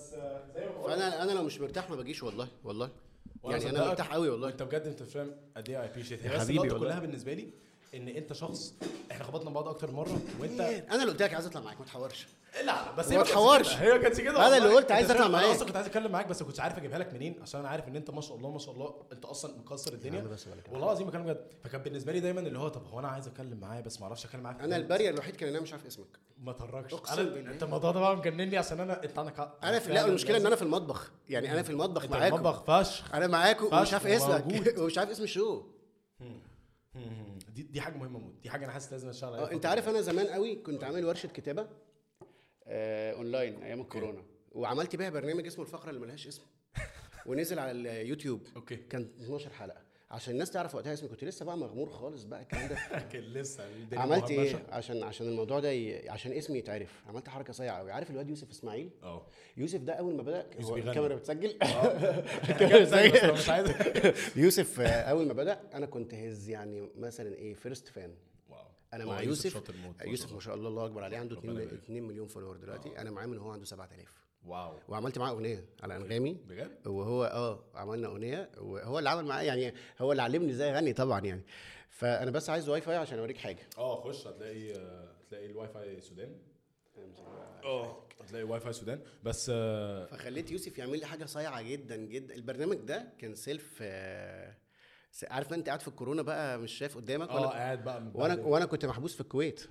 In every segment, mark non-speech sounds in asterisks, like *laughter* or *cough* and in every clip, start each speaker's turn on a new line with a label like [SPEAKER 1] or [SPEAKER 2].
[SPEAKER 1] زي ما بقول
[SPEAKER 2] فانا انا لو مش مرتاح ما بجيش والله والله
[SPEAKER 1] وأنا
[SPEAKER 2] يعني انا
[SPEAKER 1] صدقك،
[SPEAKER 2] مرتاح قوي والله
[SPEAKER 1] انت بجد انت مش فاهم قد ايه اي ابريشيت هي بس
[SPEAKER 3] حبيبي
[SPEAKER 1] النقطه
[SPEAKER 3] والله.
[SPEAKER 1] كلها بالنسبه لي ان انت شخص احنا خبطنا بعض اكتر من مره وانت
[SPEAKER 2] انا اللي قلت لك عايز اطلع معاك ما تحورش
[SPEAKER 1] لا بس
[SPEAKER 2] ما
[SPEAKER 1] ما كانتش
[SPEAKER 2] تحورش.
[SPEAKER 1] كده. هي ما كانتش كده
[SPEAKER 2] أنا
[SPEAKER 1] والله.
[SPEAKER 2] اللي قلت
[SPEAKER 1] أنت
[SPEAKER 2] عايز
[SPEAKER 1] استنى،
[SPEAKER 2] أطلع معاك.
[SPEAKER 1] انا اصلا كنت عايز اتكلم معاك بس كنتش عارف اجيبها لك منين عشان انا عارف ان انت ما شاء الله ما شاء الله انت اصلا مكسر الدنيا
[SPEAKER 2] عم بس مالك.
[SPEAKER 1] والله العظيم بكلم بجد فكان بالنسبه لي دايما اللي هو طب هو انا عايز اتكلم معاه بس ما اعرفش اتكلم معاه في
[SPEAKER 2] انا
[SPEAKER 1] إيه.
[SPEAKER 2] البارير الوحيد كان إن انا مش عارف اسمك
[SPEAKER 1] ما تهرجش
[SPEAKER 2] أقسم
[SPEAKER 1] أنا-
[SPEAKER 2] بالله.
[SPEAKER 1] انت الموضوع ده بقى مجنني عشان انا انت عندك حق
[SPEAKER 2] انا في لا المشكله ان انا في المطبخ يعني انا في المطبخ
[SPEAKER 1] انت
[SPEAKER 2] معاكم
[SPEAKER 1] المطبخ فشخ
[SPEAKER 2] انا معاكم
[SPEAKER 1] فشخ
[SPEAKER 2] ومش عارف اسمك
[SPEAKER 1] وموجود.
[SPEAKER 2] *laughs* ومش عارف اسم الشو
[SPEAKER 1] دي دي حاجه مهمه موت دي حاجه انا حاسس لازم اشتغل عليها
[SPEAKER 2] اه انت عارف انا زمان قوي كنت عامل ورشه كتابه آه اونلاين ايام الكورونا وعملت بيها برنامج اسمه الفقره اللي
[SPEAKER 1] *laughs*
[SPEAKER 2] ملهاش اسم ونزل على اليوتيوب
[SPEAKER 1] أوكي.
[SPEAKER 2] كان 12 حلقه عشان الناس تعرف وقتها اسمي كنت لسه بقى مغمور خالص بقى الكلام ده
[SPEAKER 1] لكن لسه الدنيا
[SPEAKER 2] عملت
[SPEAKER 1] مهمشة.
[SPEAKER 2] ايه عشان عشان الموضوع ده ي... عشان اسمي يتعرف عملت حركه صايعه قوي عارف الواد يوسف اسماعيل
[SPEAKER 1] اه
[SPEAKER 2] يوسف ده اول ما بدا
[SPEAKER 1] يوسف
[SPEAKER 2] هو
[SPEAKER 1] بيغني.
[SPEAKER 2] الكاميرا بتسجل *laughs*
[SPEAKER 1] *laughs* كان بس أنا مش عايز
[SPEAKER 2] يوسف آه، اول ما بدا انا كنت هز يعني مثلا ايه فيرست فان
[SPEAKER 1] واو.
[SPEAKER 2] انا
[SPEAKER 1] هو
[SPEAKER 2] مع يوسف
[SPEAKER 1] شاطر موت ما
[SPEAKER 2] يوسف
[SPEAKER 1] شاء
[SPEAKER 2] ما شاء الله الله اكبر عليه عنده 2 2 مليون فولور دلوقتي انا معاه من هو عنده 7000
[SPEAKER 1] الله. واو
[SPEAKER 2] وعملت معاه اغنيه على انغامي
[SPEAKER 1] بجد
[SPEAKER 2] وهو اه عملنا اغنيه وهو اللي عمل معايا يعني هو اللي علمني ازاي اغني طبعا يعني فانا بس عايز واي فاي عشان اوريك حاجه
[SPEAKER 1] اه خش هتلاقي آه، هتلاقي الواي فاي سودان اه هتلاقي واي فاي سودان بس آه،
[SPEAKER 2] فخليت يوسف يعمل لي حاجه صايعه جدا جدا البرنامج ده كان سيلف آه، س- عارف انت قاعد في الكورونا بقى مش شايف قدامك
[SPEAKER 1] اه
[SPEAKER 2] وانا
[SPEAKER 1] قاعد بقى
[SPEAKER 2] وانا
[SPEAKER 1] مبهدل.
[SPEAKER 2] وانا كنت محبوس في الكويت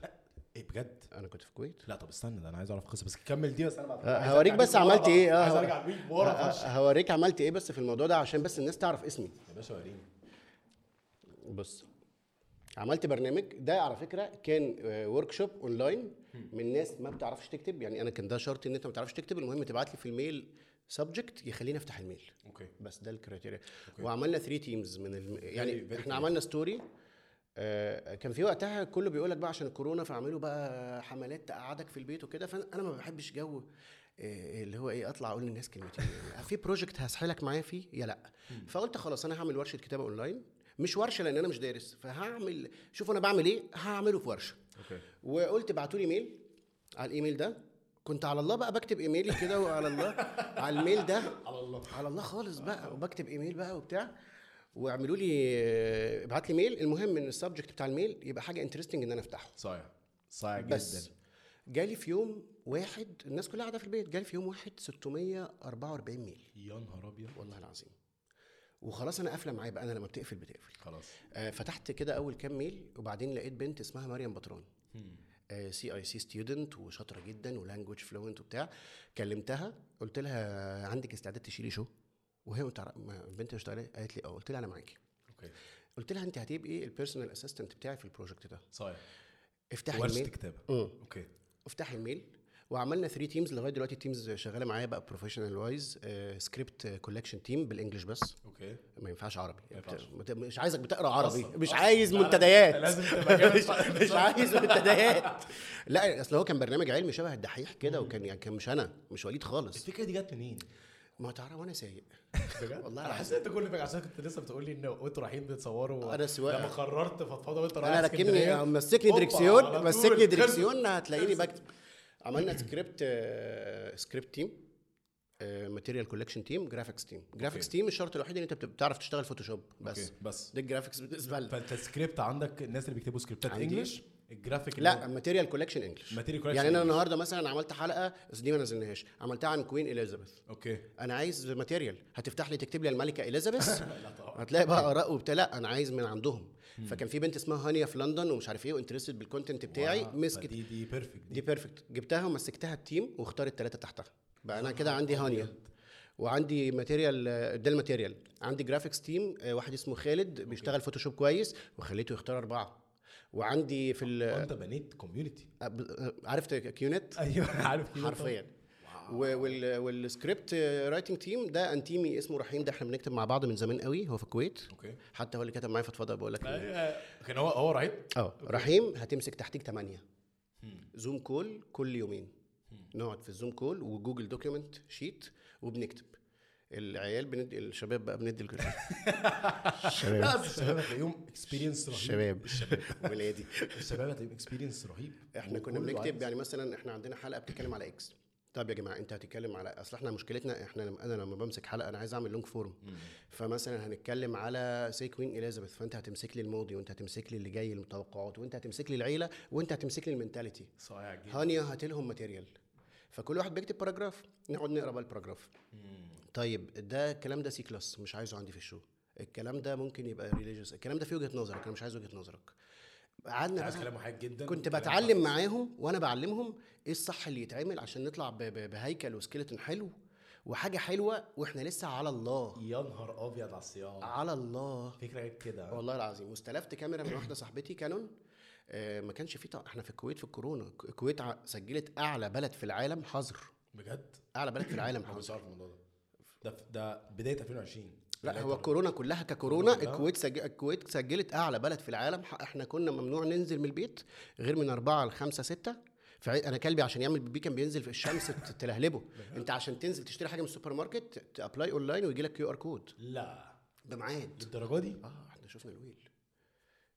[SPEAKER 1] ايه بجد
[SPEAKER 2] انا كنت في الكويت
[SPEAKER 1] لا طب استنى ده انا عايز اعرف قصه بس كمل دي بس انا بعد
[SPEAKER 2] آه،
[SPEAKER 1] عايز
[SPEAKER 2] هوريك
[SPEAKER 1] أرجع
[SPEAKER 2] بس
[SPEAKER 1] بيك ورا
[SPEAKER 2] عملت
[SPEAKER 1] بقى.
[SPEAKER 2] ايه اه
[SPEAKER 1] عايز ارجع بيك ورا
[SPEAKER 2] ه-
[SPEAKER 1] فشخ.
[SPEAKER 2] آه، هوريك عملت ايه بس في الموضوع ده عشان بس الناس تعرف اسمي
[SPEAKER 1] يا باشا وريني
[SPEAKER 2] بص عملت برنامج ده على فكره كان ورك شوب اونلاين من ناس ما بتعرفش تكتب يعني انا كان ده شرطي ان انت ما بتعرفش تكتب المهم تبعت لي في الميل سبجكت يخليني افتح الميل
[SPEAKER 1] اوكي
[SPEAKER 2] بس ده الكريتيريا وعملنا 3 تيمز من الم... يعني
[SPEAKER 1] very
[SPEAKER 2] احنا
[SPEAKER 1] creative.
[SPEAKER 2] عملنا ستوري آه، كان في وقتها كله بيقول لك بقى عشان الكورونا فاعملوا بقى حملات تقعدك في البيت وكده فانا أنا ما بحبش جو آه، اللي هو ايه اطلع اقول للناس كلمتين *laughs* يعني في بروجكت هسحلك معايا فيه يا لا فقلت خلاص انا هعمل ورشه كتابه اونلاين مش ورشه لان انا مش دارس فهعمل شوف انا بعمل ايه هعمله في ورشه
[SPEAKER 1] اوكي
[SPEAKER 2] وقلت ابعتوا لي ميل على الايميل ده كنت على الله بقى بكتب ايميلي كده وعلى الله على الميل ده
[SPEAKER 1] على الله
[SPEAKER 2] على الله خالص بقى وبكتب ايميل بقى وبتاع واعملوا لي ابعت لي ميل المهم ان السبجكت بتاع الميل يبقى حاجه انترستنج ان انا افتحه
[SPEAKER 1] صايع صايع
[SPEAKER 2] بس
[SPEAKER 1] جدا
[SPEAKER 2] جالي في يوم واحد الناس كلها قاعده في البيت جالي في يوم واحد 644 ميل
[SPEAKER 1] يا نهار ابيض
[SPEAKER 2] والله العظيم وخلاص انا قافله معايا بقى انا لما بتقفل بتقفل
[SPEAKER 1] خلاص
[SPEAKER 2] آه، فتحت كده اول كام ميل وبعدين لقيت بنت اسمها مريم بطران سي اي سي ستودنت وشاطره جدا ولانجوج فلوينت وبتاع كلمتها قلت لها عندك استعداد تشيلي شو وهي ما تعرف- ما- البنت مش تعرف- قالت لي اه قلت لها انا معاكي
[SPEAKER 1] اوكي
[SPEAKER 2] قلت لها انت هتبقي البيرسونال اسيستنت بتاعي في البروجكت ده
[SPEAKER 1] صايع
[SPEAKER 2] افتحي
[SPEAKER 1] ورشه
[SPEAKER 2] الميل
[SPEAKER 1] كتابه
[SPEAKER 2] مم.
[SPEAKER 1] اوكي
[SPEAKER 2] افتحي الميل وعملنا 3 تيمز لغايه دلوقتي التيمز شغاله معايا بقى آه، بروفيشنال وايز سكريبت كولكشن تيم بالانجلش بس
[SPEAKER 1] اوكي
[SPEAKER 2] ما ينفعش عربي
[SPEAKER 1] ينفعش.
[SPEAKER 2] بت- مش عايزك بتقرا عربي
[SPEAKER 1] أصلاً-
[SPEAKER 2] مش
[SPEAKER 1] أصلاً.
[SPEAKER 2] عايز
[SPEAKER 1] لا، لا،
[SPEAKER 2] منتديات
[SPEAKER 1] أنت لازم تبقى جامد.
[SPEAKER 2] مش, *laughs* مش عايز منتديات لا اصل هو كان برنامج علمي شبه الدحيح كده وكان يعني كان مش انا مش وليد خالص
[SPEAKER 1] الفكره دي جت منين؟
[SPEAKER 2] ما تعرف وانا سايق
[SPEAKER 1] بجد؟
[SPEAKER 2] والله
[SPEAKER 1] والله انا حسيت انت كل فكره عشان كنت لسه بتقول لي ان وانتوا رايحين بتصوروا
[SPEAKER 2] أنا سواق.
[SPEAKER 1] لما قررت فضفضه وانت رايح
[SPEAKER 2] انا
[SPEAKER 1] اسكندرية.
[SPEAKER 2] ركبني مسكني
[SPEAKER 1] أوبا، على
[SPEAKER 2] دريكسيون
[SPEAKER 1] طول.
[SPEAKER 2] مسكني
[SPEAKER 1] خلص. *laughs*
[SPEAKER 2] دريكسيون هتلاقيني بكتب عملنا آه، سكريبت سكريبت تيم ماتيريال كولكشن تيم جرافيكس تيم جرافيكس تيم الشرط الوحيد ان انت بت- بتعرف تشتغل فوتوشوب بس
[SPEAKER 1] أوكي، بس
[SPEAKER 2] ده الجرافيكس بالنسبه لنا
[SPEAKER 1] فانت سكريبت عندك الناس اللي بيكتبوا سكريبتات
[SPEAKER 2] عندي.
[SPEAKER 1] انجلش الجرافيك
[SPEAKER 2] لا ماتيريال كولكشن انجلش
[SPEAKER 1] Material collection
[SPEAKER 2] يعني انا
[SPEAKER 1] English.
[SPEAKER 2] النهارده مثلا عملت حلقه بس دي ما نزلناهاش عملتها عن كوين اليزابيث
[SPEAKER 1] اوكي
[SPEAKER 2] انا عايز ماتيريال هتفتح لي تكتب لي الملكه اليزابيث
[SPEAKER 1] *laughs*
[SPEAKER 2] هتلاقي بقى اراء وبتاع لا انا عايز من عندهم فكان في بنت اسمها هانيا في لندن ومش عارف ايه وانترستد بالكونتنت بتاعي
[SPEAKER 1] آه،
[SPEAKER 2] مسكت
[SPEAKER 1] دي دي بيرفكت
[SPEAKER 2] دي بيرفكت جبتها ومسكتها التيم واختار الثلاثه تحتها بقى انا كده عندي هانيا وعندي ماتيريال ده الماتيريال عندي جرافيكس تيم آه، واحد اسمه خالد بيشتغل فوتوشوب كويس وخليته يختار اربعه وعندي في ال
[SPEAKER 1] انت بنيت *laughs* كوميونتي
[SPEAKER 2] آه، ب- آه، عرفت كيونت
[SPEAKER 1] ايوه عارف كده.
[SPEAKER 2] حرفيا و- وال والسكريبت رايتنج تيم ده انتيمي اسمه رحيم ده احنا بنكتب مع بعض من زمان قوي هو في الكويت
[SPEAKER 1] اوكي
[SPEAKER 2] حتى هو اللي كتب معايا فضفضه بقول لك
[SPEAKER 1] أيوة. كان هو هو رهيب
[SPEAKER 2] اه رحيم هتمسك تحتيك 8 زوم كول كل يومين نقعد في الزوم كول وجوجل دوكيومنت شيت وبنكتب العيال بندي الشباب بقى بندي الكل
[SPEAKER 1] لا
[SPEAKER 2] الشباب
[SPEAKER 1] بس الشباب هتلاقيهم اكسبيرينس رهيب
[SPEAKER 2] الشباب ولادي
[SPEAKER 1] الشباب هتلاقيهم اكسبيرينس رهيب
[SPEAKER 2] احنا كنا
[SPEAKER 1] وكله
[SPEAKER 2] بنكتب
[SPEAKER 1] عايز-
[SPEAKER 2] يعني مثلا احنا عندنا حلقه بتتكلم على اكس طب يا جماعه انت هتتكلم على اصل احنا مشكلتنا احنا لما انا لما بمسك حلقه انا عايز اعمل لونج فورم فمثلا هنتكلم على سي كوين اليزابيث فانت هتمسك لي الماضي وانت هتمسك لي اللي جاي المتوقعات وانت هتمسك لي العيله وانت هتمسك لي المينتاليتي
[SPEAKER 1] صايع جدا
[SPEAKER 2] هانيا هات لهم ماتيريال فكل واحد بيكتب باراجراف نقعد نقرا بقى الباراجراف طيب ده الكلام ده سي كلاس مش عايزه عندي في الشو الكلام ده ممكن يبقى ريليجيوس الكلام ده فيه وجهه نظرك انا مش عايز وجهه نظرك قعدنا
[SPEAKER 1] عايز
[SPEAKER 2] مثلا
[SPEAKER 1] كلام محايد جدا
[SPEAKER 2] كنت
[SPEAKER 1] كلام
[SPEAKER 2] بتعلم معاهم وانا بعلمهم ايه الصح اللي يتعمل عشان نطلع ب- ب- بهيكل وسكيلتون حلو وحاجه حلوه واحنا لسه على الله
[SPEAKER 1] يا نهار ابيض على الصيام
[SPEAKER 2] على الله
[SPEAKER 1] فكره غير كده
[SPEAKER 2] آه. والله العظيم واستلفت كاميرا من واحده صاحبتي كانون آه، ما كانش في طاقة. احنا في الكويت في الكورونا الكويت ع- سجلت اعلى بلد في العالم حظر
[SPEAKER 1] بجد
[SPEAKER 2] اعلى بلد في العالم
[SPEAKER 1] انا مش
[SPEAKER 2] حظر
[SPEAKER 1] عارف الموضوع ده ده ده بدايه 2020
[SPEAKER 2] لا هو
[SPEAKER 1] كله
[SPEAKER 2] كورونا كلها ككورونا
[SPEAKER 1] كورونا.
[SPEAKER 2] الكويت سج... الكويت سجلت اعلى بلد في العالم ح- احنا كنا ممنوع ننزل من البيت غير من أربعة لخمسة ستة فعي... انا كلبي عشان يعمل بيبي كان بينزل في الشمس ت- تلهلبه انت عشان تنزل تشتري حاجه من السوبر ماركت تابلاي اونلاين ويجي لك كيو ار كود
[SPEAKER 1] لا
[SPEAKER 2] بميعاد
[SPEAKER 1] للدرجه دي
[SPEAKER 2] اه احنا شفنا الويل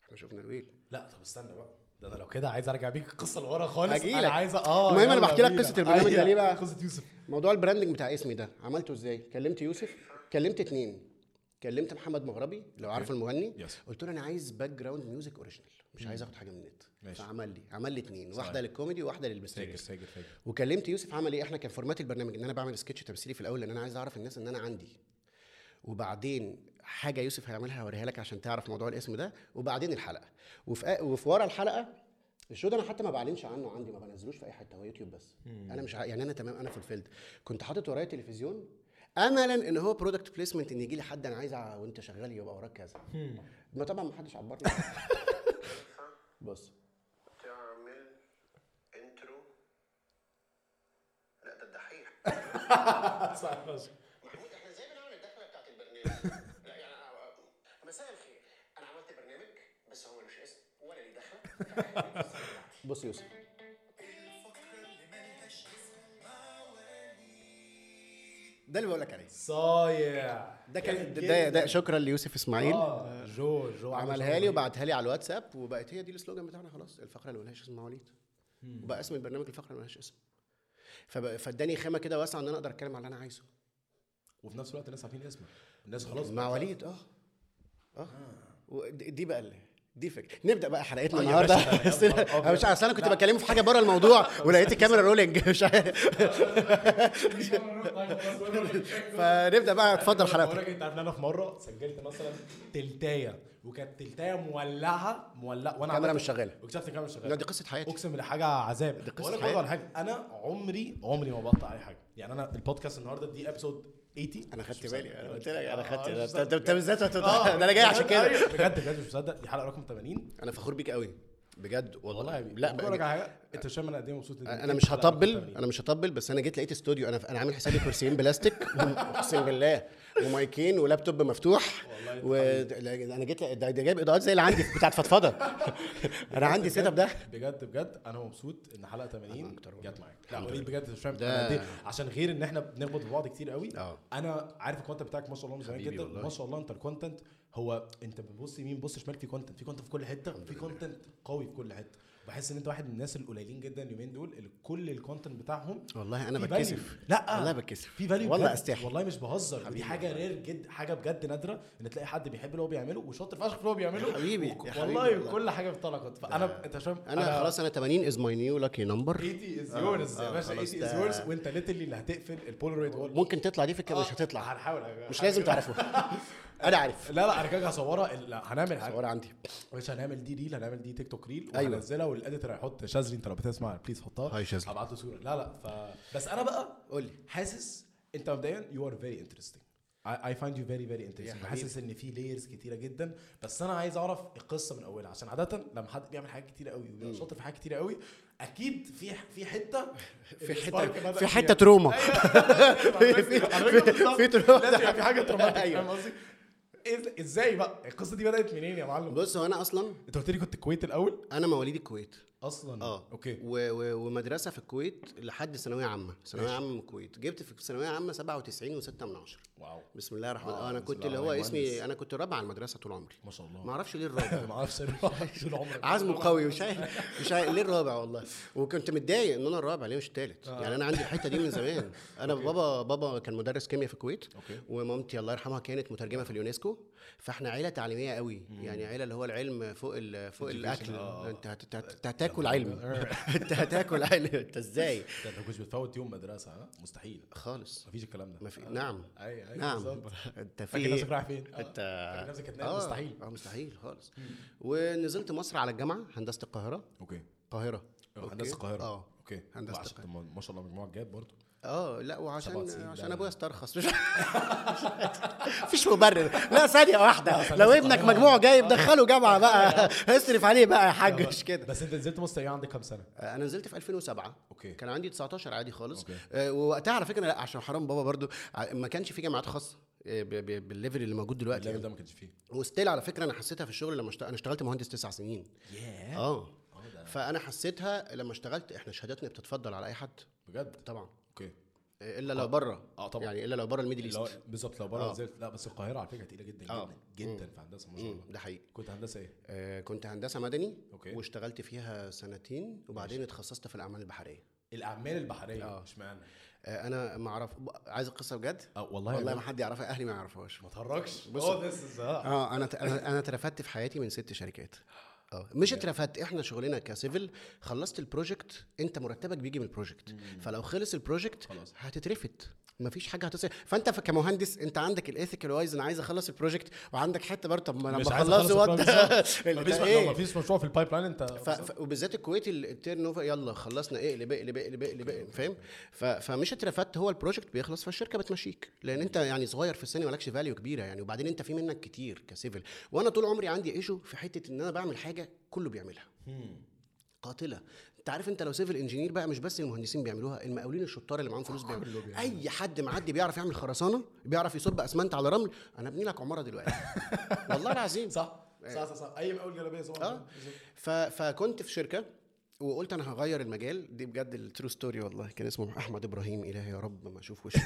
[SPEAKER 2] احنا شفنا الويل
[SPEAKER 1] لا طب استنى بقى ده انا لو كده عايز ارجع بيك القصه لورا خالص
[SPEAKER 2] هجيلك.
[SPEAKER 1] انا عايز اه
[SPEAKER 2] المهم أنا
[SPEAKER 1] يلا
[SPEAKER 2] بحكي لك
[SPEAKER 1] بينا.
[SPEAKER 2] قصة البرنامج ده ليه
[SPEAKER 1] أيوة،
[SPEAKER 2] بقى؟
[SPEAKER 1] قصه يوسف
[SPEAKER 2] موضوع البراندنج بتاع اسمي ده عملته ازاي كلمت يوسف كلمت اتنين كلمت محمد مغربي لو عارف المغني
[SPEAKER 1] يس.
[SPEAKER 2] قلت له انا عايز باك جراوند ميوزك اوريجينال مش عايز اخد حاجه من النت
[SPEAKER 1] ماشي.
[SPEAKER 2] فعمل لي عمل لي اتنين واحده للكوميدي وواحده
[SPEAKER 1] فاكر
[SPEAKER 2] للمستيكس
[SPEAKER 1] فاكر *laughs* فاكر
[SPEAKER 2] وكلمت يوسف عمل ايه احنا كان فورمات البرنامج ان انا بعمل سكتش تمثيلي في الاول لان انا عايز اعرف الناس ان انا عندي وبعدين حاجه يوسف هيعملها هوريها لك عشان تعرف موضوع الاسم ده وبعدين الحلقه وفي وفي ورا الحلقه الشو ده انا حتى ما بعلنش عنه عندي ما بنزلوش في اي حته هو يوتيوب بس انا مش ع- يعني انا تمام انا في الفيلد كنت حاطط ورايا تلفزيون املا ان هو برودكت بليسمنت ان يجي لي حد انا عايز ع- وانت شغال يبقى وراك كذا ما طبعا ما حدش عبرني بص
[SPEAKER 3] تعمل انترو لا ده الدحيح
[SPEAKER 1] صح ماشي
[SPEAKER 3] محمود احنا ازاي بنعمل الدخله بتاعت *laughs* البرنامج لا يعني أنا- مساء الخير انا عملت برنامج بس هو ملوش اسم ولا ليه دخله فأنا هعمل القصة بتاعتي.
[SPEAKER 2] بص يوسف ده اللي بقول لك عليه
[SPEAKER 1] صايع
[SPEAKER 2] ده كان ده, ده شكرا ليوسف اسماعيل
[SPEAKER 1] اه جو جو
[SPEAKER 2] عملها لي وبعتها لي على الواتساب وبقت هي دي السلوجان بتاعنا خلاص الفقره اللي ملهاش اسم مواليد وبقى اسم البرنامج الفقره اللي ملهاش اسم فبقى- فاداني خامه كده واسعه ان انا اقدر اتكلم على اللي انا عايزه
[SPEAKER 1] وفي نفس الوقت الناس عارفين اسمك الناس
[SPEAKER 2] *laughs*
[SPEAKER 1] خلاص
[SPEAKER 2] مواليد اه اه ودي دي بقى اللي دي فكرة نبدا بقى حلقتنا
[SPEAKER 1] آه يا
[SPEAKER 2] النهارده
[SPEAKER 1] باشا، يا
[SPEAKER 2] بس *laughs* أنا-
[SPEAKER 1] نهار
[SPEAKER 2] أنا مش
[SPEAKER 1] أبيض.
[SPEAKER 2] عارف انا كنت
[SPEAKER 1] لا.
[SPEAKER 2] بكلمه في حاجه بره الموضوع ولقيت الكاميرا
[SPEAKER 1] *laughs*
[SPEAKER 2] رولينج *laughs* مش عارف
[SPEAKER 1] أيوة،
[SPEAKER 2] فنبدا بقى اتفضل
[SPEAKER 1] بقول
[SPEAKER 2] حلقتك
[SPEAKER 1] لك انت عارف ان انا في مره سجلت مثلا تلتايه وكانت تلتايه مولعه مولعه وانا
[SPEAKER 2] الكاميرا
[SPEAKER 1] عملت-
[SPEAKER 2] مش شغاله
[SPEAKER 1] واكتشفت الكاميرا مش شغاله
[SPEAKER 2] لا دي قصه حياتي
[SPEAKER 1] اقسم بالله حاجه عذاب دي
[SPEAKER 2] قصة
[SPEAKER 1] قصه
[SPEAKER 2] حياة.
[SPEAKER 1] حاجه حاجه انا عمري عمري ما بقطع اي حاجه يعني انا البودكاست النهارده دي ابسود 80
[SPEAKER 2] انا خدت
[SPEAKER 1] مش
[SPEAKER 2] بالي
[SPEAKER 1] مصدق.
[SPEAKER 2] انا قلت لك انا
[SPEAKER 1] آه،
[SPEAKER 2] خدت
[SPEAKER 1] مش
[SPEAKER 2] ده-
[SPEAKER 1] مصدق.
[SPEAKER 2] ده انت بالذات هتضحك.
[SPEAKER 1] آه،
[SPEAKER 2] ده انا جاي عشان
[SPEAKER 1] بجد،
[SPEAKER 2] كده
[SPEAKER 1] أيوة، بجد بجد مش مصدق دي حلقه رقم 80
[SPEAKER 2] انا فخور بيك قوي بجد والله
[SPEAKER 1] والله يا بيه
[SPEAKER 2] لا
[SPEAKER 1] بقول لك
[SPEAKER 2] بقى
[SPEAKER 1] على حاجه انت شايف انا قد ايه مبسوط إن
[SPEAKER 2] انا
[SPEAKER 1] دي
[SPEAKER 2] مش
[SPEAKER 1] الحلقة رقم
[SPEAKER 2] هطبل
[SPEAKER 1] 80.
[SPEAKER 2] انا مش هطبل بس انا جيت لقيت استوديو انا انا عامل حسابي كرسيين بلاستيك *laughs* اقسم بالله ومايكين ولابتوب مفتوح
[SPEAKER 1] والله
[SPEAKER 2] و... لا، انا جيت لقيت- ده ده جايب اضاءات زي اللي عندي بتاعت
[SPEAKER 1] *laughs*
[SPEAKER 2] فضفضه انا عندي سيت اب ده
[SPEAKER 1] بجد بجد انا مبسوط ان حلقه 80 جت معاك لا وليد بجد مش فاهم
[SPEAKER 2] ده-
[SPEAKER 1] أنا قد إيه- عشان غير ان احنا بنخبط في بعض كتير قوي
[SPEAKER 2] آه.
[SPEAKER 1] انا عارف الكونتنت بتاعك ما شاء الله من زمان
[SPEAKER 2] حبيبي
[SPEAKER 1] جدا
[SPEAKER 2] والله.
[SPEAKER 1] ما شاء الله انت الكونتنت هو انت بتبص يمين بص شمال في كونتنت في كونتنت في كل حته في كونتنت قوي في كل حته بحس ان انت واحد من الناس القليلين جدا اليومين دول اللي كل الكونتنت بتاعهم
[SPEAKER 2] والله انا
[SPEAKER 1] في value.
[SPEAKER 2] بتكسف
[SPEAKER 1] لا
[SPEAKER 2] والله بتكسف
[SPEAKER 1] في فاليو
[SPEAKER 2] والله استحي
[SPEAKER 1] والله مش بهزر
[SPEAKER 2] حبيبي
[SPEAKER 1] ودي حاجه
[SPEAKER 2] والله.
[SPEAKER 1] رير جدا حاجه بجد نادره ان تلاقي حد بيحب اللي هو بيعمله وشاطر فشخ في اللي هو بيعمله
[SPEAKER 2] يا حبيبي، يا
[SPEAKER 1] وك-
[SPEAKER 2] حبيبي والله. آه.
[SPEAKER 1] والله كل حاجه بتطلع كونتنت فانا انت فاهم
[SPEAKER 2] انا خلاص انا 80 از ماي نيو لاكي
[SPEAKER 1] *laughs*
[SPEAKER 2] نمبر
[SPEAKER 1] 80 از يورز يا
[SPEAKER 2] آه،
[SPEAKER 1] باشا
[SPEAKER 2] خلاص
[SPEAKER 1] 80 از
[SPEAKER 2] ده-
[SPEAKER 1] يورز وانت ليتلي اللي هتقفل البولرويد وول
[SPEAKER 2] ممكن تطلع دي فكره
[SPEAKER 1] آه،
[SPEAKER 2] مش هتطلع
[SPEAKER 1] هنحاول
[SPEAKER 2] مش لازم
[SPEAKER 1] *laughs*
[SPEAKER 2] تعرفوها انا عارف
[SPEAKER 1] لا لا انا كده هصورها ال- لا، هنعمل حاجه
[SPEAKER 2] صور عندي
[SPEAKER 1] مش هنعمل دي ريل هنعمل دي تيك توك ريل
[SPEAKER 2] أيوة.
[SPEAKER 1] وهنزلها والاديتور هيحط شاذلي انت لو بتسمع بليز حطها
[SPEAKER 2] هاي شاذلي.
[SPEAKER 1] هبعت له صوره لا لا ف... بس انا بقى
[SPEAKER 2] قول لي
[SPEAKER 1] حاسس انت مبدئيا يو ار فيري انترستنج اي فايند يو فيري فيري انترستنج
[SPEAKER 2] حبيبي.
[SPEAKER 1] حاسس ان في لايرز كتيره جدا بس انا عايز اعرف القصه من اولها عشان عاده لما حد بيعمل حاجات كتيره قوي وبيبقى شاطر في حاجات كتيره قوي اكيد في في حته
[SPEAKER 2] *laughs* في
[SPEAKER 1] السبارك
[SPEAKER 2] حته
[SPEAKER 1] بدأ
[SPEAKER 2] في
[SPEAKER 1] فيها.
[SPEAKER 2] حته
[SPEAKER 1] أيوة.
[SPEAKER 2] *laughs* تروما
[SPEAKER 1] في
[SPEAKER 2] *laughs* في- في
[SPEAKER 1] في
[SPEAKER 2] تروما.
[SPEAKER 1] في حاجه تروماتيك
[SPEAKER 2] *laughs* أيوة.
[SPEAKER 1] فاهم قصدي؟ إز- ازاي بقى القصه دي بدات منين يا معلم
[SPEAKER 2] بص هو انا اصلا
[SPEAKER 1] انت قلت لي كنت الكويت الاول
[SPEAKER 2] انا مواليد الكويت
[SPEAKER 1] اصلا
[SPEAKER 2] اه
[SPEAKER 1] اوكي
[SPEAKER 2] و... و... ومدرسه في الكويت لحد ثانويه عامه ثانويه عامه من الكويت جبت في الثانويه عامه 97 و6 من 10
[SPEAKER 1] واو
[SPEAKER 2] بسم الله الرحمن
[SPEAKER 1] آه،
[SPEAKER 2] الرحيم انا
[SPEAKER 1] بسم
[SPEAKER 2] كنت
[SPEAKER 1] الله
[SPEAKER 2] اللي هو
[SPEAKER 1] الرحمن
[SPEAKER 2] اسمي
[SPEAKER 1] الرحيم.
[SPEAKER 2] انا كنت الرابع على المدرسه طول عمري
[SPEAKER 1] ما شاء الله
[SPEAKER 2] ما اعرفش ليه الرابع
[SPEAKER 1] *laughs* ما اعرفش الواحد طول عمرك
[SPEAKER 2] *laughs* عزمه قوي مش عارف مش عارف ليه الرابع والله وكنت متضايق ان انا الرابع ليه مش التالت
[SPEAKER 1] آه.
[SPEAKER 2] يعني انا عندي الحته دي من
[SPEAKER 1] *laughs*
[SPEAKER 2] زمان انا بابا بابا كان مدرس كيمياء في الكويت
[SPEAKER 1] أوكي.
[SPEAKER 2] ومامتي الله يرحمها كانت مترجمه في اليونسكو فاحنا عيله تعليميه قوي يعني عيله اللي هو العلم فوق ال فوق الاكل
[SPEAKER 1] آه. أيوة.
[SPEAKER 2] انت هت- هت- هت- هتاكل
[SPEAKER 1] *laughs*
[SPEAKER 2] علم *laughs* انت هتاكل علم انت ازاي
[SPEAKER 1] ده انت كنت بتفوت يوم مدرسه ها مستحيل
[SPEAKER 2] خالص
[SPEAKER 1] مفيش الكلام ده
[SPEAKER 2] ما في
[SPEAKER 1] آه.
[SPEAKER 2] نعم
[SPEAKER 1] اي اي
[SPEAKER 2] نعم
[SPEAKER 1] بالظبط.
[SPEAKER 2] انت في
[SPEAKER 1] فاكر
[SPEAKER 2] إيه؟
[SPEAKER 1] نفسك رايح فين؟ آه.
[SPEAKER 2] انت
[SPEAKER 1] فاكر نفسك هتنام
[SPEAKER 2] آه،
[SPEAKER 1] مستحيل
[SPEAKER 2] اه مستحيل خالص ونزلت مصر على الجامعه هندسه القاهره
[SPEAKER 1] اوكي
[SPEAKER 2] القاهره
[SPEAKER 1] آه،
[SPEAKER 2] أوكي؟
[SPEAKER 1] هندسه القاهره
[SPEAKER 2] اه
[SPEAKER 1] اوكي
[SPEAKER 2] هندسة
[SPEAKER 1] وعشان- ما شاء الله مجموعه جاب برضه
[SPEAKER 2] اه لا
[SPEAKER 1] 97
[SPEAKER 2] وعشان
[SPEAKER 1] ده
[SPEAKER 2] عشان
[SPEAKER 1] أنا-
[SPEAKER 2] ابويا استرخص *laughs* مش مفيش مبرر لا ثانيه واحده لو ابنك مجموعه جايب دخله
[SPEAKER 1] *laughs*
[SPEAKER 2] جامعه بقى اصرف عليه بقى يا حاج مش كده
[SPEAKER 1] بس انت نزلت مصر ايه عندك كام سنه؟
[SPEAKER 2] انا آه، نزلت في 2007
[SPEAKER 1] أوكي.
[SPEAKER 2] كان عندي 19 عادي خالص
[SPEAKER 1] أوكي.
[SPEAKER 2] آه، ووقتها على فكره لا عشان حرام بابا برضو ع- ما كانش في جامعات خاصه آه، ب- ب- بالليفل اللي موجود دلوقتي
[SPEAKER 1] الليفل
[SPEAKER 2] يعني.
[SPEAKER 1] ده ما كانش فيه
[SPEAKER 2] وستيل على فكره انا حسيتها في الشغل لما اشت- انا اشتغلت مهندس تسع سنين
[SPEAKER 1] ياه
[SPEAKER 2] اه
[SPEAKER 1] اه ده
[SPEAKER 2] فانا حسيتها لما اشتغلت احنا شهاداتنا بتتفضل على اي حد
[SPEAKER 1] بجد
[SPEAKER 2] طبعا
[SPEAKER 1] اوكي
[SPEAKER 2] آه، الا لو بره
[SPEAKER 1] آه، طبعا.
[SPEAKER 2] يعني الا لو بره الميدل
[SPEAKER 1] لو
[SPEAKER 2] ايست
[SPEAKER 1] بالظبط لو بره
[SPEAKER 2] آه.
[SPEAKER 1] نزلت لا بس القاهره على فكره تقيله جدا
[SPEAKER 2] آه.
[SPEAKER 1] جدا جدا في هندسه ما شاء الله
[SPEAKER 2] ده حقيقي
[SPEAKER 1] كنت هندسه ايه؟
[SPEAKER 2] آه، كنت هندسه مدني
[SPEAKER 1] أوكي.
[SPEAKER 2] واشتغلت فيها سنتين وبعدين اتخصصت في الاعمال البحريه
[SPEAKER 1] الاعمال البحريه
[SPEAKER 2] آه.
[SPEAKER 1] اشمعنى؟
[SPEAKER 2] آه، انا ما اعرف ب- عايز القصه بجد
[SPEAKER 1] اه والله
[SPEAKER 2] والله ما
[SPEAKER 1] والله
[SPEAKER 2] حد يعرفها اهلي ما يعرفوهاش
[SPEAKER 1] ما تهرجش
[SPEAKER 2] بص.
[SPEAKER 1] اه ذس از اه
[SPEAKER 2] اه انا ت- انا أنا اترفدت في حياتي من ست شركات
[SPEAKER 1] آه.
[SPEAKER 2] اه مش اترفدت احنا شغلنا كسيفل خلصت البروجكت انت مرتبك بيجي من البروجكت فلو خلص البروجكت
[SPEAKER 1] خلاص.
[SPEAKER 2] هتترفد مفيش حاجه هتصل فانت ف- كمهندس انت عندك الايثيكال وايز انا عايز اخلص البروجكت وعندك حته برضه طب ما انا
[SPEAKER 1] مش عايز اخلص
[SPEAKER 2] بخلصه وات *laughs*
[SPEAKER 1] البروجكت. مفيش
[SPEAKER 2] إيه؟
[SPEAKER 1] مفيش مشروع في البايب لاين انت
[SPEAKER 2] ف... ف... وبالذات الكويتي ال- التيرن اوفر يلا خلصنا اقلب اقلب اقلب اقلب اقلب فاهم ف... فمش اترفدت هو البروجكت بيخلص فالشركه بتمشيك لان انت يعني صغير في السن مالكش فاليو كبيره يعني وبعدين انت في منك كتير كسيفل وانا طول عمري عندي ايشو في حته ان انا بعمل حاجه كله بيعملها قاتله انت عارف انت لو سيفل انجينير بقى مش بس المهندسين بيعملوها المقاولين الشطار اللي معاهم فلوس بيعملوا اي حد معدي بيعرف يعمل خرسانه بيعرف يصب اسمنت على رمل انا ابني لك عماره دلوقتي والله العظيم
[SPEAKER 1] صح
[SPEAKER 2] إيه.
[SPEAKER 1] صح صح صح اي مقاول جلابيه صح
[SPEAKER 2] اه ف... فكنت في شركه وقلت انا هغير المجال دي بجد الترو ستوري والله كان اسمه احمد ابراهيم الهي يا رب ما اشوف
[SPEAKER 1] *laughs*
[SPEAKER 2] وشه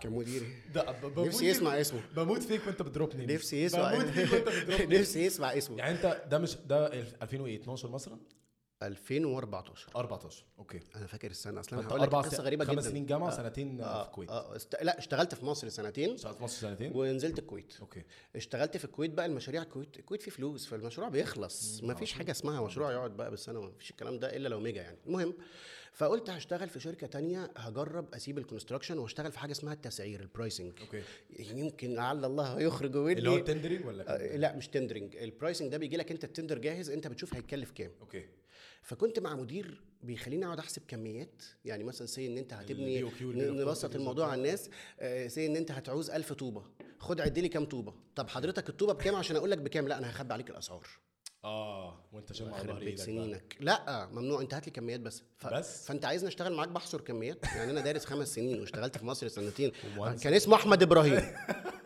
[SPEAKER 2] كان مديري
[SPEAKER 1] ده ب- بموت
[SPEAKER 2] نفسي
[SPEAKER 1] فيك-
[SPEAKER 2] يسمع اسمه
[SPEAKER 1] بموت فيك وانت بتدروب نيمز
[SPEAKER 2] نفسي يسمع
[SPEAKER 1] بموت فيك وانت
[SPEAKER 2] *laughs*
[SPEAKER 1] بتدروب نيمز
[SPEAKER 2] نفسي يسمع اسمه
[SPEAKER 1] يعني انت ده مش ده الف- 2000 وايه 12 مثلا
[SPEAKER 2] 2014
[SPEAKER 1] 14 اوكي
[SPEAKER 2] انا فاكر السنه اصلا
[SPEAKER 1] فانت
[SPEAKER 2] هقول لك
[SPEAKER 1] اربع
[SPEAKER 2] قصه
[SPEAKER 1] سن-
[SPEAKER 2] غريبه جدا
[SPEAKER 1] خمس سنين جامعه سنتين آه،
[SPEAKER 2] آه،
[SPEAKER 1] في الكويت
[SPEAKER 2] اه است... لا اشتغلت في مصر سنتين
[SPEAKER 1] اشتغلت مصر سنتين
[SPEAKER 2] ونزلت الكويت
[SPEAKER 1] اوكي
[SPEAKER 2] اشتغلت في الكويت بقى المشاريع الكويت الكويت فيه فلوس فالمشروع بيخلص ما فيش حاجه اسمها مشروع يقعد بقى بالسنه ما فيش الكلام ده الا لو ميجا يعني المهم فقلت هشتغل في شركه تانية هجرب اسيب الكونستراكشن واشتغل في حاجه اسمها التسعير البرايسنج
[SPEAKER 1] اوكي
[SPEAKER 2] يمكن لعل الله يخرج مني
[SPEAKER 1] اللي هو التندري ولا كان؟
[SPEAKER 2] آه، لا مش تندرنج البرايسنج ده بيجي لك انت التندر جاهز انت بتشوف هيتكلف كام
[SPEAKER 1] اوكي
[SPEAKER 2] فكنت مع مدير بيخليني اقعد احسب كميات يعني مثلا سي ان انت هتبني
[SPEAKER 1] ال BOQ وال BOQ
[SPEAKER 2] نبسط الموضوع
[SPEAKER 1] آه.
[SPEAKER 2] على الناس آه، سي ان انت هتعوز 1000 طوبه خد عد لي كام طوبه طب حضرتك الطوبه بكام عشان اقول لك بكام لا انا هخبي عليك الاسعار
[SPEAKER 1] اه وانت شم على
[SPEAKER 2] خرب
[SPEAKER 1] ظهر
[SPEAKER 2] بيت
[SPEAKER 1] ايدك بقى.
[SPEAKER 2] سنينك لا ممنوع انت هات لي كميات بس ف...
[SPEAKER 1] بس؟
[SPEAKER 2] فانت عايزني اشتغل معاك بحصر كميات يعني انا دارس خمس سنين واشتغلت في
[SPEAKER 1] *laughs*
[SPEAKER 2] مصر سنتين
[SPEAKER 1] ومهندس.
[SPEAKER 2] كان اسمه
[SPEAKER 1] *laughs*
[SPEAKER 2] احمد ابراهيم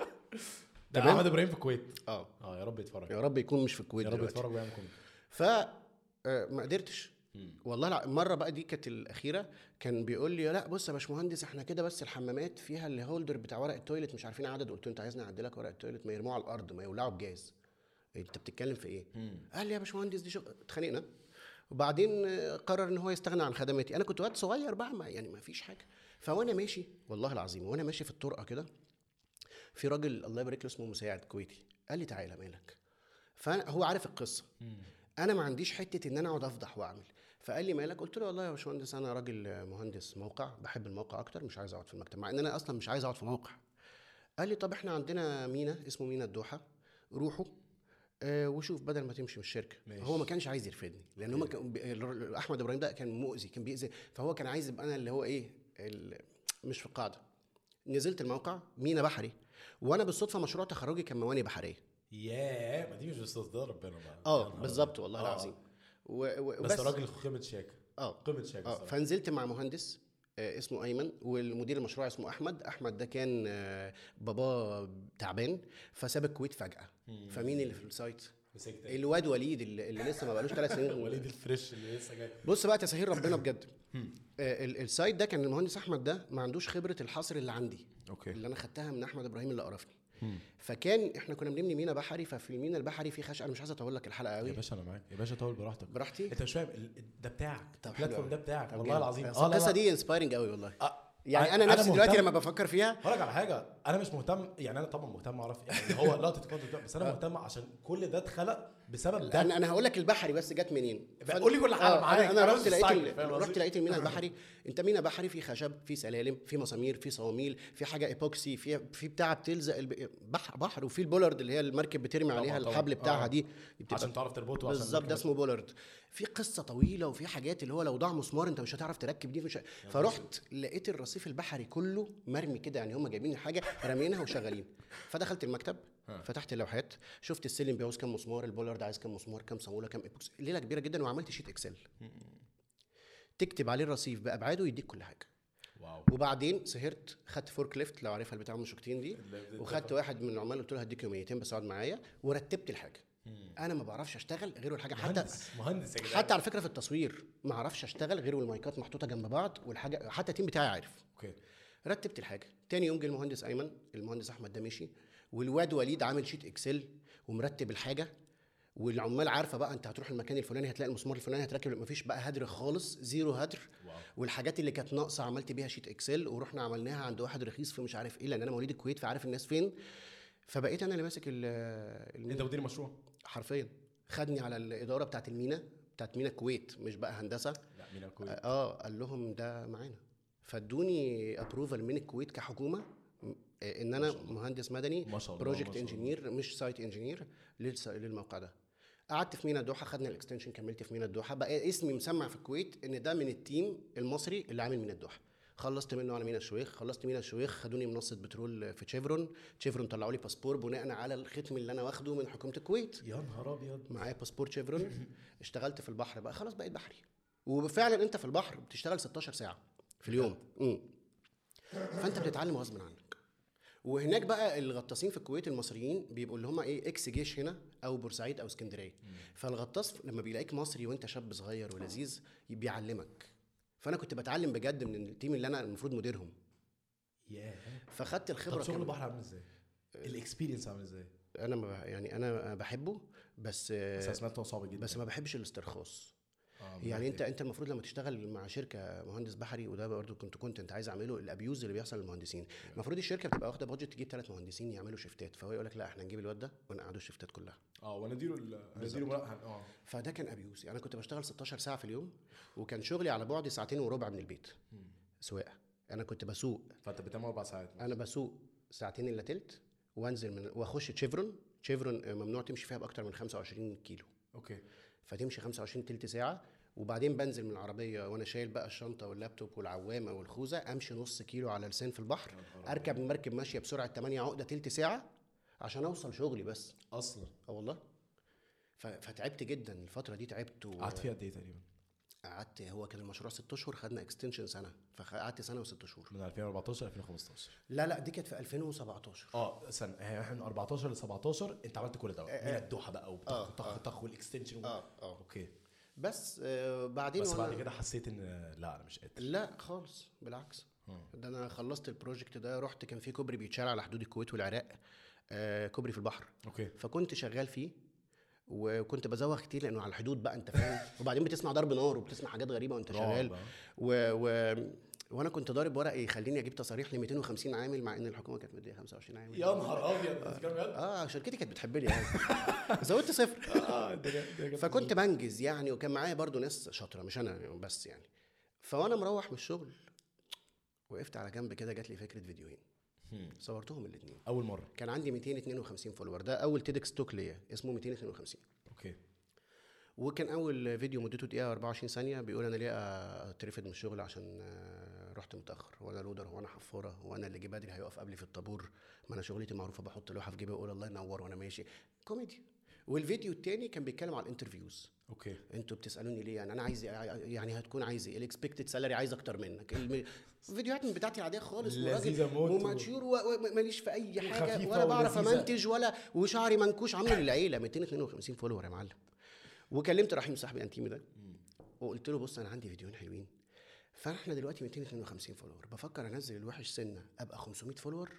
[SPEAKER 1] ده
[SPEAKER 2] تمام؟
[SPEAKER 1] احمد ابراهيم في الكويت
[SPEAKER 2] اه
[SPEAKER 1] اه يا رب يتفرج
[SPEAKER 2] يا رب يكون مش في الكويت
[SPEAKER 1] يا رب
[SPEAKER 2] دلوقتي.
[SPEAKER 1] يتفرج ويعمل كوميدي
[SPEAKER 2] ف آه، ما قدرتش والله الع... مره بقى دي كانت الاخيره كان بيقول لي لا بص يا باشمهندس احنا كده بس الحمامات فيها الهولدر بتاع ورق التويلت مش عارفين عدد قلت له انت عايزني اعدي لك ورق التويلت ما يرموه على الارض ما يولعوا بجاز انت بتتكلم في ايه؟ قال لي يا باشمهندس دي شغل اتخانقنا وبعدين آه، قرر ان هو يستغنى عن خدماتي انا كنت وقت صغير بقى ما يعني ما فيش حاجه فوانا ماشي والله العظيم وانا ماشي في الطرقه كده في راجل الله يبارك له اسمه مساعد كويتي قال لي تعالى مالك فهو عارف القصه انا ما عنديش حته ان انا اقعد افضح واعمل فقال لي مالك قلت له والله يا باشمهندس انا راجل مهندس موقع بحب الموقع اكتر مش عايز اقعد في المكتب مع ان انا اصلا مش عايز اقعد في موقع قال لي طب احنا عندنا مينا اسمه مينا الدوحه روحوا آه، وشوف بدل ما تمشي من الشركه
[SPEAKER 1] ماشي.
[SPEAKER 2] هو ما كانش عايز يرفدني لان هو كان بي- ال- احمد ابراهيم ده كان مؤذي كان بيأذي فهو كان عايز يبقى انا اللي هو ايه ال- مش في القاعده نزلت الموقع مينا بحري وانا بالصدفه مشروع تخرجي كان مواني بحريه
[SPEAKER 1] ياه ما دي مش استاذ ربنا بقى
[SPEAKER 2] اه
[SPEAKER 1] يا نهار
[SPEAKER 2] بالظبط والله
[SPEAKER 1] آه.
[SPEAKER 2] العظيم و- و-
[SPEAKER 1] بس راجل قمه شياكه
[SPEAKER 2] اه
[SPEAKER 1] قمه شياكه
[SPEAKER 2] اه
[SPEAKER 1] الصراحة.
[SPEAKER 2] فنزلت مع مهندس آه، اسمه ايمن والمدير المشروع اسمه احمد احمد ده كان آه، باباه تعبان فساب الكويت فجاه فمين اللي في السايت
[SPEAKER 1] مسكت
[SPEAKER 2] الواد وليد اللي اللي لسه ما بقالوش ثلاث سنين
[SPEAKER 1] *laughs* وليد الفريش اللي لسه جاي
[SPEAKER 2] بص بقى تساهيل
[SPEAKER 1] *laughs*
[SPEAKER 2] ربنا بجد آه، ال- السايد ده كان المهندس احمد ده ما عندوش خبره الحصر اللي عندي
[SPEAKER 1] إيه.
[SPEAKER 4] اوكي
[SPEAKER 2] اللي انا خدتها من احمد ابراهيم اللي قرفني فكان احنا كنا بنبني مينا بحري ففي المينا البحري في خشب انا مش عايز اطول لك الحلقه
[SPEAKER 1] يا
[SPEAKER 2] قوي
[SPEAKER 1] باشا انا معاك يا باشا طول براحتك
[SPEAKER 2] براحتي
[SPEAKER 1] انت مش فاهم ال- ده بتاعك
[SPEAKER 2] طب حلو
[SPEAKER 1] البلاتفورم
[SPEAKER 2] أوي.
[SPEAKER 1] ده بتاعك
[SPEAKER 2] طب
[SPEAKER 1] والله
[SPEAKER 2] جامد.
[SPEAKER 1] العظيم آه،
[SPEAKER 2] بس
[SPEAKER 1] لا، لا.
[SPEAKER 2] القصه دي انسبايرنج قوي والله
[SPEAKER 1] آه،
[SPEAKER 2] يعني انا نفسي دلوقتي
[SPEAKER 1] مهتم-
[SPEAKER 2] لما بفكر فيها
[SPEAKER 1] هقول لك على حاجه انا مش مهتم يعني انا طبعا مهتم اعرف يعني اللي هو لقطه كونتنت بتاع،
[SPEAKER 2] *laughs*
[SPEAKER 1] بس انا
[SPEAKER 2] آه.
[SPEAKER 1] مهتم عشان كل ده اتخلق بسبب ده
[SPEAKER 2] انا انا هقول لك البحري بس جت منين
[SPEAKER 1] بقى قول لي كل حاجة
[SPEAKER 2] آه،
[SPEAKER 1] معاك.
[SPEAKER 2] انا انا
[SPEAKER 1] أنا
[SPEAKER 2] رحت
[SPEAKER 1] مش
[SPEAKER 2] لقيت
[SPEAKER 1] مستعجل،
[SPEAKER 2] ال-
[SPEAKER 1] فاهم قصدي؟
[SPEAKER 2] رحت
[SPEAKER 1] *laughs*
[SPEAKER 2] لقيت المينا البحري انت مينا بحري في خشب في سلالم في مسامير في صواميل في حاجه ايبوكسي في في بتاع بتلزق الب... بح... بحر وفي البولارد اللي هي المركب بترمي
[SPEAKER 1] طبعاً،
[SPEAKER 2] عليها
[SPEAKER 1] طبعاً.
[SPEAKER 2] الحبل
[SPEAKER 1] آه.
[SPEAKER 2] بتاعها دي بتبقى
[SPEAKER 1] عشان تعرف تربطه عشان
[SPEAKER 2] بالظبط ده
[SPEAKER 1] المركبة-
[SPEAKER 2] اسمه بولارد في قصه طويله وفي حاجات اللي هو لو ضاع مسمار انت مش هتعرف تركب دي مش ه- فرحت لقيت الرصيف البحري كله مرمي كده يعني هم جايبين حاجه رامينها وشغالين فدخلت المكتب فتحت اللوحات شفت السلم بيعوز كام مسمار البولارد عايز كام مسمار كام صاموله كام ايبوكس ليله كبيره جدا وعملت شيت اكسل تكتب عليه الرصيف بابعاده يديك كل حاجه
[SPEAKER 1] واو
[SPEAKER 2] وبعدين سهرت خدت فورك ليفت لو عارفها اللي بتاع المشركتين دي وخدت واحد من العمال قلت له هديك يوميتين بس اقعد معايا ورتبت الحاجه انا ما بعرفش اشتغل غير الحاجه حتى
[SPEAKER 1] مهندس مهندس يا جدعان
[SPEAKER 2] حتى على فكره في التصوير ما اعرفش اشتغل غير والمايكات محطوطه جنب بعض والحاجه حتى التيم بتاعي عارف
[SPEAKER 1] اوكي
[SPEAKER 2] رتبت الحاجه تاني يوم جه المهندس ايمن المهندس احمد ده مشي والواد وليد عامل شيت اكسل ومرتب الحاجه والعمال عارفه بقى انت هتروح المكان الفلاني هتلاقي المسمار الفلاني هتركب مفيش بقى هدر خالص زيرو هدر
[SPEAKER 1] واو.
[SPEAKER 2] والحاجات اللي كانت ناقصه عملت بيها شيت اكسل ورحنا عملناها عند واحد رخيص في مش عارف ايه لان انا مواليد الكويت فعارف الناس فين فبقيت انا اللي ماسك ال- المينا.
[SPEAKER 1] انت مدير مشروع
[SPEAKER 2] حرفيا خدني على الاداره بتاعت المينا بتاعت مينا الكويت مش بقى هندسه
[SPEAKER 1] لا مين الكويت
[SPEAKER 2] اه قال لهم ده معانا فادوني ابروفال من الكويت كحكومه م- آه، ان انا مهندس مدني
[SPEAKER 1] ما شاء الله، ما
[SPEAKER 2] بروجكت
[SPEAKER 1] شاء الله.
[SPEAKER 2] انجينير مش سايت انجينير للموقع ده قعدت في مينا الدوحه خدنا الاكستنشن كملت في مينا الدوحه بقى اسمي مسمع في الكويت ان ده من التيم المصري اللي عامل مينا الدوحه خلصت منه على مينا الشويخ خلصت مينا الشويخ خدوني منصه بترول في تشيفرون تشيفرون طلعوا لي باسبور بناء على الختم اللي انا واخده من حكومه الكويت
[SPEAKER 1] يا نهار ابيض
[SPEAKER 2] معايا باسبور شيفرون اشتغلت في البحر بقى خلاص بقيت بحري وفعلا انت في البحر بتشتغل 16 ساعه في اليوم
[SPEAKER 1] نعم.
[SPEAKER 2] امم فانت بتتعلم غصب عنك وهناك بقى الغطاسين في الكويت المصريين بيبقوا اللي هم ايه اكس جيش هنا او بورسعيد او اسكندريه فالغطاس لما بيلاقيك مصري وانت شاب صغير ولذيذ بيعلمك فانا كنت بتعلم بجد من التيم اللي انا المفروض مديرهم
[SPEAKER 1] ياه
[SPEAKER 2] فخدت
[SPEAKER 1] طب
[SPEAKER 2] الخبره
[SPEAKER 1] شغل
[SPEAKER 2] كمان.
[SPEAKER 1] البحر عامل ازاي؟
[SPEAKER 2] آه.
[SPEAKER 1] الاكسبيرينس عامل ازاي؟
[SPEAKER 2] انا ما بح- يعني انا بحبه بس
[SPEAKER 1] بس انا سمعت إنه صعب جدا
[SPEAKER 2] آه. بس ما بحبش الاسترخاص
[SPEAKER 1] آه، من
[SPEAKER 2] يعني
[SPEAKER 1] ناحية
[SPEAKER 2] انت
[SPEAKER 1] إيه؟
[SPEAKER 2] انت المفروض لما تشتغل مع شركه مهندس بحري وده برضه كنت كنت انت عايز اعمله الابيوز اللي بيحصل للمهندسين المفروض الشركه بتبقى واخده بادجت تجيب ثلاث مهندسين يعملوا شيفتات فهو يقول لك لا احنا هنجيب الواد ده ونقعده الشيفتات كلها
[SPEAKER 1] اه ونديله ال- نديله مرقع اه
[SPEAKER 2] فده كان ابيوز يعني انا كنت بشتغل 16 ساعه في اليوم وكان شغلي على بعد ساعتين وربع من البيت سواقه انا كنت بسوق
[SPEAKER 1] فانت بتنام اربع ساعات
[SPEAKER 2] انا بسوق ساعتين الا تلت وانزل من واخش تشيفرون تشيفرون آه، ممنوع تمشي فيها باكتر من 25 كيلو
[SPEAKER 1] اوكي
[SPEAKER 2] فتمشي 25 تلت ساعة وبعدين بنزل من العربية وأنا شايل بقى الشنطة واللابتوب والعوامة والخوذة أمشي نص كيلو على لسان في البحر أركب مركب ماشية بسرعة 8 عقدة تلت ساعة عشان أوصل شغلي بس
[SPEAKER 1] اصلا
[SPEAKER 2] أه والله ف- فتعبت جدا الفترة دي تعبت و-
[SPEAKER 1] قعدت فيها قد ايه تقريبا؟
[SPEAKER 2] قعدت هو كان المشروع ست شهور خدنا اكستنشن سنة فقعدت سنة وست شهور
[SPEAKER 1] من 2014 2015
[SPEAKER 2] لا لا دي كانت في 2017
[SPEAKER 1] اه استنى هي احنا من 14 ل 17 انت عملت كل ده
[SPEAKER 2] آه،
[SPEAKER 1] من
[SPEAKER 2] آه.
[SPEAKER 1] الدوحه بقى
[SPEAKER 2] آه،
[SPEAKER 1] وطخ طخ طخ والاكستنشن و...
[SPEAKER 2] اه اه
[SPEAKER 1] اوكي
[SPEAKER 2] بس آه بعدين
[SPEAKER 1] آه، بس
[SPEAKER 2] وأنا-
[SPEAKER 1] بعد كده حسيت ان لا انا مش قادر
[SPEAKER 2] لا خالص بالعكس ده انا خلصت البروجكت ده رحت كان في كوبري بيتشال على حدود الكويت والعراق آه كوبري في البحر
[SPEAKER 1] اوكي
[SPEAKER 2] فكنت شغال فيه وكنت بزوغ كتير لانه على الحدود بقى
[SPEAKER 1] *laughs*
[SPEAKER 2] انت فاهم وبعدين بتسمع ضرب نار وبتسمع حاجات غريبه وانت
[SPEAKER 1] رعب آه.
[SPEAKER 2] شغال
[SPEAKER 1] بقى.
[SPEAKER 2] و... و... وانا كنت ضارب ورق يخليني اجيب تصاريح ل 250 عامل مع ان الحكومه كانت مديه 25 عامل
[SPEAKER 1] يا نهار ابيض بتتكلم بجد؟
[SPEAKER 2] اه شركتي كانت بتحبني
[SPEAKER 1] *laughs*
[SPEAKER 2] يعني زودت صفر
[SPEAKER 1] آه، الدنيا- الدنيا كانت-
[SPEAKER 2] فكنت بنجز يعني وكان معايا برضو ناس شاطره مش انا بس يعني فوانا مروح من الشغل وقفت على جنب كده جات لي فكره فيديوهين
[SPEAKER 1] هم.
[SPEAKER 2] صورتهم الاثنين
[SPEAKER 1] اول مره
[SPEAKER 2] كان عندي 252 فولور ده اول تيدكس توك ليا اسمه 252
[SPEAKER 1] اوكي
[SPEAKER 2] وكان اول فيديو مدته دقيقه 24 ثانيه بيقول انا ليه اترفد من الشغل عشان آه، رحت متاخر وانا لودر وانا حفاره وانا اللي جه بدري هيقف قبلي في الطابور ما انا شغلتي معروفه بحط لوحه في جيبي واقول الله ينور وانا ماشي كوميدي والفيديو التاني كان بيتكلم على الانترفيوز
[SPEAKER 1] اوكي
[SPEAKER 2] انتوا بتسالوني ليه يعني انا عايز يعني هتكون عايز ايه الاكسبكتد سالري عايز اكتر منك الم- الفيديوهات من بتاعتي العاديه خالص
[SPEAKER 1] لذيذة
[SPEAKER 2] وراجل
[SPEAKER 1] موت و-
[SPEAKER 2] وماتشور وماليش في اي حاجه
[SPEAKER 1] وخفيفة
[SPEAKER 2] ولا بعرف
[SPEAKER 1] ولذيذة.
[SPEAKER 2] امنتج ولا وشعري منكوش عامله للعيله 252 فولور يا معلم وكلمت رحيم صاحبي انتيمي ده وقلت له بص انا عندي فيديوهين حلوين فاحنا دلوقتي 252 فولور بفكر انزل الوحش سنه ابقى 500 فولور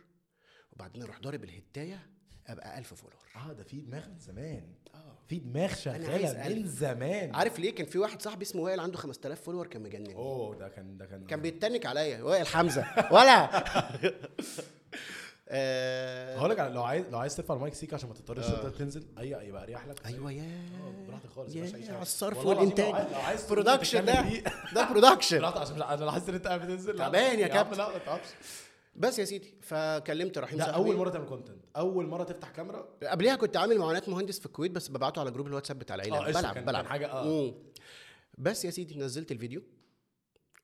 [SPEAKER 2] وبعدين اروح ضارب الهتايه ابقى 1000 فولور
[SPEAKER 1] اه ده في دماغ من زمان
[SPEAKER 2] اه
[SPEAKER 1] في دماغ
[SPEAKER 2] عايز
[SPEAKER 1] شغاله من
[SPEAKER 2] ألف.
[SPEAKER 1] زمان
[SPEAKER 2] عارف ليه كان في واحد صاحبي اسمه وائل عنده 5000 فولور كان مجنن
[SPEAKER 1] اوه ده كان ده كان
[SPEAKER 2] كان بيتنك عليا وائل حمزه
[SPEAKER 1] *laughs*
[SPEAKER 2] ولا آه،
[SPEAKER 1] هقول لك على- لو عايز لو عايز ترفع المايك سيك عشان ما تضطرش
[SPEAKER 2] آه.
[SPEAKER 1] انت تنزل اي اي بقى اريح لك
[SPEAKER 2] ايوه يا
[SPEAKER 1] آه، براحتك خالص يا باشا، أي
[SPEAKER 2] يا
[SPEAKER 1] حاجة.
[SPEAKER 2] على الصرف
[SPEAKER 1] والله العظيم لو
[SPEAKER 2] والانتاج
[SPEAKER 1] عايز- لو عايز تقول
[SPEAKER 2] برودكشن ده
[SPEAKER 1] تتكلم بيه.
[SPEAKER 2] ده برودكشن
[SPEAKER 1] براحتك عشان مش- انا لاحظت ان انت قاعد بتنزل لا،
[SPEAKER 2] تعبان يا
[SPEAKER 1] عم،
[SPEAKER 2] كابتن.
[SPEAKER 1] لا ما تعبش
[SPEAKER 2] بس يا سيدي فكلمت رحيم
[SPEAKER 1] ده
[SPEAKER 2] صاحبي.
[SPEAKER 1] اول مره تعمل كونتنت اول مره تفتح كاميرا
[SPEAKER 2] قبليها كنت عامل معاناه مهندس في الكويت بس ببعته على جروب الواتساب بتاع العيله
[SPEAKER 1] آه، قشطة،
[SPEAKER 2] بلعب
[SPEAKER 1] كان-
[SPEAKER 2] بلعب
[SPEAKER 1] كان حاجة، آه.
[SPEAKER 2] مم. بس يا سيدي نزلت الفيديو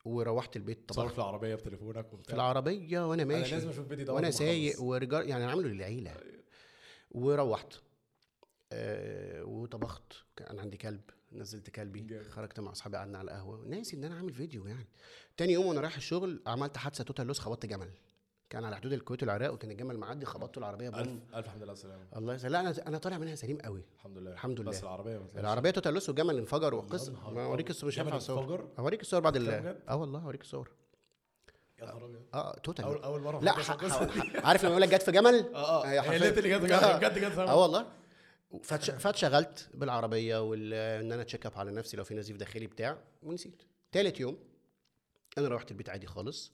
[SPEAKER 2] وروحت البيت
[SPEAKER 1] تصور
[SPEAKER 2] طبعا
[SPEAKER 1] في العربيه بتليفونك
[SPEAKER 2] في
[SPEAKER 1] وبتاع
[SPEAKER 2] العربيه وانا ماشي
[SPEAKER 1] لازم أشوف الفيديو ده
[SPEAKER 2] وانا
[SPEAKER 1] أول ما أخلص.
[SPEAKER 2] سايق ورجال يعني أنا عامله للعيله
[SPEAKER 1] أيوه.
[SPEAKER 2] وروحت آه وطبخت كان عندي كلب نزلت كلبي
[SPEAKER 1] جامد.
[SPEAKER 2] خرجت مع اصحابي قعدنا على قهوه ناسي ان انا عامل فيديو يعني تاني يوم وانا رايح الشغل عملت حادثه توتال لوس خبطت جمل كان على حدود الكويت والعراق وكان الجمل معدي خبطته العربيه بوم
[SPEAKER 1] الف الف الحمد لله على السلامه
[SPEAKER 2] الله يسلم لا انا انا طالع منها سليم قوي
[SPEAKER 1] الحمد لله
[SPEAKER 2] الحمد
[SPEAKER 1] بس
[SPEAKER 2] لله.
[SPEAKER 1] العربيه ما تلاقيش.
[SPEAKER 2] العربيه توتال لوس والجمل انفجر
[SPEAKER 1] يا
[SPEAKER 2] وقصه
[SPEAKER 1] نهار
[SPEAKER 2] ما اوريك
[SPEAKER 1] أبيض.
[SPEAKER 2] الصور مش هينفع
[SPEAKER 1] جمل
[SPEAKER 2] الصور
[SPEAKER 1] انفجر؟
[SPEAKER 2] اوريك الصور بعد ال
[SPEAKER 1] بجد؟
[SPEAKER 2] اه والله اوريك الصور
[SPEAKER 1] يا نهار ابيض
[SPEAKER 2] اه توتال
[SPEAKER 1] اول اول مره
[SPEAKER 2] لا
[SPEAKER 1] ما كنتش
[SPEAKER 2] ح- ح-
[SPEAKER 1] القصة دي.
[SPEAKER 2] ح- *laughs* عارف لما يقول لك جت في جمل
[SPEAKER 1] اه
[SPEAKER 2] هي
[SPEAKER 1] اه هي
[SPEAKER 2] حرفياً.
[SPEAKER 1] اللي اللي جت
[SPEAKER 2] آه.
[SPEAKER 1] بجد
[SPEAKER 2] *laughs*
[SPEAKER 1] جت
[SPEAKER 2] اه والله فاتش- فاتشغلت بالعربيه وان انا تشيك اب على نفسي لو في نزيف داخلي بتاع ونسيت تالت يوم انا روحت البيت عادي خالص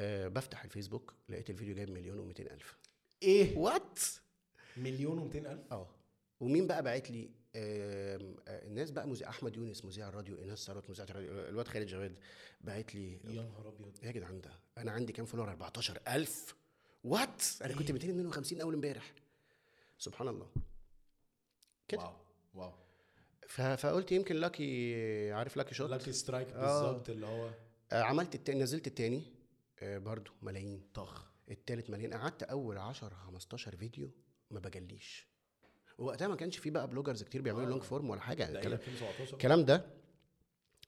[SPEAKER 2] أه بفتح الفيسبوك لقيت الفيديو جايب مليون و الف
[SPEAKER 1] ايه
[SPEAKER 2] وات
[SPEAKER 1] مليون و الف
[SPEAKER 2] اه ومين بقى باعت لي آم، آه، الناس بقى مذيع احمد يونس مذيع الراديو ايناس ثروت مذيع الراديو الواد خالد جواد باعت لي
[SPEAKER 1] يا نهار ابيض
[SPEAKER 2] ايه يا جدعان ده انا عندي كام فولور 14000 وات انا كنت 252 اول امبارح سبحان الله كده.
[SPEAKER 1] واو واو
[SPEAKER 2] ف- فقلت يمكن لاكي عارف لاكي شوت
[SPEAKER 1] لاكي سترايك
[SPEAKER 2] آه.
[SPEAKER 1] بالظبط اللي هو
[SPEAKER 2] آه، عملت التاني نزلت التاني آه، برضو ملايين
[SPEAKER 1] طخ
[SPEAKER 2] التالت مليان قعدت اول 10 15 فيديو ما بجليش ووقتها ما كانش فيه بقى بلوجرز كتير بيعملوا لونج فورم ولا حاجه
[SPEAKER 1] آه. ده إيه؟
[SPEAKER 2] الكلام
[SPEAKER 1] 2017
[SPEAKER 2] الكلام ده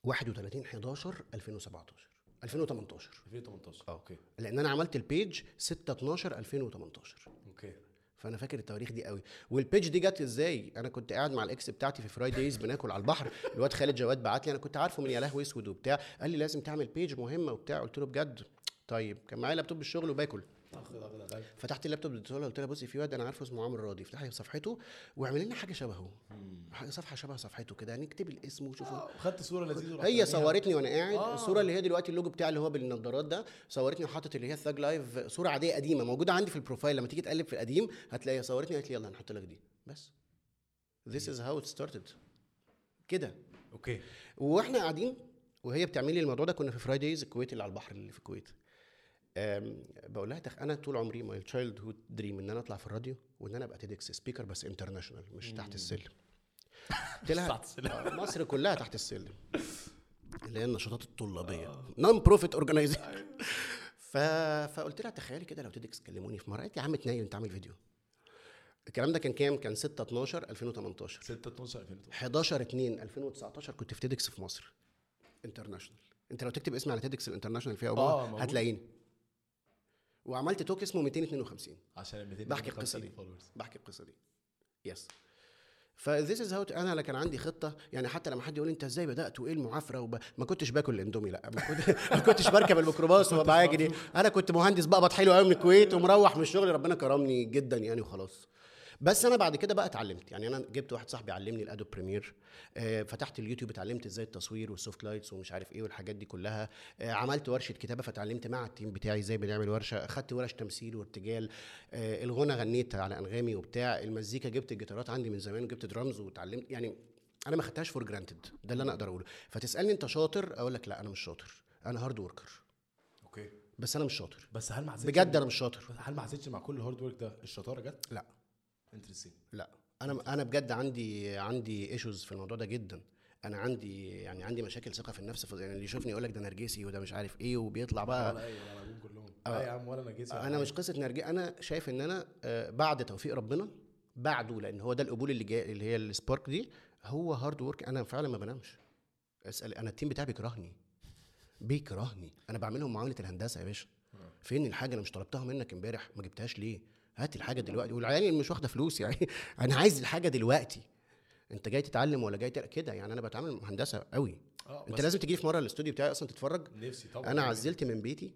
[SPEAKER 2] 31 11 2017 2018 آه،
[SPEAKER 1] 2018 اوكي
[SPEAKER 2] لان انا عملت البيج 6 12 2018
[SPEAKER 1] اوكي
[SPEAKER 2] فانا فاكر التواريخ دي قوي والبيج دي جت ازاي انا كنت قاعد مع الاكس بتاعتي في فرايدايز بناكل على البحر *laughs* الواد خالد جواد بعت لي انا كنت عارفه من يا لهوي اسود وبتاع قال لي لازم تعمل بيج مهمه وبتاع قلت له بجد طيب كان معايا لابتوب بالشغل وباكل
[SPEAKER 1] طخ ده ده ده
[SPEAKER 2] فتحت اللابتوب بتاعه قلت لها بصي في واد انا عارفه اسمه عمرو راضي افتحي صفحته واعمل لنا حاجه شبهه صفحه شبه صفحته كده نكتب الاسم وشوفوا
[SPEAKER 1] آه، وخدت صوره لذيذه ورحت
[SPEAKER 2] هي
[SPEAKER 1] راميها.
[SPEAKER 2] صورتني وانا قاعد
[SPEAKER 1] آه.
[SPEAKER 2] آه. الصوره اللي هي دلوقتي اللوجو بتاعي اللي هو بالنضارات ده صورتني وحطت اللي هي الثاج لايف صوره عاديه قديمه موجوده عندي في البروفايل لما تيجي تقلب في القديم هتلاقيها صورتني قالت لي يلا هنحط لك دي بس This is how it started كده
[SPEAKER 1] اوكي
[SPEAKER 2] واحنا قاعدين وهي بتعمل لي الموضوع ده كنا في فرايدايز الكويت اللي على البحر اللي في الكويت أم، بقول لها دخ... انا طول عمري ماي تشايلد هود دريم ان انا اطلع في الراديو وان انا ابقى تيدكس سبيكر بس انترناشونال مش تحت السلم قلت لها
[SPEAKER 1] تحت السلم.
[SPEAKER 2] آه، *laughs* مصر كلها تحت السلم اللي هي النشاطات الطلابيه نون بروفيت اورجنايزيشن ف... فقلت لها تخيلي كده لو تيدكس كلموني في مره قالت لي يا عم تنيل انت عامل فيديو الكلام ده كان كام؟ كان 6 12 2018
[SPEAKER 1] 6 12 2018
[SPEAKER 2] 11 2 2019 كنت في تيدكس في مصر انترناشونال انت لو تكتب اسمي على تيدكس الانترناشونال فيها
[SPEAKER 1] آه،
[SPEAKER 2] أبوها
[SPEAKER 1] موجود.
[SPEAKER 2] هتلاقيني وعملت توك اسمه 252
[SPEAKER 1] عشان ال 200
[SPEAKER 2] بحكي القصه دي
[SPEAKER 1] followers.
[SPEAKER 2] بحكي القصه دي يس فذيس از هاو انا اللي كان عندي خطه يعني حتى لما حد يقول لي انت ازاي بدات وايه المعافره وب... ما كنتش باكل الاندومي لا ما, كنت... *laughs* ما كنتش بركب الميكروباص وما بعجري انا كنت مهندس بقبض حلو قوي من الكويت ومروح من الشغل ربنا كرمني جدا يعني وخلاص بس انا بعد كده بقى اتعلمت يعني انا جبت واحد صاحبي علمني الادوب بريمير آه، فتحت اليوتيوب اتعلمت ازاي التصوير والسوفت لايتس ومش عارف ايه والحاجات دي كلها آه، عملت ورشه كتابه فتعلمت مع التيم بتاعي ازاي بنعمل ورشه اخدت ورش تمثيل وارتجال آه، الغنى غنيت على انغامي وبتاع المزيكا جبت الجيتارات عندي من زمان وجبت درامز واتعلمت يعني انا ما خدتهاش فور جرانتد ده اللي انا اقدر اقوله فتسالني انت شاطر اقول لك لا انا مش شاطر انا هارد وركر
[SPEAKER 1] اوكي
[SPEAKER 2] بس انا مش شاطر
[SPEAKER 1] بس هل ما حسيتش
[SPEAKER 2] بجد انا مش شاطر
[SPEAKER 1] هل ما حسيتش مع كل الهارد ورك ده الشطاره جت؟
[SPEAKER 2] لا
[SPEAKER 1] انترستنج
[SPEAKER 2] لا انا انا بجد عندي عندي ايشوز في الموضوع ده جدا انا عندي يعني عندي مشاكل ثقه في النفس يعني اللي يشوفني يقول لك ده نرجسي وده مش عارف ايه وبيطلع بقى
[SPEAKER 1] ولا اي ولا أبوهم
[SPEAKER 2] آه.
[SPEAKER 1] كلهم لا يا عم ولا انا جيت
[SPEAKER 2] انا مش قصه نرجسي انا شايف ان انا آه، بعد آه، توفيق ربنا بعده لان هو ده القبول اللي جاي اللي هي السبارك دي هو هارد ورك انا فعلا ما بنامش اسال انا التيم بتاعي بيكرهني بيكرهني انا بعملهم معامله الهندسه يا باشا فين الحاجه اللي مش طلبتها منك امبارح ما جبتهاش ليه هات الحاجه دلوقتي والعيال اللي مش واخده فلوس يعني *laughs* انا عايز الحاجه دلوقتي انت جاي تتعلم ولا جاي تل... كده يعني انا بتعامل مع هندسه قوي
[SPEAKER 1] اه
[SPEAKER 2] انت
[SPEAKER 1] بس
[SPEAKER 2] لازم تجي في مره الاستوديو بتاعي اصلا تتفرج
[SPEAKER 1] نفسي طبعا
[SPEAKER 2] انا عزلت من بيتي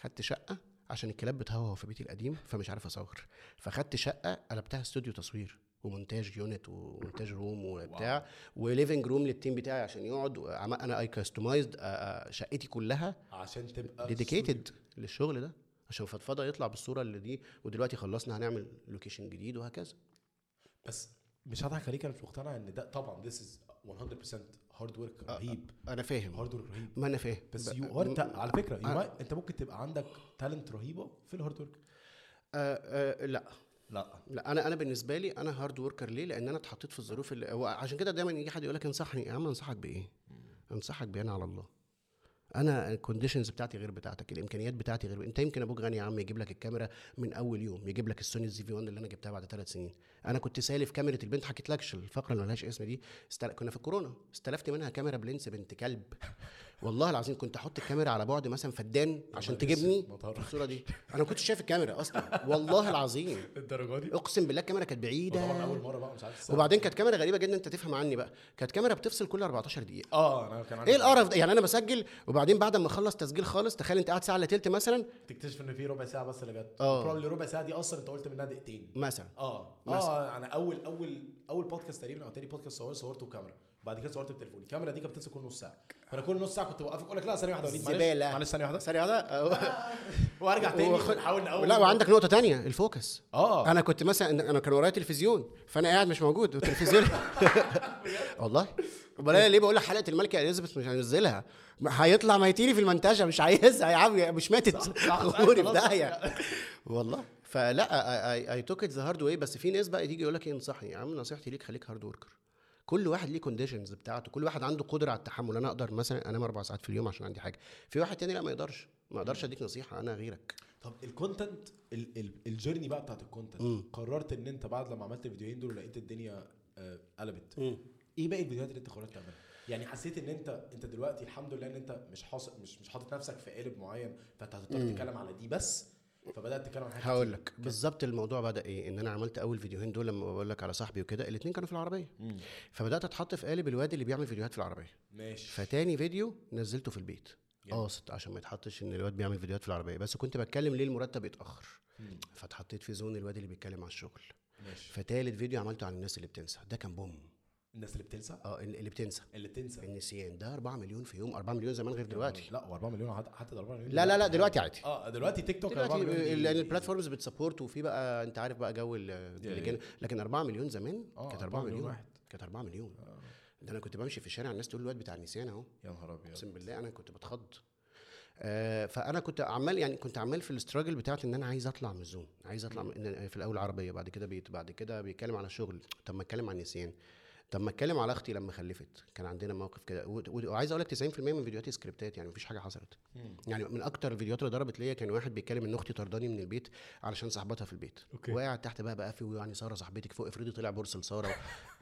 [SPEAKER 2] خدت شقه عشان الكلاب بتهوهو في بيتي القديم فمش عارف اصور فخدت شقه قلبتها استوديو تصوير ومونتاج يونت ومونتاج روم وبتاع وليفنج روم للتيم بتاعي عشان يقعد وعم- انا اي كاستمايزد آه، شقتي كلها
[SPEAKER 1] عشان تبقى
[SPEAKER 2] ديديكيتد للشغل ده عشان فضفضه يطلع بالصوره اللي دي ودلوقتي خلصنا هنعمل لوكيشن جديد وهكذا
[SPEAKER 1] بس مش هضحك عليك انا مش مقتنع ان ده طبعا this is 100% هارد ورك رهيب
[SPEAKER 2] انا فاهم
[SPEAKER 1] هارد ورك رهيب
[SPEAKER 2] ما انا فاهم
[SPEAKER 1] بس
[SPEAKER 2] آه، ب-
[SPEAKER 1] يو ار على فكره you
[SPEAKER 2] آه.
[SPEAKER 1] might- انت ممكن تبقى عندك تالنت رهيبه في الهارد ورك
[SPEAKER 2] آه، آه، لا
[SPEAKER 1] لا
[SPEAKER 2] لا انا انا بالنسبه لي انا هارد وركر ليه لان انا اتحطيت في الظروف اللي هو عشان كده دايما يجي حد يقول لك انصحني يا عم انصحك بايه انصحك بايه انا على الله انا الكونديشنز بتاعتي غير بتاعتك الامكانيات بتاعتي غير انت يمكن ابوك غني يا عم يجيب لك الكاميرا من اول يوم يجيب لك السوني الزي في 1 اللي انا جبتها بعد ثلاث سنين انا كنت سالف كاميرا البنت حكيت لكش الفقره اللي ملهاش اسم دي استل... كنا في الكورونا استلفت منها كاميرا بلينس بنت كلب والله العظيم كنت احط الكاميرا على بعد مثلا فدان عشان
[SPEAKER 1] نهار أسود،
[SPEAKER 2] تجيبني
[SPEAKER 1] مطار.
[SPEAKER 2] في الصوره دي انا ما كنتش شايف الكاميرا اصلا والله العظيم
[SPEAKER 1] الدرجه دي
[SPEAKER 2] اقسم بالله الكاميرا كانت
[SPEAKER 1] طبعا اول
[SPEAKER 2] بعيده
[SPEAKER 1] مره بقى مش عارف السبب.
[SPEAKER 2] إيه وبعدين كانت كاميرا غريبه جدا انت تفهم عني بقى كانت كاميرا بتفصل كل 14 دقيقه
[SPEAKER 1] اه انا كان عندي
[SPEAKER 2] ايه القرف ده يعني انا بسجل وبعدين بعد ما اخلص تسجيل خالص تخيل انت قاعد ساعه الا تلت مثلا
[SPEAKER 1] تكتشف ان في ربع ساعه بس اللي جت
[SPEAKER 2] آه.
[SPEAKER 1] probably ربع ساعه دي اصلا انت قلت منها دقيقتين
[SPEAKER 2] مثلا
[SPEAKER 1] اه اه
[SPEAKER 2] مثلا.
[SPEAKER 1] انا اول اول اول بودكاست تقريبا او تاني بودكاست صور صورته بكاميرا بعد كده صورت بتليفوني الكاميرا دي كانت بتنسى كل نص ساعه فانا كل نص ساعه كنت بوقفك اقول لك لا ثانيه واحده يا وليد معلش.
[SPEAKER 2] زبالة.
[SPEAKER 1] معلش ثانيه واحده
[SPEAKER 2] سريع ده
[SPEAKER 1] وارجع تاني
[SPEAKER 2] وخد-
[SPEAKER 1] ونحاول نقوم
[SPEAKER 2] لا وعندك نقطه تانية الفوكس
[SPEAKER 1] اه
[SPEAKER 2] انا كنت مثلا انا كان ورايا تلفزيون فانا قاعد مش
[SPEAKER 1] *laughs*
[SPEAKER 2] موجود والتلفزيون *laughs* والله امال انا ليه بقول لك حلقه الملكه اليزابيث مش هنزلها ما هيطلع ميتيني في المنتجه مش عايزها يا عم مش ماتت
[SPEAKER 1] صح،
[SPEAKER 2] *laughs*
[SPEAKER 1] صح،
[SPEAKER 2] غموري في
[SPEAKER 1] خلاص.
[SPEAKER 2] داهيه والله فلا اي توك ذا هارد واي بس في ناس بقى تيجي يقول لك ايه انصحني يا عم نصيحتي ليك خليك هارد وركر كل واحد ليه كونديشنز بتاعته كل واحد عنده قدره على التحمل انا اقدر مثلا انام اربع ساعات في اليوم عشان عندي حاجه في واحد تاني لا ما يقدرش ما اقدرش اديك نصيحه انا غيرك
[SPEAKER 1] طب الكونتنت ال- ال- الجيرني بقى بتاعت الكونتنت
[SPEAKER 2] مم.
[SPEAKER 1] قررت ان انت بعد لما عملت الفيديوهين دول لقيت الدنيا آه، قلبت ايه باقي الفيديوهات اللي انت قررت تعملها؟ يعني حسيت ان انت انت دلوقتي الحمد لله ان انت مش حاصل مش مش حاطط نفسك في قالب معين فانت هتضطر تتكلم على دي بس فبدات تتكلم عن حاجات
[SPEAKER 2] هقول
[SPEAKER 1] كتير.
[SPEAKER 2] لك بالظبط الموضوع بدا ايه ان انا عملت اول فيديوهين دول لما بقول لك على صاحبي وكده الاثنين كانوا في العربيه
[SPEAKER 1] مم.
[SPEAKER 2] فبدات اتحط في قالب الواد اللي بيعمل فيديوهات في العربيه
[SPEAKER 1] ماشي
[SPEAKER 2] فتاني فيديو نزلته في البيت
[SPEAKER 1] جميل.
[SPEAKER 2] قاصد عشان ما يتحطش ان الواد بيعمل فيديوهات في العربيه بس كنت بتكلم ليه المرتب اتاخر
[SPEAKER 1] مم.
[SPEAKER 2] فاتحطيت في زون الواد اللي بيتكلم على الشغل
[SPEAKER 1] ماشي
[SPEAKER 2] فتالت فيديو عملته عن الناس اللي بتنسى ده كان بوم
[SPEAKER 1] الناس اللي بتنسى
[SPEAKER 2] اه اللي اللي بتنسى
[SPEAKER 1] اللي بتنسى
[SPEAKER 2] النسيان ده 4 مليون في يوم 4 مليون زمان غير دلوقتي
[SPEAKER 1] لا و4 مليون حتى حتى 4 مليون
[SPEAKER 2] لا لا لا دلوقتي عادي
[SPEAKER 1] اه دلوقتي تيك توك 4
[SPEAKER 2] دلوقتي
[SPEAKER 1] مليون دي-
[SPEAKER 2] لان
[SPEAKER 1] دي-
[SPEAKER 2] البلاتفورمز بتسبورت وفي بقى انت عارف بقى جو ال- اللجان لكن 4 مليون زمان
[SPEAKER 1] آه،
[SPEAKER 2] كانت
[SPEAKER 1] 4
[SPEAKER 2] 4
[SPEAKER 1] مليون
[SPEAKER 2] مليون
[SPEAKER 1] واحد.
[SPEAKER 2] كانت 4 مليون
[SPEAKER 1] آه.
[SPEAKER 2] ده انا كنت بمشي في الشارع الناس تقول الواد بتاع النسيان اهو
[SPEAKER 1] يا نهار ابيض
[SPEAKER 2] اقسم بالله انا كنت بتخض آه، فانا كنت عمال يعني كنت عمال في الاستراجل بتاعت ان انا عايز اطلع من الزون عايز اطلع من إن- في الاول عربيه بعد كده بيت بعد كده بيتكلم على الشغل طب ما اتكلم عن نسيان طب ما اتكلم على اختي لما خلفت كان عندنا موقف كده و- و- وعايز اقول لك 90% من فيديوهاتي سكريبتات يعني مفيش حاجه حصلت
[SPEAKER 1] مم.
[SPEAKER 2] يعني من اكتر الفيديوهات اللي ضربت ليا كان واحد بيتكلم ان اختي طرداني من البيت علشان صاحبتها في البيت
[SPEAKER 1] أوكي.
[SPEAKER 2] وقعد تحت بقى بقى في ويعني ساره صاحبتك فوق افرضي طلع بورس لساره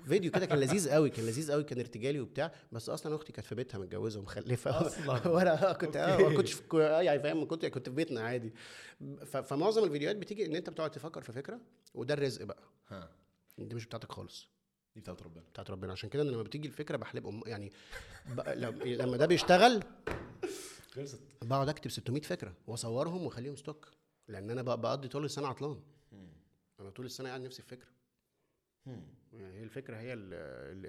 [SPEAKER 2] فيديو كده كان لذيذ قوي كان لذيذ قوي كان ارتجالي وبتاع بس اصلا اختي كانت في بيتها متجوزه ومخلفه *laughs*
[SPEAKER 1] أصلاً.
[SPEAKER 2] وانا آه، كنت آه،
[SPEAKER 1] أوكي.
[SPEAKER 2] ما كنتش في الكو- آه، يعني فاهم كنت كنت في بيتنا عادي ف- فمعظم الفيديوهات بتيجي ان انت بتقعد تفكر في فكره وده الرزق بقى
[SPEAKER 1] ها
[SPEAKER 2] دي مش بتاعتك خالص
[SPEAKER 1] دي بتاعت ربنا
[SPEAKER 2] بتاعت ربنا عشان كده انا لما بتيجي الفكره بحلب أم يعني ب... لما- لما ده بيشتغل
[SPEAKER 1] خلصت
[SPEAKER 2] بقعد اكتب 600 فكره واصورهم واخليهم ستوك لان انا بق- بقضي طول السنه عطلان
[SPEAKER 1] مم.
[SPEAKER 2] انا طول السنه قاعد نفسي في فكره
[SPEAKER 1] مم.
[SPEAKER 2] يعني هي الفكره هي ال-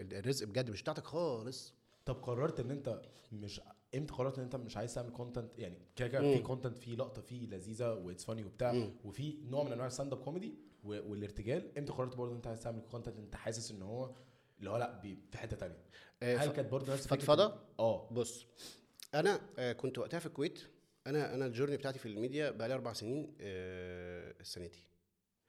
[SPEAKER 2] ال- الرزق بجد مش بتاعتك خالص
[SPEAKER 1] طب قررت ان انت مش امتى قررت ان انت مش عايز تعمل كونتنت يعني كده كده في
[SPEAKER 2] مم.
[SPEAKER 1] كونتنت فيه لقطه فيه لذيذه واتس فاني وبتاع
[SPEAKER 2] مم.
[SPEAKER 1] وفي نوع من انواع الستاند اب كوميدي والارتجال امتى قررت برضه ان انت عايز تعمل كونتنت انت حاسس ان هو اللي هو لا بي- في حته تانية
[SPEAKER 2] آه،
[SPEAKER 1] هل
[SPEAKER 2] ف-
[SPEAKER 1] كانت برضه نفس فكرة
[SPEAKER 2] فضفضة؟
[SPEAKER 1] ال- اه
[SPEAKER 2] بص انا آه، كنت وقتها في الكويت انا انا الجورني بتاعتي في الميديا بقى لي اربع سنين آه، السنه دي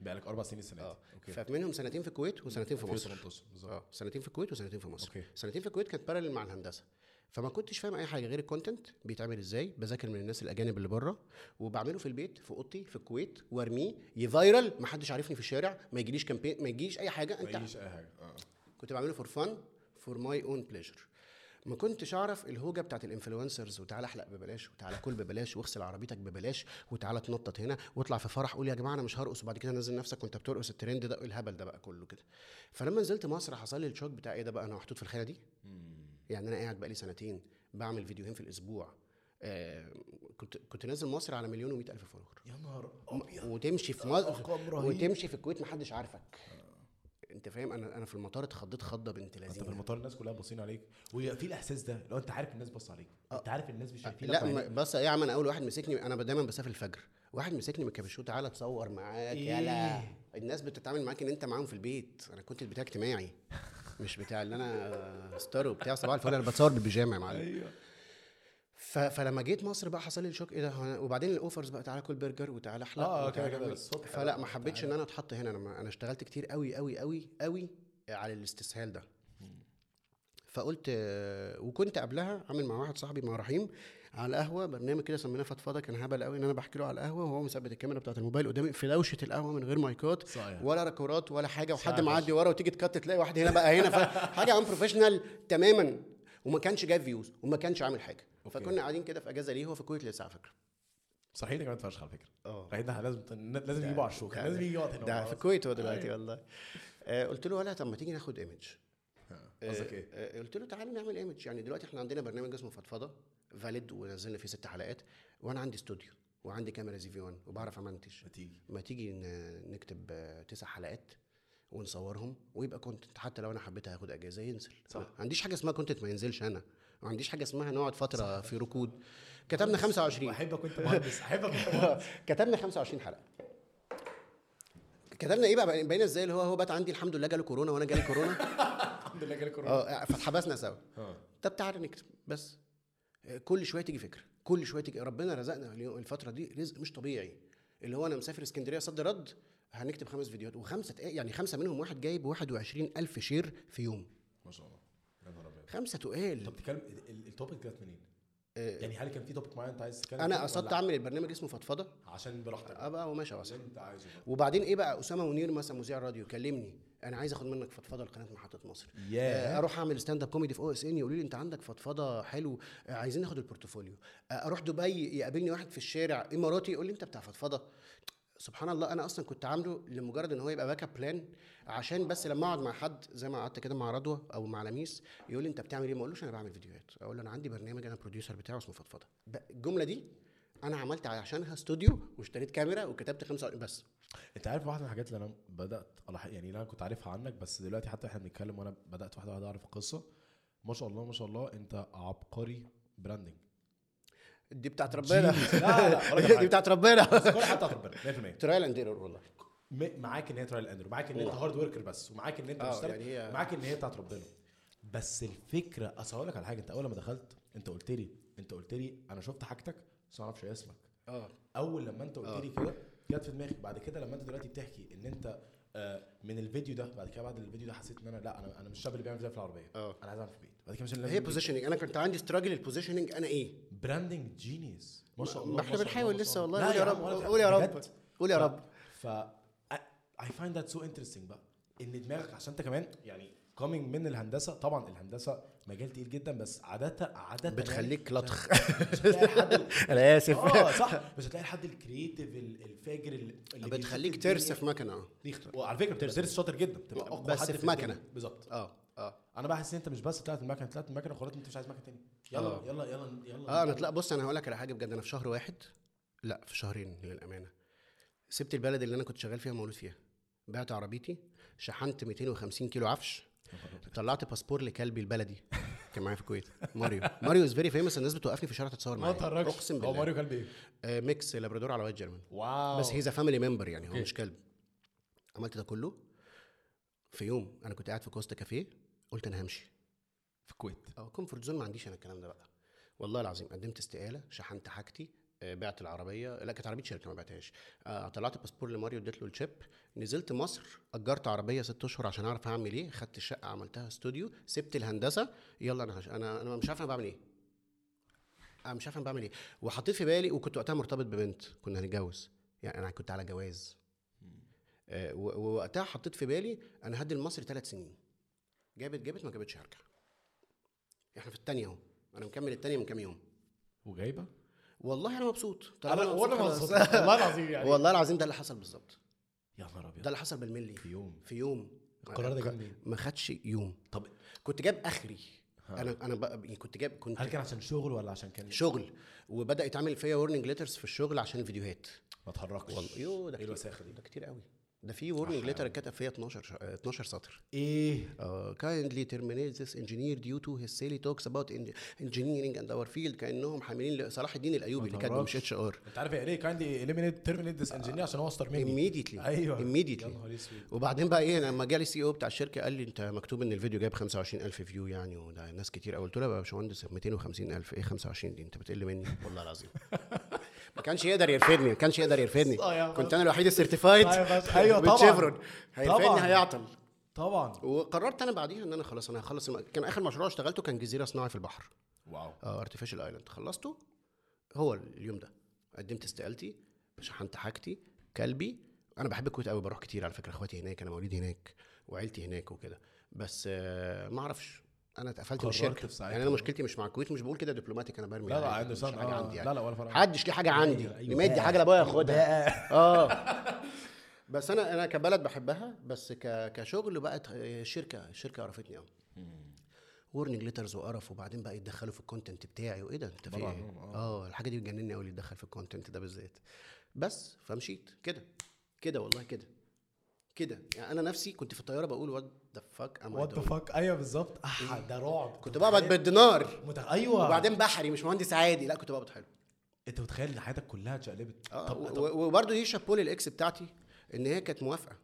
[SPEAKER 1] بقالك اربع سنين السنه
[SPEAKER 2] اه
[SPEAKER 1] دي اوكي
[SPEAKER 2] فمنهم سنتين في الكويت وسنتين في مصر آه.
[SPEAKER 1] 2018 بالظبط
[SPEAKER 2] اه سنتين في الكويت وسنتين في مصر
[SPEAKER 1] أوكي.
[SPEAKER 2] سنتين في الكويت كانت بارلل مع الهندسه فما كنتش فاهم اي حاجه غير الكونتنت بيتعمل ازاي بذاكر من الناس الاجانب اللي بره وبعمله في البيت في اوضتي في الكويت وارميه يفايرل ما حدش عارفني في الشارع ما يجيليش كامبين ما يجيش اي حاجه انت
[SPEAKER 1] ماليش اي حاجه اه
[SPEAKER 2] كنت بعمله فور فن فور ماي اون بليجر ما كنتش اعرف الهوجه بتاعت الانفلونسرز وتعالى احلق ببلاش وتعالى كل ببلاش واغسل عربيتك ببلاش وتعالى تنطط هنا واطلع في فرح قول يا جماعه انا مش هرقص وبعد كده نزل نفسك وانت بترقص الترند ده الهبل ده بقى كله كده فلما نزلت مصر حصل لي الشوك بتاع ايه ده بقى انا محطوط في الخانه دي يعني انا قاعد بقالي سنتين بعمل فيديوهين في الاسبوع آه كنت كنت نازل مصر على مليون و ألف فولور
[SPEAKER 1] يا نهار ابيض
[SPEAKER 2] وتمشي في مصر
[SPEAKER 1] ارقام رهيبه
[SPEAKER 2] وتمشي في الكويت محدش عارفك انت فاهم انا انا في المطار اتخضيت خضه بنت
[SPEAKER 1] انت في
[SPEAKER 2] لذينه
[SPEAKER 1] المطار الناس كلها باصين عليك وفي الاحساس ده لو انت عارف الناس باصه عليك انت عارف الناس مش شايفينك
[SPEAKER 2] آه. لا
[SPEAKER 1] وعينك-
[SPEAKER 2] ما- بس يا عم انا اول واحد مسكني انا دايما بسافر الفجر واحد مسكني من الكابشوت تعالى اتصور معاك يلا
[SPEAKER 1] إيه؟
[SPEAKER 2] الناس بتتعامل معاك ان انت معاهم في البيت انا كنت بتاع اجتماعي مش بتاع اللي انا ستار وبتاع صباح الفل انا بتصور بالبيجامه يا معلم
[SPEAKER 1] ايوه
[SPEAKER 2] ف... فلما جيت مصر بقى حصل لي الشوك ايه ده هو أنا- وبعدين الاوفرز بقى تعالى كل برجر وتعالى احلق
[SPEAKER 1] آه،
[SPEAKER 2] وتعالى
[SPEAKER 1] كده كده
[SPEAKER 2] اعمل.
[SPEAKER 1] الصبح
[SPEAKER 2] فلا
[SPEAKER 1] بقى
[SPEAKER 2] ما حبيتش ان انا اتحط هنا انا ما- انا اشتغلت كتير قوي قوي قوي قوي على الاستسهال ده فقلت آه، وكنت قبلها عامل مع واحد صاحبي مع رحيم على القهوه برنامج كده سميناه فضفضه كان هبل قوي ان انا بحكي له على القهوه وهو مثبت الكاميرا بتاعت الموبايل قدامي في دوشه القهوه من غير مايكات
[SPEAKER 1] صحيح.
[SPEAKER 2] ولا ركورات ولا حاجه وحد
[SPEAKER 1] صحيح.
[SPEAKER 2] معدي ورا وتيجي تكت تلاقي واحد هنا بقى هنا *laughs* فحاجه ان بروفيشنال تماما وما كانش جايب فيوز وما كانش عامل حاجه
[SPEAKER 1] أوكي.
[SPEAKER 2] فكنا قاعدين كده في اجازه ليه هو في الكويت لسه على فكره
[SPEAKER 1] صحيح يا جماعه فشخ على فكره
[SPEAKER 2] اه
[SPEAKER 1] رايحين ده لازم لازم يجيبوا على الشوكه
[SPEAKER 2] ده-
[SPEAKER 1] لازم يجي يقعد هنا
[SPEAKER 2] ده
[SPEAKER 1] معانا
[SPEAKER 2] في
[SPEAKER 1] بس.
[SPEAKER 2] الكويت هو
[SPEAKER 1] أيوه.
[SPEAKER 2] دلوقتي والله آه، قلت له لا طب ما تيجي ناخد ايمج
[SPEAKER 1] آه، قصدك ايه؟
[SPEAKER 2] قلت له تعالى نعمل ايمج يعني دلوقتي احنا عندنا برنامج اسمه فضفضه فاليد ونزلنا فيه ست حلقات وانا عندي استوديو وعندي كاميرا زي في 1 وبعرف امنتج
[SPEAKER 1] ما تيجي
[SPEAKER 2] ما تيجي ن- نكتب آه، تسع حلقات ونصورهم ويبقى كونتنت حتى لو انا حبيت هاخد اجازه ينزل
[SPEAKER 1] صح.
[SPEAKER 2] ما عنديش حاجه اسمها كونتنت ما ينزلش انا ما عنديش حاجه اسمها نقعد فتره في ركود كتبنا 25
[SPEAKER 1] احبك وانت مهندس احبك وانت مهندس
[SPEAKER 2] *laughs* كتبنا 25 حلقه كتبنا ايه بقى بقينا ازاي اللي هو هو بات عندي الحمد لله جاله كورونا وانا جالي كورونا
[SPEAKER 1] الحمد لله آه. جالي كورونا
[SPEAKER 2] اه فاتحبسنا سوا طب تعالى نكتب بس آه، كل شويه تيجي فكره كل شويه تيجي ربنا رزقنا اليوم- الفتره دي رزق مش طبيعي اللي هو انا مسافر اسكندريه صد رد هنكتب خمس فيديوهات وخمسه دقايق، يعني خمسه منهم واحد جايب 21 الف شير في يوم
[SPEAKER 1] ما شاء الله يا نهار ابيض
[SPEAKER 2] خمسه
[SPEAKER 1] طب
[SPEAKER 2] تقال
[SPEAKER 1] بتتكلم التوبيك جت منين؟
[SPEAKER 2] آه،
[SPEAKER 1] يعني هل كان في توبيك معين انت عايز تتكلم فيه
[SPEAKER 2] انا
[SPEAKER 1] ولا
[SPEAKER 2] قصدت اعمل البرنامج اسمه فضفضه
[SPEAKER 1] عشان براحتك
[SPEAKER 2] اه بقى وماشي
[SPEAKER 1] اللي
[SPEAKER 2] واسع
[SPEAKER 1] انت عايزه بقى.
[SPEAKER 2] وبعدين ايه بقى اسامه منير مثلا مذيع راديو كلمني انا عايز اخد منك فضفضه لقناه محطه مصر آه،
[SPEAKER 1] ياه
[SPEAKER 2] اروح اعمل ستاند اب كوميدي في او اس ان يقولوا لي انت عندك فضفضه حلو آه، عايزين ناخد البورتفوليو آه، اروح دبي يقابلني واحد في الشارع اماراتي يقول لي انت بتاع فضفضه سبحان الله انا اصلا كنت عامله لمجرد ان هو يبقى باك اب بلان عشان بس لما اقعد مع حد زي ما قعدت كده مع رضوى او مع لميس يقول لي انت بتعمل ايه ما اقولوش انا بعمل فيديوهات اقول له انا عندي برنامج انا بروديوسر بتاعه اسمه فضفضه ب- الجمله دي انا عملت عشانها استوديو واشتريت كاميرا وكتبت خمسة بس
[SPEAKER 1] انت عارف واحده من الحاجات اللي انا بدات ألاح- يعني اللي انا كنت عارفها عنك بس دلوقتي حتى احنا بنتكلم وانا بدات واحده واحده اعرف القصه ما شاء الله ما شاء الله انت عبقري براندنج
[SPEAKER 2] دي بتاعت ربنا
[SPEAKER 1] جينيس. *laughs* لا، لا، ولا حاجة.
[SPEAKER 2] دي بتاعت ربنا
[SPEAKER 1] كل حتى ربنا 100%
[SPEAKER 2] ترايل اند ايرور والله
[SPEAKER 1] م- معاك ان هي ترايل اندر معاك ان انت هارد وركر بس ومعاك ان انت
[SPEAKER 2] آه،
[SPEAKER 1] مشترك
[SPEAKER 2] يعني هي-
[SPEAKER 1] معاك ان هي بتاعت ربنا بس الفكره اصل هقول لك على حاجه انت اول ما دخلت انت قلت لي انت قلت لي انا شفت حاجتك بس ما اعرفش اسمك
[SPEAKER 2] اه
[SPEAKER 1] اول لما انت
[SPEAKER 2] آه.
[SPEAKER 1] قلت لي كده جت في دماغي بعد كده لما انت دلوقتي بتحكي ان انت آه، من الفيديو ده بعد كده بعد الفيديو ده حسيت ان انا لا انا انا مش الشاب اللي بيعمل فيديو في العربيه
[SPEAKER 2] آه.
[SPEAKER 1] انا عايز اعمل في البيت بعد كده مش اللي
[SPEAKER 2] هي
[SPEAKER 1] بيعمل في البيت.
[SPEAKER 2] بوزيشننج انا كنت عندي ستراجل البوزيشننج انا ايه
[SPEAKER 1] براندنج جينيس ما شاء الله
[SPEAKER 2] ما احنا
[SPEAKER 1] شاء الله،
[SPEAKER 2] بنحاول
[SPEAKER 1] ما شاء
[SPEAKER 2] لسه
[SPEAKER 1] الله.
[SPEAKER 2] والله
[SPEAKER 1] لا
[SPEAKER 2] قول يا رب
[SPEAKER 1] عم، ولا-
[SPEAKER 2] قول يا رب
[SPEAKER 1] بجد.
[SPEAKER 2] قول يا
[SPEAKER 1] ف-
[SPEAKER 2] رب
[SPEAKER 1] ف I find that so interesting بقى ان دماغك عشان انت كمان يعني coming من الهندسه طبعا الهندسه مجال تقيل جدا بس عاده عاده يعني
[SPEAKER 2] بتخليك
[SPEAKER 1] مش
[SPEAKER 2] آه. لطخ
[SPEAKER 1] *laughs* هتلاقي حد-
[SPEAKER 2] *laughs*
[SPEAKER 1] *laughs*
[SPEAKER 2] انا اسف
[SPEAKER 1] اه صح مش هتلاقي الحد الكريتيف ال- الفاجر اللي بيشوف
[SPEAKER 2] بتخليك
[SPEAKER 1] الدنيا.
[SPEAKER 2] ترسف مكنه اه
[SPEAKER 1] دي اخت- وعلى فكره بتبقى ترس شاطر جدا بتبقى اقوى
[SPEAKER 2] بس
[SPEAKER 1] حد
[SPEAKER 2] في
[SPEAKER 1] الدنيا.
[SPEAKER 2] مكنة.
[SPEAKER 1] بالظبط
[SPEAKER 2] اه اه
[SPEAKER 1] انا بحس ان انت مش بس طلعت المكنه طلعت المكنه خلاص انت مش عايز مكنه تاني يلا
[SPEAKER 2] آه.
[SPEAKER 1] يلا يلا يلا
[SPEAKER 2] اه انا لا بص انا هقول لك على حاجه بجد انا في شهر واحد لا في شهرين للامانه سبت البلد اللي انا كنت شغال فيها مولود فيها بعت عربيتي شحنت 250 كيلو عفش طلعت باسبور لكلبي البلدي كان معايا في الكويت ماريو ماريو از فيري فيمس الناس بتوقفني في الشارع تتصور
[SPEAKER 1] ما
[SPEAKER 2] معايا
[SPEAKER 1] تهرجش
[SPEAKER 2] اقسم
[SPEAKER 1] هو
[SPEAKER 2] بالله
[SPEAKER 1] ماريو آه. كلب ايه؟
[SPEAKER 2] آه ميكس لابرادور على وايت جيرمان
[SPEAKER 1] واو
[SPEAKER 2] بس هيز فاميلي ممبر يعني هو
[SPEAKER 1] أوكي.
[SPEAKER 2] مش كلب عملت ده كله في يوم انا كنت قاعد في كوستا كافيه قلت انا همشي
[SPEAKER 1] في الكويت
[SPEAKER 2] اه كومفورت زون ما عنديش انا الكلام ده بقى والله العظيم قدمت استقاله شحنت حاجتي آه، بعت العربيه لا كانت عربيه شركه ما بعتهاش آه، طلعت الباسبور لماريو اديت له الشيب نزلت مصر اجرت عربيه ست اشهر عشان اعرف اعمل ايه خدت الشقه عملتها استوديو سبت الهندسه يلا انا هش... انا انا مش عارف انا بعمل ايه انا مش عارف انا بعمل ايه وحطيت في بالي وكنت وقتها مرتبط ببنت كنا هنتجوز يعني انا كنت على جواز آه، و- ووقتها حطيت في بالي انا هدي المصري ثلاث سنين جابت جابت ما جابتش هرجع احنا في الثانيه اهو انا مكمل الثانيه من كام يوم
[SPEAKER 1] وجايبه
[SPEAKER 2] والله انا مبسوط طالما
[SPEAKER 1] انا وانا
[SPEAKER 2] خلاص.
[SPEAKER 1] مبسوط والله العظيم يعني
[SPEAKER 2] *laughs* والله العظيم ده اللي حصل بالظبط
[SPEAKER 1] يا نهار ابيض
[SPEAKER 2] ده اللي حصل بالملي
[SPEAKER 1] في يوم
[SPEAKER 2] في يوم
[SPEAKER 1] القرار ده جه منين؟
[SPEAKER 2] ما خدش يوم
[SPEAKER 1] طب
[SPEAKER 2] كنت جاب اخري
[SPEAKER 1] ها.
[SPEAKER 2] انا انا بقى يعني كنت جاب كنت
[SPEAKER 1] هل كان عشان شغل ولا عشان كان
[SPEAKER 2] شغل وبدا يتعمل فيا ورنينج ليترز في الشغل عشان الفيديوهات
[SPEAKER 1] ما اتحركش
[SPEAKER 2] والله يو ده
[SPEAKER 1] ايه
[SPEAKER 2] كتير
[SPEAKER 1] الوساخه دي
[SPEAKER 2] ده كتير قوي ده في ورنينج ليتر اتكتب فيا 12 ش- آه، 12 سطر
[SPEAKER 1] ايه
[SPEAKER 2] Uh, kindly terminate this engineer due to his silly talks about engi- engineering and our field كانهم حاملين لصلاح الدين الايوبي اللي كاتبه مش اتش ار
[SPEAKER 1] انت عارف يعني إيه يا ليه كايندلي اليمينيت تيرمينيت ذس انجينير عشان هو اشطر مني
[SPEAKER 2] آه. immediately
[SPEAKER 1] ايوه يا
[SPEAKER 2] immediately
[SPEAKER 1] نهار اسود
[SPEAKER 2] وبعدين بقى ايه لما جالي السي او بتاع الشركه قال لي انت مكتوب ان الفيديو جايب 25000 فيو يعني وده ناس كتير قوي قلت له يا باشمهندس 250000 ايه 25 دي انت بتقل مني *laughs* والله العظيم ما كانش يقدر يرفدني ما كانش يقدر
[SPEAKER 1] *laughs*
[SPEAKER 2] يرفدني
[SPEAKER 1] آه يا
[SPEAKER 2] كنت
[SPEAKER 1] باشا.
[SPEAKER 2] انا الوحيد السيرتيفايد
[SPEAKER 1] آه يا
[SPEAKER 2] *laughs*
[SPEAKER 1] باشا. أيوة طبعاً.
[SPEAKER 2] شيفرون هيرفدني
[SPEAKER 1] طبعاً.
[SPEAKER 2] هيعطل
[SPEAKER 1] طبعا
[SPEAKER 2] وقررت انا بعديها ان انا خلاص انا هخلص الم... كان اخر مشروع اشتغلته كان جزيره صناعي في البحر
[SPEAKER 1] واو
[SPEAKER 2] اه ارتفيشال ايلاند خلصته هو اليوم ده قدمت استقالتي شحنت حاجتي كلبي انا بحب الكويت قوي بروح كتير على فكره اخواتي هناك انا مواليد هناك وعيلتي هناك وكده بس آه، ما اعرفش انا اتقفلت من
[SPEAKER 1] قررت
[SPEAKER 2] الشركه
[SPEAKER 1] في ساعتها.
[SPEAKER 2] يعني انا مشكلتي مش مع الكويت مش بقول كده دبلوماتيك انا برمي
[SPEAKER 1] لا لا
[SPEAKER 2] عادي،
[SPEAKER 1] عنده
[SPEAKER 2] مش
[SPEAKER 1] سنة
[SPEAKER 2] حاجه عندي يعني
[SPEAKER 1] لا لا ولا فرق
[SPEAKER 2] حدش ليه حاجه عندي
[SPEAKER 1] آه. أيوة، أيوة.
[SPEAKER 2] اللي مدي حاجه لابويا ياخدها
[SPEAKER 1] *laughs*
[SPEAKER 2] اه بس انا انا كبلد بحبها بس ك... كشغل بقت آه، شركه الشركه عرفتني قوي ورنينج ليترز وقرف وبعدين بقى يتدخلوا في الكونتنت بتاعي وايه ده انت في
[SPEAKER 1] بره
[SPEAKER 2] ايه؟
[SPEAKER 1] عنهم، آه.
[SPEAKER 2] اه الحاجه دي بتجنني قوي اللي يتدخل في الكونتنت ده بالذات بس فمشيت كده كده والله كده كده يعني انا نفسي كنت في الطياره بقول وات ذا فاك ام
[SPEAKER 1] وات ذا فاك ايوه بالظبط اح ده رعب
[SPEAKER 2] إيه. كنت بقبض بالدينار
[SPEAKER 1] مت... ايوه
[SPEAKER 2] وبعدين بحري مش مهندس عادي لا كنت بقبض حلو
[SPEAKER 1] انت متخيل ان حياتك كلها اتشقلبت
[SPEAKER 2] اه و- وبرضه دي شابوه للاكس بتاعتي ان هي كانت موافقه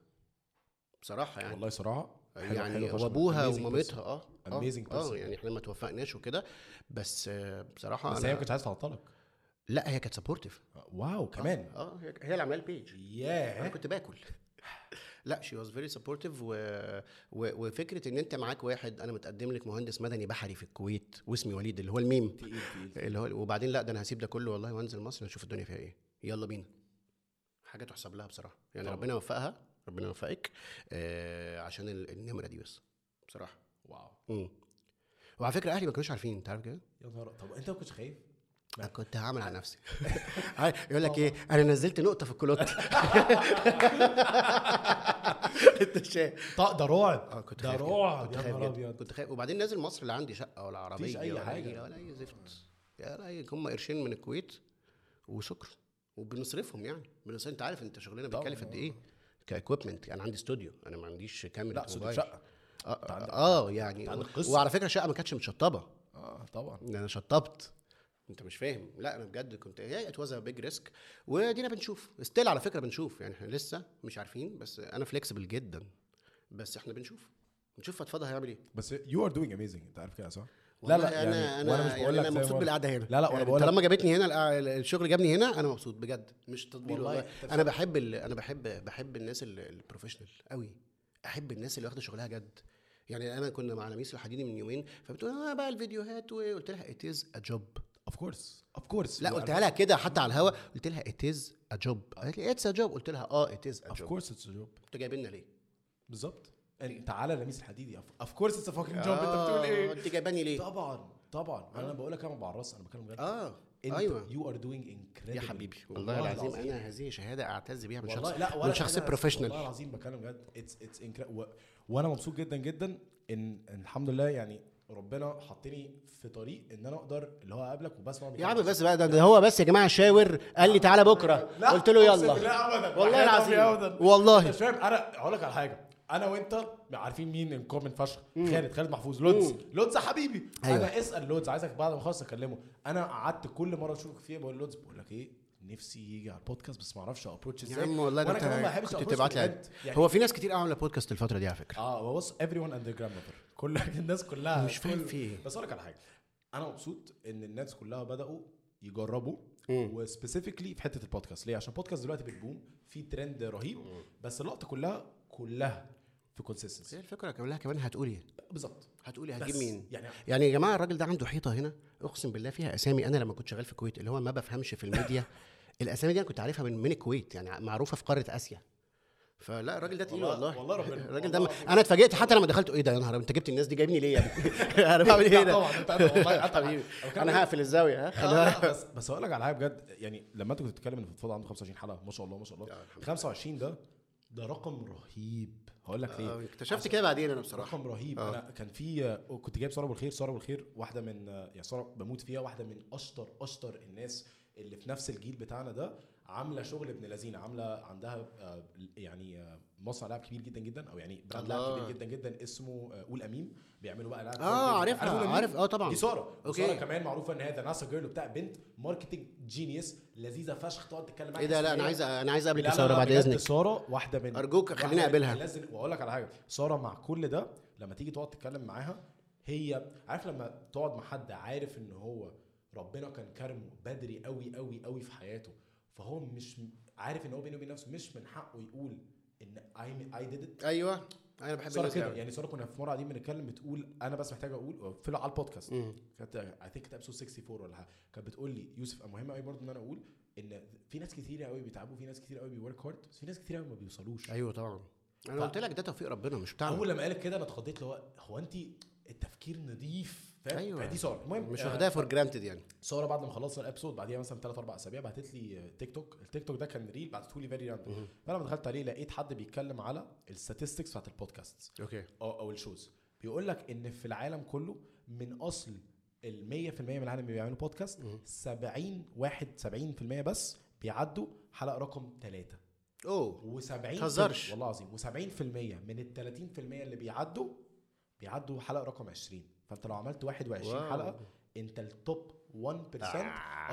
[SPEAKER 2] بصراحه يعني
[SPEAKER 1] والله صراحه
[SPEAKER 2] يعني وابوها ومامتها اه آه،
[SPEAKER 1] Amazing person.
[SPEAKER 2] اه يعني احنا ما توفقناش وكده بس آه، بصراحه
[SPEAKER 1] بس
[SPEAKER 2] أنا-
[SPEAKER 1] هي ما كانتش عايزه تعطلك
[SPEAKER 2] لا هي كانت سبورتيف
[SPEAKER 1] واو كمان
[SPEAKER 2] اه هي- هي اللي عامله البيج انا
[SPEAKER 1] ياه
[SPEAKER 2] كنت باكل *laughs* لا شي واز فيري سبورتيف و... و... وفكره ان انت معاك واحد انا متقدم لك مهندس مدني بحري في الكويت واسمي وليد اللي هو الميم
[SPEAKER 1] تقيل تقيل
[SPEAKER 2] اللي هو وبعدين لا ده انا هسيب ده كله والله وانزل مصر اشوف الدنيا فيها ايه يلا بينا حاجه تحسب لها بصراحه يعني
[SPEAKER 1] طبعا.
[SPEAKER 2] ربنا يوفقها ربنا يوفقك آه عشان ال- النمره دي بس بصراحه
[SPEAKER 1] واو
[SPEAKER 2] مم. وعلى فكره اهلي ما كانوش عارفين انت عارف كده
[SPEAKER 1] يا نهار طب انت ما كنتش خايف؟
[SPEAKER 2] انا كنت هعمل على نفسي عارف- يقول لك ايه انا نزلت نقطه في الكلوت *laughs* انت شايف
[SPEAKER 1] طب ده رعب
[SPEAKER 2] اه كنت
[SPEAKER 1] ده
[SPEAKER 2] خايف جدا،
[SPEAKER 1] رعب
[SPEAKER 2] كنت
[SPEAKER 1] يا
[SPEAKER 2] خايف
[SPEAKER 1] نهار
[SPEAKER 2] جدا
[SPEAKER 1] ابيض
[SPEAKER 2] كنت خايف وبعدين نازل مصر لا عندي شقه ولا عربيه
[SPEAKER 1] أي
[SPEAKER 2] ولا
[SPEAKER 1] حاجة.
[SPEAKER 2] ولا اي زفت يا لا أي- هم قرشين من الكويت وشكرا وبنصرفهم يعني بنصرف انت عارف انت شغلنا
[SPEAKER 1] طبعاً،
[SPEAKER 2] بيتكلف قد
[SPEAKER 1] آه.
[SPEAKER 2] ايه كاكويبمنت يعني عندي استوديو انا ما عنديش كاميرا
[SPEAKER 1] لا صوت
[SPEAKER 2] موبايل.
[SPEAKER 1] شقه
[SPEAKER 2] آه, آه, اه يعني
[SPEAKER 1] عندك
[SPEAKER 2] و-
[SPEAKER 1] قصة.
[SPEAKER 2] وعلى فكره شقه ما كانتش متشطبه
[SPEAKER 1] اه طبعا
[SPEAKER 2] ان انا شطبت انت مش فاهم لا انا بجد كنت هي ات واز بيج ريسك وادينا بنشوف ستيل على فكره بنشوف يعني احنا لسه مش عارفين بس انا فليكسبل جدا بس احنا بنشوف نشوف فضفاضه هيعمل ايه
[SPEAKER 1] بس يو ار دوينج اميزنج انت عارف كده صح؟ لا لا
[SPEAKER 2] والله
[SPEAKER 1] يعني
[SPEAKER 2] انا انا
[SPEAKER 1] وانا مش بقول لك
[SPEAKER 2] يعني انا
[SPEAKER 1] زي
[SPEAKER 2] مبسوط
[SPEAKER 1] ما-
[SPEAKER 2] بالقعده هنا
[SPEAKER 1] لا لا وانا
[SPEAKER 2] يعني
[SPEAKER 1] بقول
[SPEAKER 2] طالما
[SPEAKER 1] لك
[SPEAKER 2] جابتني هنا القع- الشغل جابني هنا انا مبسوط بجد مش تطبيل
[SPEAKER 1] والله
[SPEAKER 2] والله,
[SPEAKER 1] أنت
[SPEAKER 2] انا بحب ال... انا بحب بحب الناس ال- البروفيشنال قوي احب الناس اللي واخده شغلها جد يعني انا كنا مع لميس الحديدي من يومين فبتقول اه بقى الفيديوهات وقلت لها ات از ا جوب
[SPEAKER 1] اوف كورس اوف كورس
[SPEAKER 2] لا قلتها لها كده حتى على الهوا قلت لها ات از ا جوب قالت لي اتس ا جوب قلت لها اه ات از ا
[SPEAKER 1] اوف
[SPEAKER 2] جوب
[SPEAKER 1] كورس اتس جوب
[SPEAKER 2] انتوا جايبيننا ليه؟
[SPEAKER 1] بالظبط انت تعالى لميس الحديدي اوف كورس اتس فاكينج جوب انت بتقول
[SPEAKER 2] آه،
[SPEAKER 1] ايه؟
[SPEAKER 2] انت جايباني ليه؟
[SPEAKER 1] طبعا طبعا انا بقول لك انا ما بعرفش انا بتكلم بجد
[SPEAKER 2] اه
[SPEAKER 1] انت
[SPEAKER 2] ايوه
[SPEAKER 1] يو ار دوينج انكريدبل
[SPEAKER 2] يا حبيبي والله العظيم انا هذه شهاده اعتز بيها من شخص
[SPEAKER 1] والله لا ولا
[SPEAKER 2] من شخص
[SPEAKER 1] أنا- والله
[SPEAKER 2] بروفيشنال
[SPEAKER 1] العظيم بكلم بجد اتس اتس وانا مبسوط جدا جدا ان إن الحمد لله يعني ربنا حطني في طريق ان انا اقدر اللي هو اقابلك وبسمع
[SPEAKER 2] يا عم بس بقى ده- ده هو بس يا جماعه شاور قال لي تعالى بكره
[SPEAKER 1] لا،
[SPEAKER 2] قلت له
[SPEAKER 1] أقسم
[SPEAKER 2] يلا
[SPEAKER 1] بالله أبداً.
[SPEAKER 2] والله
[SPEAKER 1] وحياة
[SPEAKER 2] العظيم.
[SPEAKER 1] ربي أبداً.
[SPEAKER 2] والله.
[SPEAKER 1] أنت مش فاهم انا هقول لك على حاجه انا وانت عارفين مين الكومن فشخ خالد خالد محفوظ لودز لودز حبيبي
[SPEAKER 2] أيوة.
[SPEAKER 1] انا اسال لودز عايزك بعد ما اخلص اكلمه انا قعدت كل مره اشوفك فيها بقول لودز بقول لك ايه نفسي يجي على البودكاست بس ما اعرفش ابروتش
[SPEAKER 2] يا
[SPEAKER 1] ازاي
[SPEAKER 2] عم والله ده
[SPEAKER 1] وأنا كمان ما
[SPEAKER 2] انت
[SPEAKER 1] بحبش
[SPEAKER 2] كنت
[SPEAKER 1] approach
[SPEAKER 2] بتبعت لي
[SPEAKER 1] بجد.
[SPEAKER 2] عد.
[SPEAKER 1] يعني
[SPEAKER 2] هو في ناس كتير قوي عامله بودكاست الفتره دي على فكره
[SPEAKER 1] اه هو بص everyone and their grandmother كل *laughs* الناس كلها
[SPEAKER 2] مش فاهم
[SPEAKER 1] كل-
[SPEAKER 2] في إيه.
[SPEAKER 1] بس اقول لك على حاجه انا مبسوط ان الناس كلها بداوا يجربوا
[SPEAKER 2] مم.
[SPEAKER 1] وسبيسيفيكلي في حته البودكاست ليه عشان البودكاست دلوقتي بتبوم في ترند رهيب بس اللقطه كلها كلها في
[SPEAKER 2] بس هي
[SPEAKER 1] كونسيستنسي
[SPEAKER 2] الفكره كلها كمان هتقول ايه؟
[SPEAKER 1] بالظبط
[SPEAKER 2] هتقول ايه؟
[SPEAKER 1] بس
[SPEAKER 2] هتجيب مين؟
[SPEAKER 1] يعني
[SPEAKER 2] يعني يا جماعه الراجل ده عنده حيطه هنا اقسم بالله فيها اسامي انا لما كنت شغال في الكويت اللي هو ما بفهمش في الميديا *laughs* الاسامي دي انا كنت عارفها من من الكويت يعني معروفه في قاره اسيا فلا الراجل ده تقيل
[SPEAKER 1] والله-
[SPEAKER 2] والله
[SPEAKER 1] والله ربنا-
[SPEAKER 2] *laughs* الراجل ده
[SPEAKER 1] والله
[SPEAKER 2] ما-
[SPEAKER 1] ربنا.
[SPEAKER 2] انا اتفاجئت حتى لما دخلت ايه ده يا نهار أبيض، انت جبت الناس دي جايبني ليه يعني *laughs* انا بعمل ايه
[SPEAKER 1] لا
[SPEAKER 2] ده
[SPEAKER 1] طبعا انت عارف
[SPEAKER 2] *laughs*
[SPEAKER 1] والله قطع.
[SPEAKER 2] حبيبي
[SPEAKER 1] أو كان
[SPEAKER 2] انا هقفل الزاويه ها
[SPEAKER 1] آه، لا، بس بس هقول لك على حاجه بجد يعني لما انت كنت بتتكلم ان الفضفاضه عنده 25 حلقه ما شاء الله ما شاء الله 25 ده ده رقم رهيب هقول لك
[SPEAKER 2] آه،
[SPEAKER 1] ليه
[SPEAKER 2] اكتشفت كده بعدين انا بصراحه
[SPEAKER 1] رقم رهيب
[SPEAKER 2] آه.
[SPEAKER 1] انا كان في آه، كنت جايب ساره أبو الخير ساره أبو الخير واحده من آه، يعني ساره بموت فيها واحده من اشطر اشطر الناس اللي في نفس الجيل بتاعنا ده عامله شغل ابن لذينه عامله عندها آه، يعني آه، مصنع لعب كبير جدا جدا او يعني براند لعب
[SPEAKER 2] الله.
[SPEAKER 1] كبير جدا جدا اسمه آه، قول اميم بيعملوا بقى لعب
[SPEAKER 2] اه عارفها
[SPEAKER 1] قول أميم؟
[SPEAKER 2] عارف اه طبعا
[SPEAKER 1] دي ساره
[SPEAKER 2] أوكي.
[SPEAKER 1] اوكي ساره كمان معروفه ان هي ده ناسا جيرل وبتاع بنت ماركتنج جينيوس لذيذه فشخ تقعد تتكلم معاها
[SPEAKER 2] ايه ده
[SPEAKER 1] تحس إن
[SPEAKER 2] لا انا
[SPEAKER 1] هي-
[SPEAKER 2] عايز انا عايز اقابلك
[SPEAKER 1] لا،
[SPEAKER 2] يا
[SPEAKER 1] لا،
[SPEAKER 2] ساره
[SPEAKER 1] لا،
[SPEAKER 2] بعد
[SPEAKER 1] بجد
[SPEAKER 2] اذنك
[SPEAKER 1] ساره واحده من
[SPEAKER 2] أرجوك
[SPEAKER 1] واحدة
[SPEAKER 2] خليني
[SPEAKER 1] من
[SPEAKER 2] أقابلها.
[SPEAKER 1] ألذ- واقول لك على حاجه ساره مع كل ده لما تيجي تقعد تتكلم معاها هي عارف لما تقعد مع حد عارف ان هو ربنا كان كرمه بدري قوي قوي قوي في حياته فهو مش م- عارف ان هو بينه وبين نفسه مش من حقه يقول ان اي اي ديد ات
[SPEAKER 2] ايوه انا بحب
[SPEAKER 1] ساره
[SPEAKER 2] الناس دي
[SPEAKER 1] كده
[SPEAKER 2] أوي.
[SPEAKER 1] يعني ساره كنا في مره قاعدين بنتكلم بتقول انا بس محتاجه اقول في على البودكاست
[SPEAKER 2] مم.
[SPEAKER 1] كانت اي ثينك كانت ابسود 64 ولا حاجه كانت بتقول لي يوسف أنا مهم قوي برضه ان انا اقول ان في ناس كتير قوي بيتعبوا في ناس كتير قوي بيورك هارد بس في ناس كتير قوي ما بيوصلوش
[SPEAKER 2] ايوه طبعا انا
[SPEAKER 1] ف-
[SPEAKER 2] قلت لك ده توفيق ربنا مش بتاعنا
[SPEAKER 1] اول لما قالت كده انا اتخضيت اللي هو هو انت التفكير نضيف فاهم
[SPEAKER 2] أيوة.
[SPEAKER 1] فدي ساره المهم
[SPEAKER 2] مش
[SPEAKER 1] آه،
[SPEAKER 2] واخداها فور جرانتد يعني
[SPEAKER 1] ساره بعد ما خلصنا الابسود بعديها مثلا ثلاث اربع اسابيع بعتت لي آه، تيك توك التيك توك ده كان ريل بعتته لي فيري راندوم فلما دخلت عليه لقيت حد بيتكلم على الستاتستكس بتاعت البودكاست
[SPEAKER 2] اوكي
[SPEAKER 1] او او الشوز بيقول لك ان في العالم كله من اصل ال 100% من العالم اللي بيعملوا بودكاست 70 واحد 70% بس بيعدوا حلقه رقم ثلاثه
[SPEAKER 2] اوه
[SPEAKER 1] و70
[SPEAKER 2] تهزرش.
[SPEAKER 1] والله العظيم و70% من ال 30% اللي بيعدوا بيعدوا حلقه رقم 20 فانت لو عملت 21
[SPEAKER 2] واو. آه.
[SPEAKER 1] حلقه انت التوب 1%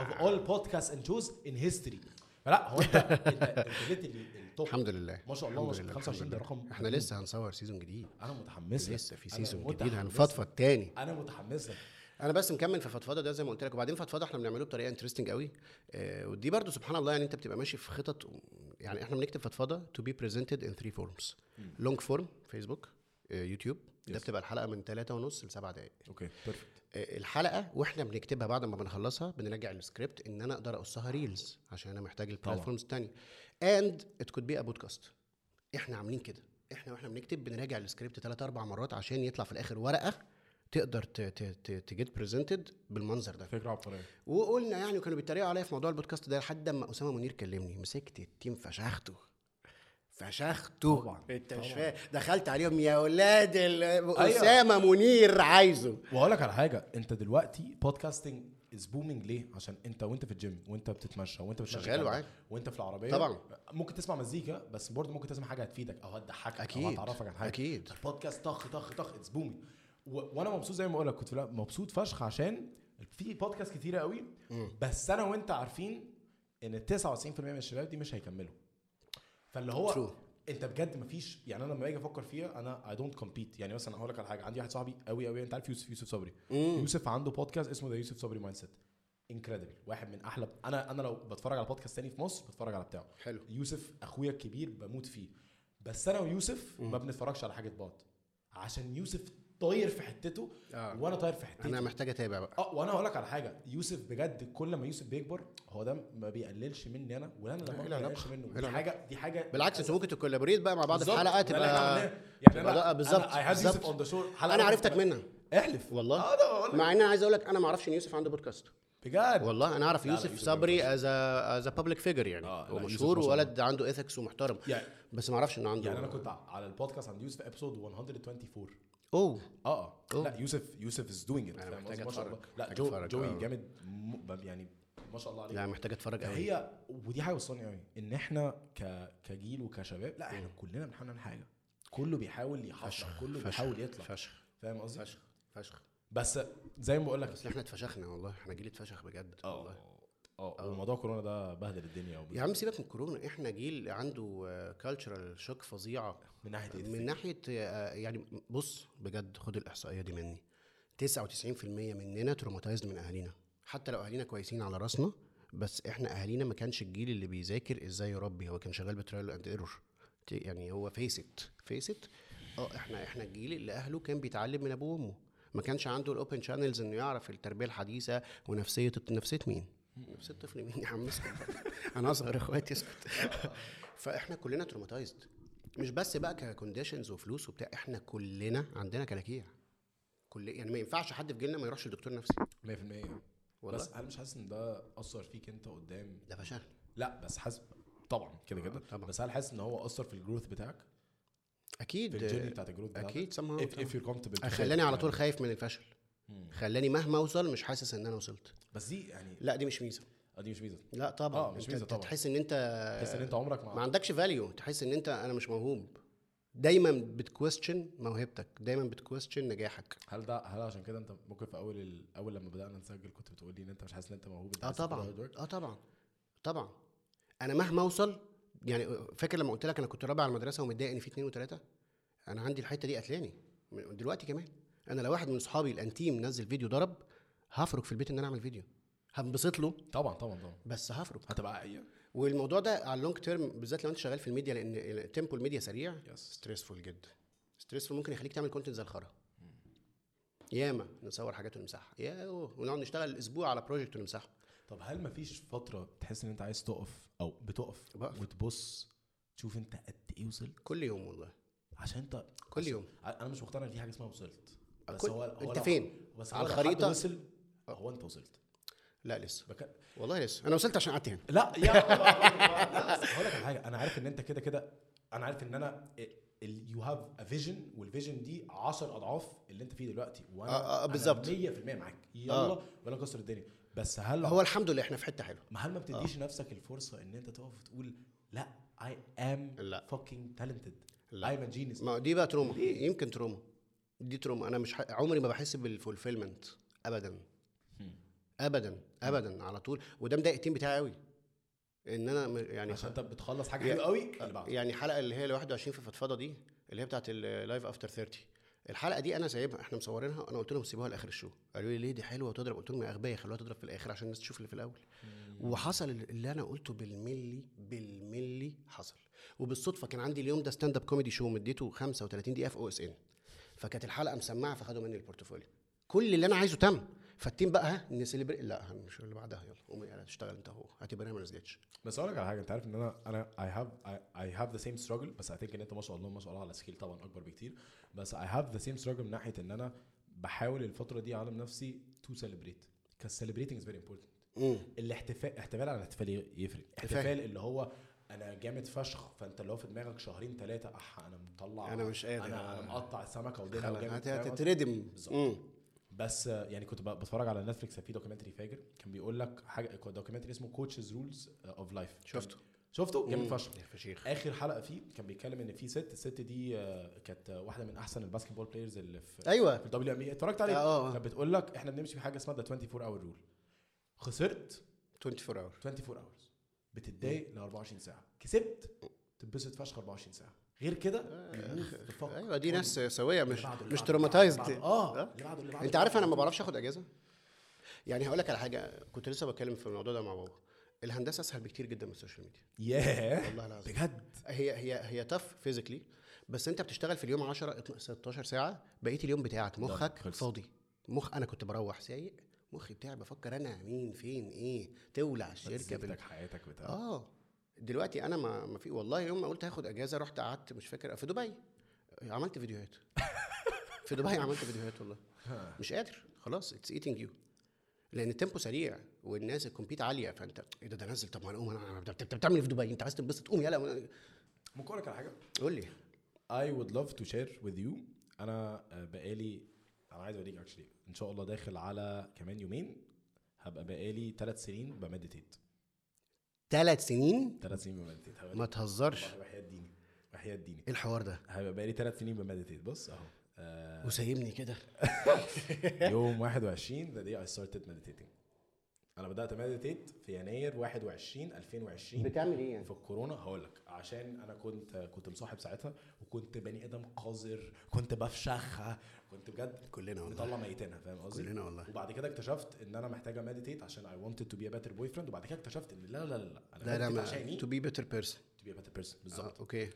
[SPEAKER 1] of all podcasts and shows in history فلا هو انت انت انت literally التوب
[SPEAKER 2] الحمد لله
[SPEAKER 1] ما شاء الله، ما
[SPEAKER 2] الحمد
[SPEAKER 1] شاء الله. 25
[SPEAKER 2] لله،
[SPEAKER 1] ده
[SPEAKER 2] الحمد لله.
[SPEAKER 1] رقم
[SPEAKER 2] احنا لسه هنصور سيزون جديد
[SPEAKER 1] انا متحمس لك.
[SPEAKER 2] لسه في
[SPEAKER 1] أنا
[SPEAKER 2] سيزون
[SPEAKER 1] متحمس
[SPEAKER 2] جديد
[SPEAKER 1] لك.
[SPEAKER 2] هنفضفض تاني
[SPEAKER 1] انا متحمس لك
[SPEAKER 2] انا بس مكمل في فضفضه ده زي ما قلت لك وبعدين فضفضه احنا بنعمله بطريقه انترستنج قوي آه ودي برضو سبحان الله يعني انت بتبقى ماشي في خطط و- يعني احنا بنكتب فضفضه تو بي بريزنتد ان ثري فورمز لونج فورم فيسبوك آه يوتيوب ده
[SPEAKER 1] Yes.
[SPEAKER 2] بتبقى الحلقه من ثلاثة ونص لسبع دقائق
[SPEAKER 1] اوكي بيرفكت
[SPEAKER 2] الحلقه واحنا بنكتبها بعد ما بنخلصها بنراجع السكريبت ان انا اقدر اقصها ريلز عشان انا محتاج البلاتفورمز الثانيه اند ات كود بي بودكاست احنا عاملين كده احنا واحنا بنكتب بنراجع السكريبت ثلاث اربع مرات عشان يطلع في الاخر ورقه تقدر تجيت بريزنتد بالمنظر ده
[SPEAKER 1] فكره عبقريه
[SPEAKER 2] وقلنا يعني وكانوا بيتريقوا عليا في موضوع البودكاست ده لحد ما اسامه منير كلمني مسكت التيم فشخته فشخته
[SPEAKER 1] طبعا،
[SPEAKER 2] انت مش
[SPEAKER 1] طبعا.
[SPEAKER 2] فاهم دخلت عليهم يا اولاد ال-
[SPEAKER 1] أيوة.
[SPEAKER 2] اسامه منير عايزه
[SPEAKER 1] وهقول لك على حاجه انت دلوقتي بودكاستنج از بومينج ليه؟ عشان انت وانت في الجيم وانت بتتمشى وانت بتشغل
[SPEAKER 2] شغال
[SPEAKER 1] كاميرا،
[SPEAKER 2] وعادي.
[SPEAKER 1] وانت في العربيه
[SPEAKER 2] طبعا.
[SPEAKER 1] ممكن تسمع مزيكا بس برضه ممكن تسمع حاجه هتفيدك او هتضحكك او
[SPEAKER 2] أكيد.
[SPEAKER 1] هتعرفك عن حاجه
[SPEAKER 2] أكيد.
[SPEAKER 1] البودكاست طخ طخ طخ اتس بومينج وانا مبسوط زي ما بقول لك كنت في الأول مبسوط فشخ عشان في بودكاست كتيره قوي بس انا وانت عارفين ان 99% من الشباب دي مش هيكملوا فاللي هو
[SPEAKER 2] True.
[SPEAKER 1] انت بجد مفيش يعني انا لما باجي افكر فيها انا اي دونت كومبيت يعني مثلا هقول لك على حاجه عندي واحد صاحبي قوي قوي انت عارف يوسف يوسف صبري يوسف عنده بودكاست اسمه ذا يوسف صبري مايند سيت انكريدبل واحد من احلى انا انا لو بتفرج على بودكاست تاني في مصر بتفرج على بتاعه
[SPEAKER 2] حلو
[SPEAKER 1] يوسف اخويا الكبير بموت فيه بس انا ويوسف ما بنتفرجش على حاجه بعض عشان يوسف طاير في حتته
[SPEAKER 2] آه.
[SPEAKER 1] وانا طاير في حتتي
[SPEAKER 2] انا محتاج اتابع بقى
[SPEAKER 1] اه وانا هقول لك على حاجه يوسف بجد كل ما يوسف بيكبر هو ده ما بيقللش مني انا ولا انا
[SPEAKER 2] إيه
[SPEAKER 1] ما
[SPEAKER 2] العلاقة؟
[SPEAKER 1] بقللش منه
[SPEAKER 2] إيه
[SPEAKER 1] دي
[SPEAKER 2] العلاقة؟
[SPEAKER 1] حاجه دي حاجه
[SPEAKER 2] بالعكس انتوا ممكن تكولابوريت بقى مع بعض في
[SPEAKER 1] بالظبط.
[SPEAKER 2] حلقه
[SPEAKER 1] ده اللي إحنا
[SPEAKER 2] تبقى
[SPEAKER 1] عملناه. يعني
[SPEAKER 2] تبقى
[SPEAKER 1] انا
[SPEAKER 2] بقى بالظبط
[SPEAKER 1] اي هاد يوسف
[SPEAKER 2] بالظبط
[SPEAKER 1] اون ذا شور
[SPEAKER 2] انا عرفتك منك
[SPEAKER 1] احلف
[SPEAKER 2] والله
[SPEAKER 1] اه ده بقول لك
[SPEAKER 2] مع ان انا عايز اقول لك انا ما اعرفش ان يوسف عنده بودكاست
[SPEAKER 1] بجد
[SPEAKER 2] والله انا اعرف
[SPEAKER 1] لا، لا،
[SPEAKER 2] يوسف
[SPEAKER 1] يوسف
[SPEAKER 2] صبري از از بابليك فيجر يعني
[SPEAKER 1] آه، لا،
[SPEAKER 2] هو
[SPEAKER 1] يوسف
[SPEAKER 2] مشهور
[SPEAKER 1] ما شاء الله.
[SPEAKER 2] وولد عنده ايثكس ومحترم
[SPEAKER 1] يعني-
[SPEAKER 2] بس ما اعرفش انه عنده
[SPEAKER 1] يعني انا كنت على البودكاست عند يوسف ابسود 124 اه
[SPEAKER 2] اوه
[SPEAKER 1] اه
[SPEAKER 2] أوه.
[SPEAKER 1] لا يوسف يوسف از دوينج ات
[SPEAKER 2] أنا محتاج أتفرج.
[SPEAKER 1] لا
[SPEAKER 2] آه، محتاج
[SPEAKER 1] جو
[SPEAKER 2] أتفرج، آه.
[SPEAKER 1] جوي جامد م- يعني ما شاء الله عليه
[SPEAKER 2] لا محتاج اتفرج قوي
[SPEAKER 1] هي ودي حاجه وصلني قوي ان احنا ك كجيل وكشباب لا احنا كلنا بنحاول نعمل حاجه كله بيحاول يحصل كله بيحاول يطلع
[SPEAKER 2] فشخ
[SPEAKER 1] فاهم قصدي
[SPEAKER 2] فشخ فشخ
[SPEAKER 1] بس زي ما بقول لك
[SPEAKER 2] بس احنا اتفشخنا والله احنا جيل اتفشخ بجد والله آه.
[SPEAKER 1] اه وموضوع كورونا ده بهدل الدنيا وب-
[SPEAKER 2] يا عم سيبك من كورونا احنا جيل عنده كالتشرال شوك فظيعه
[SPEAKER 1] من ناحيه ايه
[SPEAKER 2] من ناحيه آه، يعني بص بجد خد الاحصائيه دي مني 99% مننا تروماتايزد من اهالينا حتى لو اهالينا كويسين على راسنا بس احنا اهالينا ما كانش الجيل اللي بيذاكر ازاي يربي هو كان شغال بترايل اند ايرور يعني هو فيست فيست اه احنا احنا الجيل اللي اهله كان بيتعلم من ابوه وامه ما كانش عنده الاوبن شانلز انه يعرف التربيه الحديثه ونفسيه نفسيه مين نفسيه الطفل مين يا عم *laughs* اسكت انا اصغر اخواتي اسكت فاحنا كلنا تروماتايزد مش بس بقى ككونديشنز وفلوس وبتاع احنا كلنا عندنا كلاكيع كل يعني ما ينفعش حد في جيلنا ما يروحش لدكتور نفسي
[SPEAKER 1] 100%
[SPEAKER 2] والله.
[SPEAKER 1] بس هل مش حاسس ان ده اثر فيك انت قدام
[SPEAKER 2] ده فشل
[SPEAKER 1] لا بس حاسس طبعا كده كده
[SPEAKER 2] آه، طبعا.
[SPEAKER 1] بس هل حاسس ان هو اثر في الجروث بتاعك في
[SPEAKER 2] اكيد
[SPEAKER 1] الجيرني بتاعت الجروث بتاعتك
[SPEAKER 2] اكيد somehow
[SPEAKER 1] if,
[SPEAKER 2] طبعاً.
[SPEAKER 1] if you're comfortable
[SPEAKER 2] خلاني على طول خايف من الفشل خلاني مهما اوصل مش حاسس ان انا وصلت
[SPEAKER 1] بس دي يعني
[SPEAKER 2] لا دي مش ميزه
[SPEAKER 1] آه، دي مش ميزه
[SPEAKER 2] لا طبعا
[SPEAKER 1] آه، مش
[SPEAKER 2] أنت-
[SPEAKER 1] ميزة
[SPEAKER 2] أنت
[SPEAKER 1] طبعاً.
[SPEAKER 2] تحس ان انت
[SPEAKER 1] تحس ان انت عمرك
[SPEAKER 2] آه، ما
[SPEAKER 1] ما
[SPEAKER 2] عندكش فاليو تحس ان انت انا مش موهوب دايما بتكويستشن موهبتك دايما بتكويستشن نجاحك
[SPEAKER 1] هل ده هل عشان كده انت ممكن في اول ال... اول لما بدانا نسجل كنت بتقول لي ان انت مش حاسس ان انت موهوب انت
[SPEAKER 2] اه
[SPEAKER 1] حاسس إن ده
[SPEAKER 2] طبعا
[SPEAKER 1] hard work؟
[SPEAKER 2] اه طبعا طبعا انا مهما اوصل يعني فاكر لما قلت لك انا كنت رابع على المدرسه ومتضايق ان في اتنين وتلاته انا عندي الحته دي قتلاني من- دلوقتي كمان انا لو واحد من اصحابي الانتيم نزل فيديو ضرب هفرك في البيت ان انا اعمل فيديو هنبسط له
[SPEAKER 1] طبعا طبعا طبعا
[SPEAKER 2] بس هفرك
[SPEAKER 1] هتبقى حقيقه
[SPEAKER 2] والموضوع ده على اللونج تيرم بالذات لو انت شغال في الميديا لان تيمبو الميديا سريع
[SPEAKER 1] يس
[SPEAKER 2] ستريسفول جدا ستريسفول ممكن يخليك تعمل كونتنت زي الخرا ياما نصور حاجات ونمسحها يا ونقعد نشتغل اسبوع على بروجكت ونمسحه
[SPEAKER 1] طب هل مفيش فتره تحس ان انت عايز تقف او بتقف
[SPEAKER 2] بقف.
[SPEAKER 1] وتبص تشوف انت قد ايه وصلت
[SPEAKER 2] كل يوم والله
[SPEAKER 1] عشان انت
[SPEAKER 2] كل
[SPEAKER 1] عشان-
[SPEAKER 2] يوم.
[SPEAKER 1] انا مش مقتنع ان في حاجه اسمها وصلت بس
[SPEAKER 2] كل-
[SPEAKER 1] هو هو
[SPEAKER 2] انت
[SPEAKER 1] لو-
[SPEAKER 2] فين؟
[SPEAKER 1] بس
[SPEAKER 2] على
[SPEAKER 1] على الخريطه
[SPEAKER 2] الخريطة؟
[SPEAKER 1] وصل هو انت وصلت
[SPEAKER 2] لا لسه
[SPEAKER 1] بك...
[SPEAKER 2] والله لسه انا وصلت عشان قعدت هنا
[SPEAKER 1] لا
[SPEAKER 2] *laughs*
[SPEAKER 1] يا لا، بس هقول لك على حاجه انا عارف ان انت كده كده انا عارف ان انا يو هاف ا فيجن والفيجن دي 10 اضعاف اللي انت فيه دلوقتي وانا
[SPEAKER 2] آه، آه،
[SPEAKER 1] أنا
[SPEAKER 2] بالظبط.
[SPEAKER 1] 100% معاك يلا
[SPEAKER 2] آه.
[SPEAKER 1] ولا كسر الدنيا بس هل
[SPEAKER 2] هو آه. الحمد لله احنا في حته حلوه
[SPEAKER 1] ما هل ما بتديش نفسك الفرصه ان انت تقف وتقول لا اي ام
[SPEAKER 2] لا.
[SPEAKER 1] fucking talented
[SPEAKER 2] لا.
[SPEAKER 1] اي ام جينيس
[SPEAKER 2] ما دي بقى تروما يمكن تروما دي تروما انا مش ح... عمري ما بحس بالفولفيلمنت ابدا ابدا ابدا على طول وده مضايق التيم بتاعي قوي ان انا م- يعني
[SPEAKER 1] عشان انت بتخلص حاجه
[SPEAKER 2] يا-
[SPEAKER 1] حلوه قوي اللي بعده
[SPEAKER 2] يعني الحلقه اللي هي ال 21 في فضفضه دي اللي هي بتاعت اللايف افتر 30 الحلقه دي انا سايبها احنا مصورينها انا قلت لهم سيبوها لاخر الشو قالوا لي ليه دي حلوه وتضرب قلت لهم يا اغبياء خلوها تضرب في الاخر عشان الناس تشوف اللي في الاول
[SPEAKER 1] يعني.
[SPEAKER 2] وحصل اللي انا قلته بالملي بالملي حصل وبالصدفه كان عندي اليوم ده ستاند اب كوميدي شو مديته 35 دقيقه في او اس ان فكانت الحلقه مسمعه فخدوا مني البورتفوليو كل اللي انا عايزه تم فالتيم بقى ها نسليبري لا مش اللي بعدها يلا قوم يلا تشتغل انت اهو اعتبرها ما نزلتش
[SPEAKER 1] بس اقول لك على حاجه انت عارف ان انا انا اي هاف اي هاف ذا سيم ستراجل بس اي ثينك ان انت ما شاء الله ما شاء الله على سكيل طبعا اكبر بكتير بس اي هاف ذا سيم ستراجل من ناحيه ان انا بحاول الفتره دي اعلم نفسي تو سيلبريت كاز سيلبريتنج از فيري امبورتنت
[SPEAKER 2] مم.
[SPEAKER 1] الاحتفال احتفال على الاحتفال يفرق احتفال اللي هو انا جامد فشخ فانت اللي هو في دماغك شهرين ثلاثه اح انا مطلع
[SPEAKER 2] أنا مش قادر. آه.
[SPEAKER 1] انا, آه، أنا مقطع السمكه وديلها
[SPEAKER 2] خلاص،
[SPEAKER 1] وجامد
[SPEAKER 2] هت-
[SPEAKER 1] فاهم قصدي؟
[SPEAKER 2] هتتردم
[SPEAKER 1] بالظبط.
[SPEAKER 2] مم.
[SPEAKER 1] بس آه، يعني كنت ب- بتفرج على نتفليكس في دوكيومنتري فاجر كان بيقول لك حاجه دوكيومنتري اسمه كوتشز رولز اوف لايف
[SPEAKER 2] شفته.
[SPEAKER 1] شفته جامد
[SPEAKER 2] مم.
[SPEAKER 1] فشخ
[SPEAKER 2] يا فشيخ
[SPEAKER 1] اخر حلقه فيه كان بيتكلم ان في ست الست دي آه، كانت آه، واحده من احسن الباسكتبول بلايرز اللي في في
[SPEAKER 2] ايوه
[SPEAKER 1] الدبليو ام اي اتفرجت عليه
[SPEAKER 2] آه، آه.
[SPEAKER 1] كانت بتقول لك احنا بنمشي بحاجه اسمها ذا 24 اور رول خسرت
[SPEAKER 2] 24 اور
[SPEAKER 1] 24 اورز بتتضايق ل 24 ساعه كسبت تتبسط فشخ 24 ساعه غير كده remove the fuck
[SPEAKER 2] ايوه دي
[SPEAKER 1] all.
[SPEAKER 2] ناس سويه
[SPEAKER 1] اللي
[SPEAKER 2] مش
[SPEAKER 1] بعده، اللي
[SPEAKER 2] مش آه.
[SPEAKER 1] بعده، اللي بعده، اللي
[SPEAKER 2] تروماتايزد
[SPEAKER 1] بعده. اه اللي بعده، اللي بعده،
[SPEAKER 2] انت
[SPEAKER 1] اللي
[SPEAKER 2] عارف
[SPEAKER 1] بعده.
[SPEAKER 2] انا ما بعرفش اخد اجازه يعني هقول لك على حاجه كنت لسه بتكلم في الموضوع ده مع بابا الهندسه اسهل بكتير جدا من السوشيال ميديا
[SPEAKER 1] ياه
[SPEAKER 2] والله العظيم
[SPEAKER 1] بجد
[SPEAKER 2] هي هي هي تف فيزيكلي بس انت بتشتغل في اليوم 10 16 ساعه بقيه اليوم بتاعك مخك
[SPEAKER 1] خلص.
[SPEAKER 2] فاضي مخ انا كنت بروح سايق مخي بتاعي بفكر انا مين فين ايه تولع الشركه بال...
[SPEAKER 1] شركتك حياتك بتاع
[SPEAKER 2] اه دلوقتي انا ما ما في والله يوم ما قلت هاخد اجازه رحت قعدت مش فاكر في دبي عملت فيديوهات *laughs* في دبي عملت فيديوهات والله مش قادر خلاص اتس ايتنج يو لان التيمبو سريع والناس الكمبيوت عاليه فانت ايه ده ده نزل طب ما انا اقوم انا أنت بت- بتعمل إيه في دبي انت عايز تنبسط قوم يلا
[SPEAKER 1] ممكن اقول لك على حاجه
[SPEAKER 2] قول لي
[SPEAKER 1] I would love to share with you انا آه، بقالي انا عايز اوريك اكشلي ان شاء الله داخل على كمان يومين هبقى بقالي ثلاث سنين بمديتيت
[SPEAKER 2] ثلاث سنين
[SPEAKER 1] ثلاث سنين بمديتيت هبقى-
[SPEAKER 2] ما تهزرش
[SPEAKER 1] والله وحياة ديني وحياة ديني
[SPEAKER 2] ايه الحوار ده
[SPEAKER 1] هبقى بقالي ثلاث سنين بمديتيت بص اهو آه،
[SPEAKER 2] وسايبني كده
[SPEAKER 1] *laughs* يوم 21 the day I started meditating انا بدات مديتيت في يناير 21 2020
[SPEAKER 2] بتعمل ايه يعني؟
[SPEAKER 1] في الكورونا هقول لك عشان انا كنت كنت مصاحب ساعتها وكنت بني ادم قذر كنت بفشخها كنت بجد
[SPEAKER 2] كلنا والله
[SPEAKER 1] مطلع ميتنا فاهم قصدي
[SPEAKER 2] كلنا والله.
[SPEAKER 1] وبعد كده اكتشفت ان انا محتاجه مديتيت عشان اي wanted تو بي ا بيتر بوي فريند وبعد كده اكتشفت ان لا لا لا لا انا
[SPEAKER 2] لا لا
[SPEAKER 1] meditate
[SPEAKER 2] ما
[SPEAKER 1] عشاني
[SPEAKER 2] تو بي بيتر بيرسون
[SPEAKER 1] تو بي ا بيتر بيرسون بالظبط
[SPEAKER 2] اوكي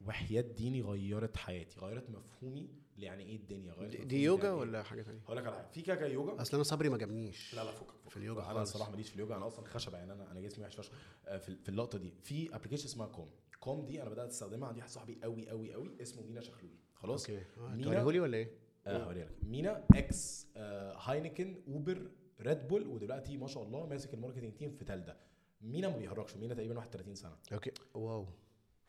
[SPEAKER 1] وحياه آه، ديني غيرت حياتي غيرت مفهومي ليعني ايه الدنيا غيرت
[SPEAKER 2] دي-
[SPEAKER 1] مفهومي
[SPEAKER 2] دي يوجا
[SPEAKER 1] يعني إيه.
[SPEAKER 2] ولا حاجه ثانيه؟
[SPEAKER 1] هقول لك على حاجه في كاكا يوجا
[SPEAKER 2] اصل انا صبري ما جابنيش
[SPEAKER 1] لا لا فكك فكك.
[SPEAKER 2] في اليوجا
[SPEAKER 1] انا
[SPEAKER 2] خالص.
[SPEAKER 1] الصراحه ماليش في اليوجا انا اصلا خشبه يعني انا انا جسمي وحش فشخ آه، في في اللقطه دي في ابلكيشن اسمها كوم كوم دي انا بدات استخدمها عندي واحد صاحبي قوي قوي قوي اسمه مينا شخلولي خلاص
[SPEAKER 2] اوكي آه،
[SPEAKER 1] مينا-
[SPEAKER 2] توريهولي ولا ايه؟
[SPEAKER 1] آه، هوريلك مينا اكس آه، هاينكن اوبر ريد بول ودلوقتي ما شاء الله ماسك الماركتنج تيم في تالده مينا ما بيهرجش مينا تقريبا 31 سنه
[SPEAKER 2] اوكي واو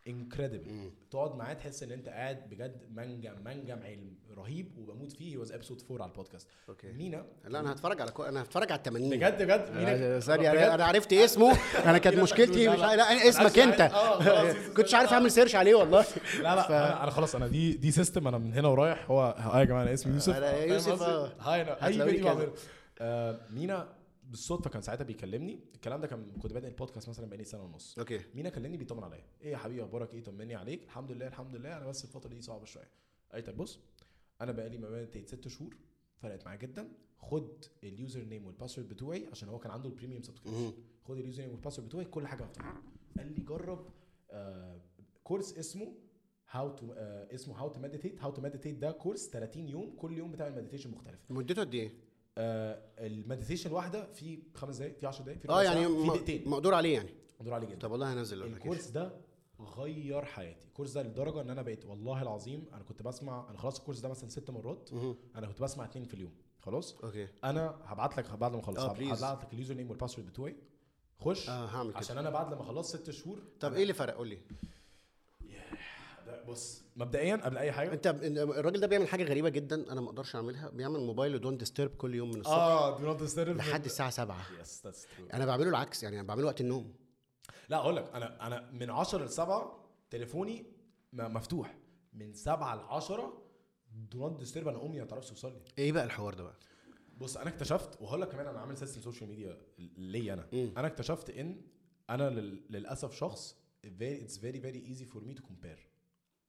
[SPEAKER 1] انكريدبل تقعد معاه تحس ان انت قاعد بجد منجم منجم علم رهيب وبموت فيه واز ابسود 4 على البودكاست
[SPEAKER 2] اوكي
[SPEAKER 1] مينا
[SPEAKER 2] لا انا هتفرج على كو... انا هتفرج على ال 80
[SPEAKER 1] بجد بجد
[SPEAKER 2] آه،
[SPEAKER 1] مينا
[SPEAKER 2] ثانية
[SPEAKER 1] بجد
[SPEAKER 2] أنا- انا عرفت
[SPEAKER 1] *laughs*
[SPEAKER 2] اسمه انا كانت
[SPEAKER 1] كده
[SPEAKER 2] مشكلتي
[SPEAKER 1] تقول
[SPEAKER 2] مش
[SPEAKER 1] لا، لا.
[SPEAKER 2] لا إيه اسمك
[SPEAKER 1] أنا
[SPEAKER 2] انت
[SPEAKER 1] آه، خلاص.
[SPEAKER 2] كنتش عارف اعمل سيرش عليه والله
[SPEAKER 1] لا لا انا انا خلاص انا دي دي سيستم انا من هنا ورايح هو ها يا جماعه انا اسمي يوسف
[SPEAKER 2] آه، أنا
[SPEAKER 1] فاهم
[SPEAKER 2] يوسف،
[SPEAKER 1] قصدي؟
[SPEAKER 2] آه.
[SPEAKER 1] هاي انا اي
[SPEAKER 2] هتلاقوني
[SPEAKER 1] فيديو
[SPEAKER 2] كده.
[SPEAKER 1] بعمله آه، مينا بالصدفه كان ساعتها بيكلمني الكلام ده كان كنت بادئ البودكاست مثلا بقالي سنه ونص
[SPEAKER 2] اوكي
[SPEAKER 1] مينا كلمني بيطمن عليا ايه يا حبيبي اخبارك ايه طمني عليك الحمد لله الحمد لله انا بس الفتره دي صعبه شويه قالت طب طيب بص انا بقالي ما بين تلات ست شهور فرقت معايا جدا خد اليوزر نيم والباسورد بتوعي عشان هو كان عنده البريميوم سبسكريبشن خد اليوزر نيم والباسورد بتوعي كل حاجه هفتحها قال لي جرب آه كورس اسمه هاو تو آه اسمه هاو تو مديتيت هاو تو مديتيت ده كورس 30 يوم كل يوم بتعمل مديتيشن مختلف
[SPEAKER 2] مدته قد ايه؟
[SPEAKER 1] آه الواحده واحده في خمس دقائق في 10 دقائق في
[SPEAKER 2] اه
[SPEAKER 1] ربع
[SPEAKER 2] يعني
[SPEAKER 1] ساعة، في
[SPEAKER 2] م-
[SPEAKER 1] دقيقتين
[SPEAKER 2] مقدور عليه يعني
[SPEAKER 1] قدروا عليه جدا
[SPEAKER 2] طب والله هنزل إيه.
[SPEAKER 1] الكورس
[SPEAKER 2] الابلكيشن
[SPEAKER 1] ده غير حياتي الكورس ده لدرجه ان انا بقيت والله العظيم انا كنت بسمع انا خلاص الكورس ده مثلا ست مرات انا كنت بسمع اتنين في اليوم خلاص
[SPEAKER 2] اوكي
[SPEAKER 1] انا هبعت لك بعد ما اخلص
[SPEAKER 2] آه،
[SPEAKER 1] هب-
[SPEAKER 2] please.
[SPEAKER 1] هبعت لك اليوزر نيم والباسورد بتوعي خش
[SPEAKER 2] اه هعمل كده
[SPEAKER 1] عشان انا بعد لما اخلص ست شهور
[SPEAKER 2] طب ايه اللي فرق قول لي
[SPEAKER 1] ده- بص مبدئيا قبل اي حاجه
[SPEAKER 2] انت الراجل ده بيعمل حاجه غريبه جدا انا ما اقدرش اعملها بيعمل موبايله دون ديسترب كل يوم من الصبح
[SPEAKER 1] اه دو نوت ديسترب
[SPEAKER 2] لحد الساعه 7
[SPEAKER 1] يس ذاتس ترو
[SPEAKER 2] انا بعمله العكس يعني انا بعمله وقت النوم
[SPEAKER 1] لا اقول لك انا انا من 10 ل 7 تليفوني م- مفتوح من 7 ل 10 دو نوت ديسترب انا امي ما تعرفش توصل لي
[SPEAKER 2] ايه بقى الحوار ده بقى
[SPEAKER 1] بص انا اكتشفت وهقول لك كمان انا عامل سيستم سوشيال ميديا ليا انا
[SPEAKER 2] مم.
[SPEAKER 1] انا اكتشفت ان انا لل- للاسف شخص اتس فيري فيري ايزي فور مي تو كومبير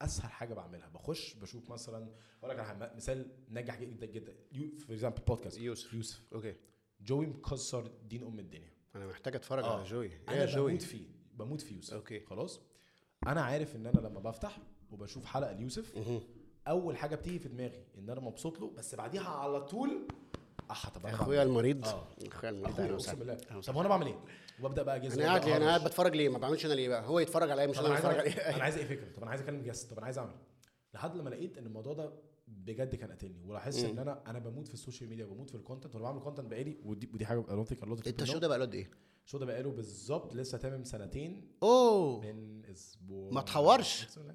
[SPEAKER 1] اسهل حاجه بعملها بخش بشوف مثلا اقول لك على حاجة، مثال ناجح جدا جدا فور اكزامبل بودكاست
[SPEAKER 2] يوسف.
[SPEAKER 1] يوسف
[SPEAKER 2] اوكي
[SPEAKER 1] جوي مكسر دين ام الدنيا
[SPEAKER 2] انا محتاج اتفرج
[SPEAKER 1] آه.
[SPEAKER 2] على جوي ايه يا
[SPEAKER 1] انا
[SPEAKER 2] جوي
[SPEAKER 1] بموت فيه بموت في يوسف
[SPEAKER 2] أوكي.
[SPEAKER 1] خلاص انا عارف ان انا لما بفتح وبشوف حلقه ليوسف
[SPEAKER 2] مهو.
[SPEAKER 1] اول حاجه بتيجي في دماغي ان انا مبسوط له بس بعديها على طول اح طب أنا بعمل
[SPEAKER 2] اخويا المريض
[SPEAKER 1] آه.
[SPEAKER 2] اخويا المريض
[SPEAKER 1] اخويا
[SPEAKER 2] اهلا
[SPEAKER 1] اقسم
[SPEAKER 2] وسهلا
[SPEAKER 1] بالله
[SPEAKER 2] أهلا
[SPEAKER 1] طب وانا بعمل ايه؟ وابدا بقى اجهز
[SPEAKER 2] انا قاعد ليه؟ انا قاعد بتفرج ليه ما بعملش انا ليه بقى هو يتفرج عليا مش
[SPEAKER 1] طب
[SPEAKER 2] انا
[SPEAKER 1] انا
[SPEAKER 2] اتفرج
[SPEAKER 1] عايز
[SPEAKER 2] عليه *laughs*
[SPEAKER 1] انا عايز اقفل طب انا عايز اكلم جاست طب انا عايز اعمل لحد لما لقيت ان الموضوع ده بجد كان قاتلني ولاحظت ان انا انا بموت في السوشيال ميديا وبموت في الكونتنت وانا بعمل كونتنت بقالي ودي ودي حاجه اي دونت ثينك
[SPEAKER 2] انت شو ده بقى له قد ايه
[SPEAKER 1] شو ده بقاله بالظبط لسه تمام سنتين
[SPEAKER 2] اوه
[SPEAKER 1] من اسبوع
[SPEAKER 2] ما تحورش.
[SPEAKER 1] بسم الله.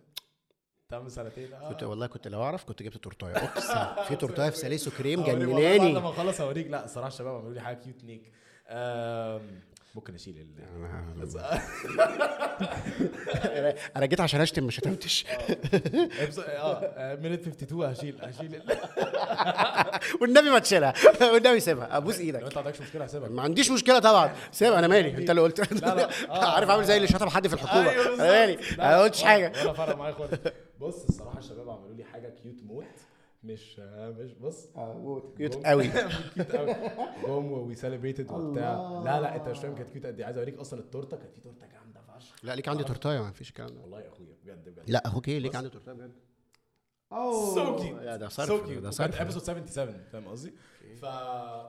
[SPEAKER 1] تمام سنتين اه
[SPEAKER 2] *laughs* كنت والله كنت لو اعرف كنت جبت تورتايه اقسم *laughs* في تورتايه في سلاسل كريم
[SPEAKER 1] هوريك- والله بعد
[SPEAKER 2] *laughs*
[SPEAKER 1] لما
[SPEAKER 2] جنناني
[SPEAKER 1] اخلص هوريك لا صراحه الشباب عملوا لي حاجه كيوت نيك آم، ممكن اشيل
[SPEAKER 2] *laughs*
[SPEAKER 1] ال
[SPEAKER 2] انا جيت عشان اشتم ما شتمتش *laughs*
[SPEAKER 1] ابس- اه مينت 52 هشيل هشيل ال-
[SPEAKER 2] والنبي ما تشيلها *laughs* والنبي سيبها ابوس
[SPEAKER 1] لو
[SPEAKER 2] ايدك
[SPEAKER 1] انت ما عندكش مشكله هسيبها
[SPEAKER 2] ما عنديش مشكله طبعا سيب انا مالي انت اللي قلت
[SPEAKER 1] لا، لا. آه.
[SPEAKER 2] *laughs* عارف عامل زي اللي شتم حد في الحكومه
[SPEAKER 1] أيوة بالظبط.
[SPEAKER 2] انا مالي
[SPEAKER 1] لا،
[SPEAKER 2] انا ما قلتش
[SPEAKER 1] ولا-
[SPEAKER 2] حاجه
[SPEAKER 1] ولا فرق معايا خالص *laughs* بص الصراحه الشباب عملوا لي حاجه كيوت موت مش آه، مش بص
[SPEAKER 2] كيوت
[SPEAKER 1] جم- *laughs*
[SPEAKER 2] قوي
[SPEAKER 1] كيوت قوي جم وي سيلبريتد وبتاع لا لا انت مش فاهم كانت كيوت قد ايه عايز اوريك اصلا التورته كانت في تورته جامده فشخ
[SPEAKER 2] لا ليك عندي تورتايه ما فيش الكلام ده
[SPEAKER 1] والله يا اخويا بجد بجد
[SPEAKER 2] لا اوكي ليك عندي تورتايه بجد
[SPEAKER 1] سو كيوت
[SPEAKER 2] لا، ده صرف،
[SPEAKER 1] سو كيوت
[SPEAKER 2] ده
[SPEAKER 1] ده
[SPEAKER 2] صرف.
[SPEAKER 1] صرف ابيسود 77 فاهم قصدي؟ ف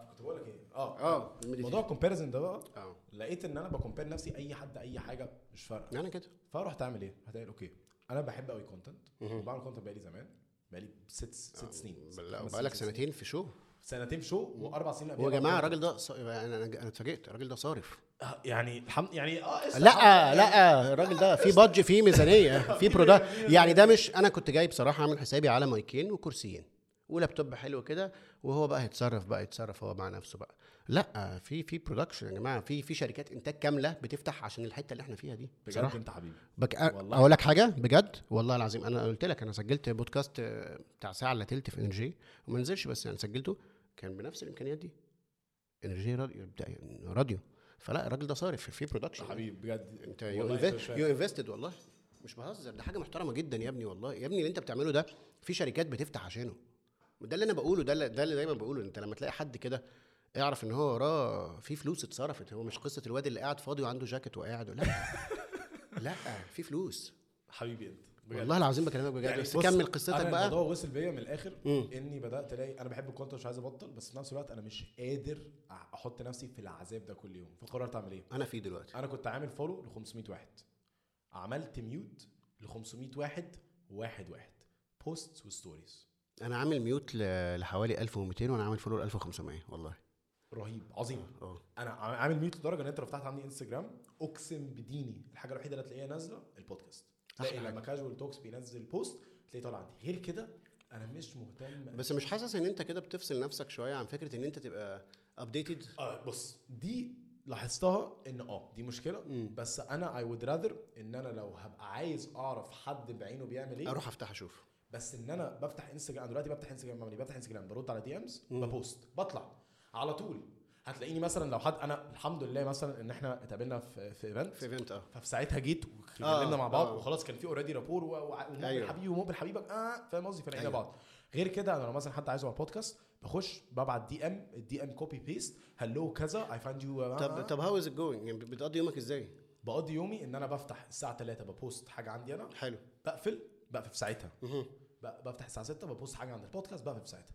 [SPEAKER 1] كنت بقول لك ايه اه
[SPEAKER 2] اه
[SPEAKER 1] موضوع الكومباريزن ده بقى
[SPEAKER 2] اه
[SPEAKER 1] لقيت ان انا بكومبير نفسي اي حد اي حاجه مش فارقه
[SPEAKER 2] انا يعني كده
[SPEAKER 1] فرحت اعمل ايه؟ رحت قايل اوكي انا بحب قوي كونتنت وبعمل كونتنت بقالي زمان بقالي ست
[SPEAKER 2] آه،
[SPEAKER 1] ست سنين
[SPEAKER 2] لا
[SPEAKER 1] خمس
[SPEAKER 2] بقالك
[SPEAKER 1] ست سنين.
[SPEAKER 2] سنتين في شو
[SPEAKER 1] سنتين في شو واربع سنين قبل
[SPEAKER 2] هو يا جماعه الراجل ده ص- انا انا أنا اتفاجئت الراجل ده صارف
[SPEAKER 1] يعني الحمد يعني اه قشطة،
[SPEAKER 2] لا
[SPEAKER 1] الحمد لله.
[SPEAKER 2] لا الراجل ده في بادج في ميزانيه
[SPEAKER 1] *laughs*
[SPEAKER 2] في برودكت يعني ده مش انا كنت جاي بصراحه عامل حسابي على مايكين وكرسيين ولابتوب حلو كده وهو بقى هيتصرف بقى يتصرف هو مع نفسه بقى لا في في برودكشن يا جماعه في في شركات انتاج كامله بتفتح عشان الحته اللي احنا فيها دي
[SPEAKER 1] بجد
[SPEAKER 2] بصراحه
[SPEAKER 1] انت حبيبي
[SPEAKER 2] بك...
[SPEAKER 1] والله.
[SPEAKER 2] اقول لك حاجه بجد والله العظيم انا قلت لك انا سجلت بودكاست آه، بتاع ساعه الا تلت في انرجي وما نزلش بس يعني سجلته كان بنفس الامكانيات دي انرجي راديو بتاع راديو فلا الراجل ده صارف في برودكشن
[SPEAKER 1] حبيبي بجد
[SPEAKER 2] انت
[SPEAKER 1] والله
[SPEAKER 2] يو
[SPEAKER 1] انت مش فاهم.
[SPEAKER 2] يو انفستد والله مش بهزر ده حاجه محترمه جدا يا ابني والله يا ابني اللي انت بتعمله ده في شركات بتفتح عشانه ده اللي انا بقوله ده اللي ده اللي دايما بقوله انت لما تلاقي حد كده اعرف ان هو وراه في فلوس اتصرفت هو مش قصه الواد اللي قاعد فاضي وعنده جاكيت
[SPEAKER 1] *laughs*
[SPEAKER 2] وقاعد لا لا في فلوس
[SPEAKER 1] حبيبي انت بجد.
[SPEAKER 2] والله العظيم بكلمك بجد
[SPEAKER 1] يعني
[SPEAKER 2] بس
[SPEAKER 1] بص،
[SPEAKER 2] كمل
[SPEAKER 1] أنا
[SPEAKER 2] قصتك بقى
[SPEAKER 1] الموضوع وصل بيا من الاخر
[SPEAKER 2] مم.
[SPEAKER 1] اني بدات الاقي انا بحب الكونتنت مش عايز ابطل بس في نفس الوقت انا مش قادر احط نفسي في العذاب ده كل يوم فقررت اعمل ايه؟
[SPEAKER 2] انا فيه دلوقتي
[SPEAKER 1] انا كنت عامل فولو ل 500 واحد عملت ميوت ل 500 واحد واحد واحد بوست وستوريز
[SPEAKER 2] انا عامل ميوت ل- لحوالي 1200 وانا عامل فولور 1500 والله
[SPEAKER 1] رهيب عظيم
[SPEAKER 2] اه
[SPEAKER 1] انا عم- عامل ميوت لدرجه ان انت لو فتحت عندي انستجرام اقسم بديني الحاجه الوحيده اللي هتلاقيها نازله البودكاست تلاقي
[SPEAKER 2] حاجة.
[SPEAKER 1] لما كاجوال توكس بينزل بوست تلاقيه طالع عندي غير كده انا مش مهتم
[SPEAKER 2] بس مش حاسس ان انت كده بتفصل نفسك شويه عن فكره ان انت تبقى ابديتد
[SPEAKER 1] آه بص دي لاحظتها ان اه دي مشكله
[SPEAKER 2] مم.
[SPEAKER 1] بس انا اي وود راذر ان انا لو هبقى عايز اعرف حد بعينه بيعمل ايه
[SPEAKER 2] اروح افتح اشوف
[SPEAKER 1] بس ان انا بفتح انستجرام أنا دلوقتي بفتح انستجرام بعمل إيه؟ بفتح انستجرام برد على دي امز ببوست بطلع على طول هتلاقيني مثلا لو حد انا الحمد لله مثلا ان احنا اتقابلنا في في ايفنت
[SPEAKER 2] في ايفنت اه
[SPEAKER 1] ففي ساعتها جيت واتكلمنا
[SPEAKER 2] آه،
[SPEAKER 1] مع بعض
[SPEAKER 2] آه.
[SPEAKER 1] وخلاص كان في اوريدي رابور و- وع- ومقبل
[SPEAKER 2] أيوة.
[SPEAKER 1] أيوة. حبيبي ومقبل حبيبك اه فاهم قصدي فلقينا
[SPEAKER 2] أيوة.
[SPEAKER 1] أيوة. بعض غير كده انا لو مثلا حد عايز يعمل بودكاست بخش ببعت دي ام الدي ام كوبي بيست هلو كذا اي فاند يو
[SPEAKER 2] طب طب هاو از ات جوينج يعني بتقضي يومك ازاي؟
[SPEAKER 1] آه، بقضي يومي ان انا بفتح الساعه 3 ببوست حاجه عندي انا
[SPEAKER 2] حلو
[SPEAKER 1] بقفل بقفل في ساعتها
[SPEAKER 2] مهم.
[SPEAKER 1] ب- بفتح الساعه 6 ببوست حاجه عند البودكاست بقفل في ساعتها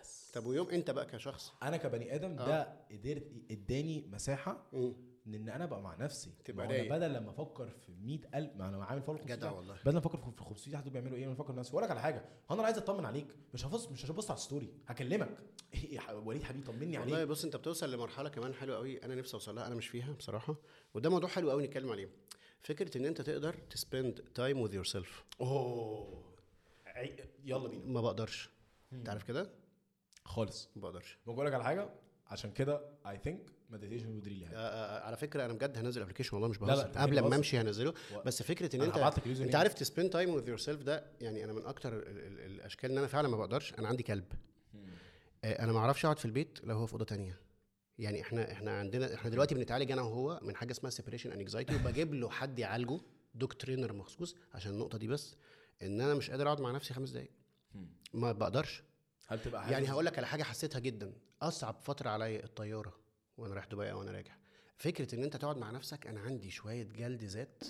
[SPEAKER 1] بس
[SPEAKER 2] طب ويوم انت بقى كشخص
[SPEAKER 1] انا كبني ادم
[SPEAKER 2] آه.
[SPEAKER 1] ده قدرت إيه، اداني مساحه
[SPEAKER 2] مم.
[SPEAKER 1] ان انا ابقى مع نفسي
[SPEAKER 2] تبقى
[SPEAKER 1] ما هو أنا
[SPEAKER 2] رايق.
[SPEAKER 1] بدل لما افكر في 100000 ما انا عامل فولو 500
[SPEAKER 2] جدع
[SPEAKER 1] واحد.
[SPEAKER 2] والله.
[SPEAKER 1] بدل ما افكر في في 500 واحد دول بيعملوا ايه انا بفكر في نفسي واقول لك على حاجه هو انا لو عايز اطمن عليك مش هبص مش هبص على الستوري هكلمك *laughs* إيه يا ح- وليد حبيبي طمني
[SPEAKER 2] والله
[SPEAKER 1] عليك
[SPEAKER 2] بص انت بتوصل لمرحله كمان حلوه قوي انا نفسي اوصل لها انا مش فيها بصراحه وده موضوع حلو قوي نتكلم عليه فكره ان انت تقدر تسبند تايم وذ يور سيلف
[SPEAKER 1] اوه عي- يلا بينا
[SPEAKER 2] ما بقدرش انت عارف كده
[SPEAKER 1] خالص
[SPEAKER 2] ما بقدرش
[SPEAKER 1] ممكن اقول لك على حاجه عشان كده اي ثينك مديتيشن ودري
[SPEAKER 2] آه،
[SPEAKER 1] لي
[SPEAKER 2] آه، على فكره انا بجد هنزل ابلكيشن والله مش
[SPEAKER 1] لا،
[SPEAKER 2] بهزر
[SPEAKER 1] تمام،
[SPEAKER 2] قبل ما
[SPEAKER 1] بهزر.
[SPEAKER 2] امشي هنزله
[SPEAKER 1] و-
[SPEAKER 2] بس فكره ان
[SPEAKER 1] أنا
[SPEAKER 2] انت
[SPEAKER 1] هبعت لك اليوزر
[SPEAKER 2] انت
[SPEAKER 1] نيم.
[SPEAKER 2] عارف تسبند تايم وذ يور سيلف ده يعني انا من اكتر ال- ال- الاشكال ان انا فعلا ما بقدرش انا عندي كلب آه، انا ما اعرفش اقعد في البيت لو هو في اوضه تانية يعني احنا احنا عندنا احنا دلوقتي بنتعالج انا وهو من حاجه اسمها سيبريشن انكزايتي وبجيب له حد يعالجه دوك ترينر مخصوص عشان النقطه دي بس ان انا مش قادر اقعد مع نفسي خمس دقايق ما بقدرش
[SPEAKER 1] هل تبقى حاجة
[SPEAKER 2] يعني هقول لك على حاجه حسيتها جدا اصعب فتره عليا الطياره وانا رايح دبي او وانا راجع فكره ان انت تقعد مع نفسك انا عندي شويه جلد ذات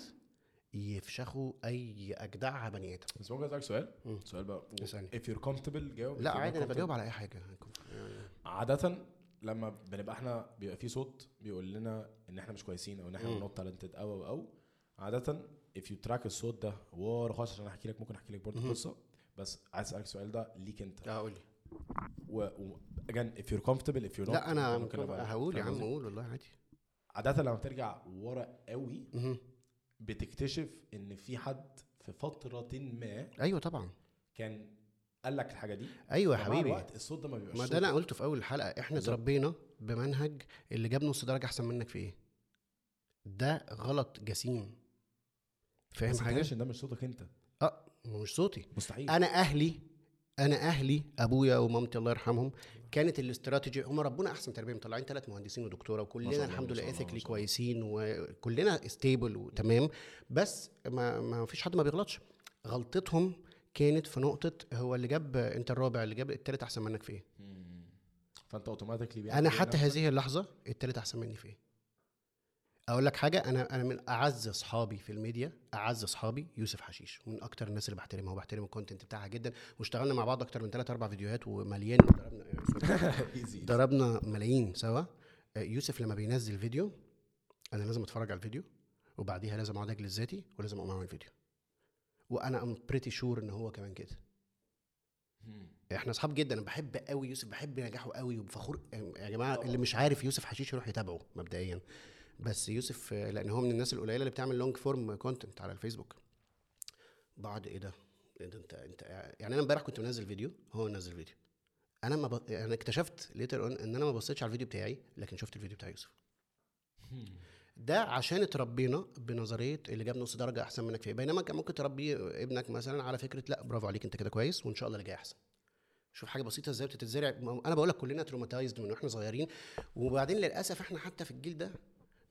[SPEAKER 2] يفشخوا اي اجدعها بني ادم
[SPEAKER 1] بس ممكن اسالك سؤال
[SPEAKER 2] مم.
[SPEAKER 1] سؤال بقى و-
[SPEAKER 2] اسألني.
[SPEAKER 1] if you're comfortable جاوب
[SPEAKER 2] لا
[SPEAKER 1] if you're not
[SPEAKER 2] عادي انا
[SPEAKER 1] comfortable.
[SPEAKER 2] بجاوب على اي حاجه يعني
[SPEAKER 1] عادة لما بنبقى احنا بيبقى في صوت بيقول لنا ان احنا مش كويسين او ان احنا
[SPEAKER 2] مم.
[SPEAKER 1] نوت تالنتد او او او عادة if you track الصوت ده ورا خالص عشان احكي لك ممكن احكي لك برضه قصة بس عايز اسالك السؤال ده ليك انت
[SPEAKER 2] اه قول لي
[SPEAKER 1] و, و again if you're comfortable if you're not
[SPEAKER 2] لا انا
[SPEAKER 1] ممكن أبقى-
[SPEAKER 2] هقول يا
[SPEAKER 1] فاهم
[SPEAKER 2] عم
[SPEAKER 1] قصدي؟
[SPEAKER 2] قول والله عادي
[SPEAKER 1] عادة لما بترجع ورا قوي
[SPEAKER 2] مهم.
[SPEAKER 1] بتكتشف ان في حد في فترة ما
[SPEAKER 2] ايوه طبعا
[SPEAKER 1] كان قال لك الحاجة دي
[SPEAKER 2] ايوه يا
[SPEAKER 1] فمع
[SPEAKER 2] حبيبي
[SPEAKER 1] الوقت الصوت ده ما بيبقاش
[SPEAKER 2] ما
[SPEAKER 1] صوت.
[SPEAKER 2] ده انا قلته في اول الحلقه احنا
[SPEAKER 1] بالظبط.
[SPEAKER 2] اتربينا بمنهج اللي جاب نص درجه احسن منك في ايه ده غلط جسيم فاهم
[SPEAKER 1] بس أنت
[SPEAKER 2] حاجه
[SPEAKER 1] عارف ان ده مش صوتك انت
[SPEAKER 2] اه مش صوتي
[SPEAKER 1] مستحيل
[SPEAKER 2] انا اهلي انا اهلي ابويا ومامتي الله يرحمهم كانت الاستراتيجي هم ربنا احسن تربيه مطلعين ثلاث مهندسين ودكتوره
[SPEAKER 1] ما
[SPEAKER 2] وكلنا
[SPEAKER 1] شاء الله،
[SPEAKER 2] الحمد
[SPEAKER 1] ما شاء
[SPEAKER 2] لله
[SPEAKER 1] الله، ما
[SPEAKER 2] اثيكلي
[SPEAKER 1] شاء الله.
[SPEAKER 2] كويسين وكلنا ستيبل وتمام بس ما, ما فيش حد ما بيغلطش غلطتهم كانت في نقطه هو اللي جاب انت الرابع اللي جاب التالت احسن منك في ايه
[SPEAKER 1] مم. فانت اوتوماتيكلي
[SPEAKER 2] انا
[SPEAKER 1] *laughs*
[SPEAKER 2] حتى هذه اللحظه التالت احسن مني في ايه اقول لك حاجه انا انا من اعز اصحابي في الميديا اعز اصحابي يوسف حشيش من اكتر الناس اللي بحترمها وبحترم الكونتنت بتاعها جدا واشتغلنا مع بعض اكتر من 3 4 فيديوهات ومليان ضربنا
[SPEAKER 1] *laughs*
[SPEAKER 2] آه،
[SPEAKER 1] ايزي
[SPEAKER 2] ضربنا ملايين سوا آه، يوسف لما بينزل فيديو انا لازم اتفرج على الفيديو وبعديها لازم اقعد اجلس ذاتي ولازم اقوم اعمل فيديو وانا ام بريتي شور ان هو كمان كده احنا اصحاب جدا انا بحب قوي يوسف بحب نجاحه قوي وفخور يا جماعه اللي مش عارف يوسف حشيش يروح يتابعه مبدئيا بس يوسف آه، لان هو من الناس القليله اللي بتعمل لونج فورم كونتنت على الفيسبوك بعد ايه ده إيه ده انت انت يعني انا امبارح كنت منزل فيديو هو نزل فيديو انا ما ب... انا اكتشفت ليتر اون ان انا ما بصيتش على الفيديو بتاعي لكن شفت الفيديو بتاع يوسف ده عشان اتربينا بنظريه اللي جاب نص درجه احسن منك فيه بينما كان ممكن تربي ابنك مثلا على فكره لا برافو عليك انت كده كويس وان شاء الله اللي جاي احسن شوف حاجه بسيطه ازاي بتتزرع ما- انا بقول لك كلنا تروماتايزد من واحنا صغيرين وبعدين للاسف احنا حتى في الجيل ده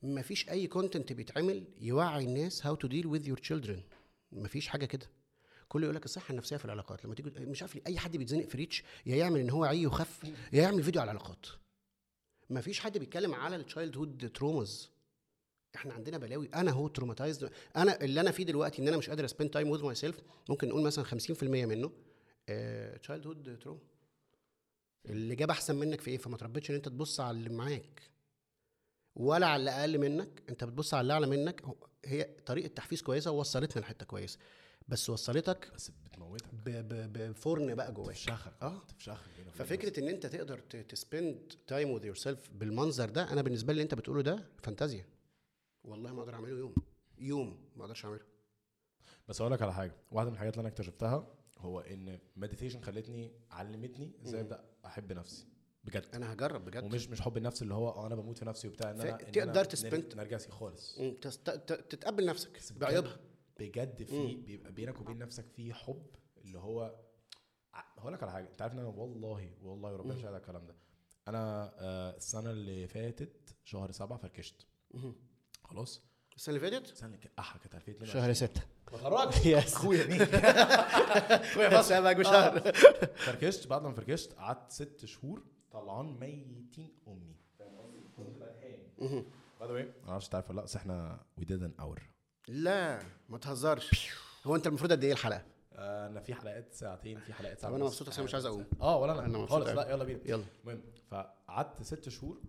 [SPEAKER 2] مفيش اي كونتنت بيتعمل يوعي الناس هاو تو ديل وذ يور تشيلدرن مفيش حاجه كده كله يقول لك الصحه النفسيه في العلاقات لما تيجي مش عارف ليه اي حد بيتزنق في ريتش يا يعمل ان هو عي وخف يا يعمل فيديو على العلاقات مفيش حد بيتكلم على التشايلد هود ترومز احنا عندنا بلاوي انا هو تروماتايزد انا اللي انا فيه دلوقتي ان انا مش قادر اسبند تايم وذ ماي سيلف ممكن نقول مثلا 50% منه تشايلد هود تروما اللي جاب احسن منك في ايه فما تربيتش ان انت تبص على اللي معاك ولا على اللي اقل منك انت بتبص على اللي اعلى منك هو- هي طريقه تحفيز كويسه ووصلتنا لحته كويسه بس وصلتك
[SPEAKER 1] بس بتموتك
[SPEAKER 2] ب- ب- بفرن بقى جواك
[SPEAKER 1] تفشخك
[SPEAKER 2] اه
[SPEAKER 1] تفشخك بيني وبينك.
[SPEAKER 2] ففكره ان انت تقدر تسبند تايم وذ يور سيلف بالمنظر ده انا بالنسبه لي اللي انت بتقوله ده فانتازيا والله ما اقدر اعمله يوم يوم ما اقدرش اعمله
[SPEAKER 1] بس اقول لك على حاجه واحده من الحاجات اللي انا اكتشفتها هو ان مديتيشن خلتني علمتني ازاي ابدا احب نفسي بجد
[SPEAKER 2] انا هجرب بجد
[SPEAKER 1] ومش مش حب النفس اللي هو اه انا بموت في نفسي وبتاع ان
[SPEAKER 2] ف-
[SPEAKER 1] انا إن
[SPEAKER 2] تقدر
[SPEAKER 1] أنا
[SPEAKER 2] تسبنت-
[SPEAKER 1] نرجسي خالص
[SPEAKER 2] مم، تست- ت- تتقبل
[SPEAKER 1] بس
[SPEAKER 2] نفسك
[SPEAKER 1] بجد-
[SPEAKER 2] بعيوبها
[SPEAKER 1] بجد في بيبقى بينك وبين نفسك في حب اللي هو ع- هقول لك على حاجه انت عارف ان انا والله والله ربنا شاهد على الكلام ده انا آه، السنه اللي فاتت شهر سبعة فركشت خلاص
[SPEAKER 2] السنه اللي فاتت
[SPEAKER 1] السنه اللي اح كانت 2022 *laughs*
[SPEAKER 2] ستة
[SPEAKER 1] ما خرجت يس اخويا مين
[SPEAKER 2] اخويا *laughs* بس آه. انا بقى شهر
[SPEAKER 1] *laughs* فركشت بعد ما فركشت قعدت ست شهور طلعان ميتين امي فاهم قصدي؟ كنت بنهان باي ذا واي ما اعرفش تعرف ولا لا بس احنا وي ديد ان اور
[SPEAKER 2] لا ما تهزرش هو انت المفروض قد ايه الحلقه؟
[SPEAKER 1] انا في حلقات ساعتين في حلقات
[SPEAKER 2] طب
[SPEAKER 1] ساعتين
[SPEAKER 2] انا مبسوط عشان مش عايز اقوم
[SPEAKER 1] اه ولا
[SPEAKER 2] أنا
[SPEAKER 1] انا
[SPEAKER 2] مبسوط
[SPEAKER 1] خالص
[SPEAKER 2] أوي.
[SPEAKER 1] لا يلا بينا
[SPEAKER 2] يلا.
[SPEAKER 1] المهم فقعدت ست شهور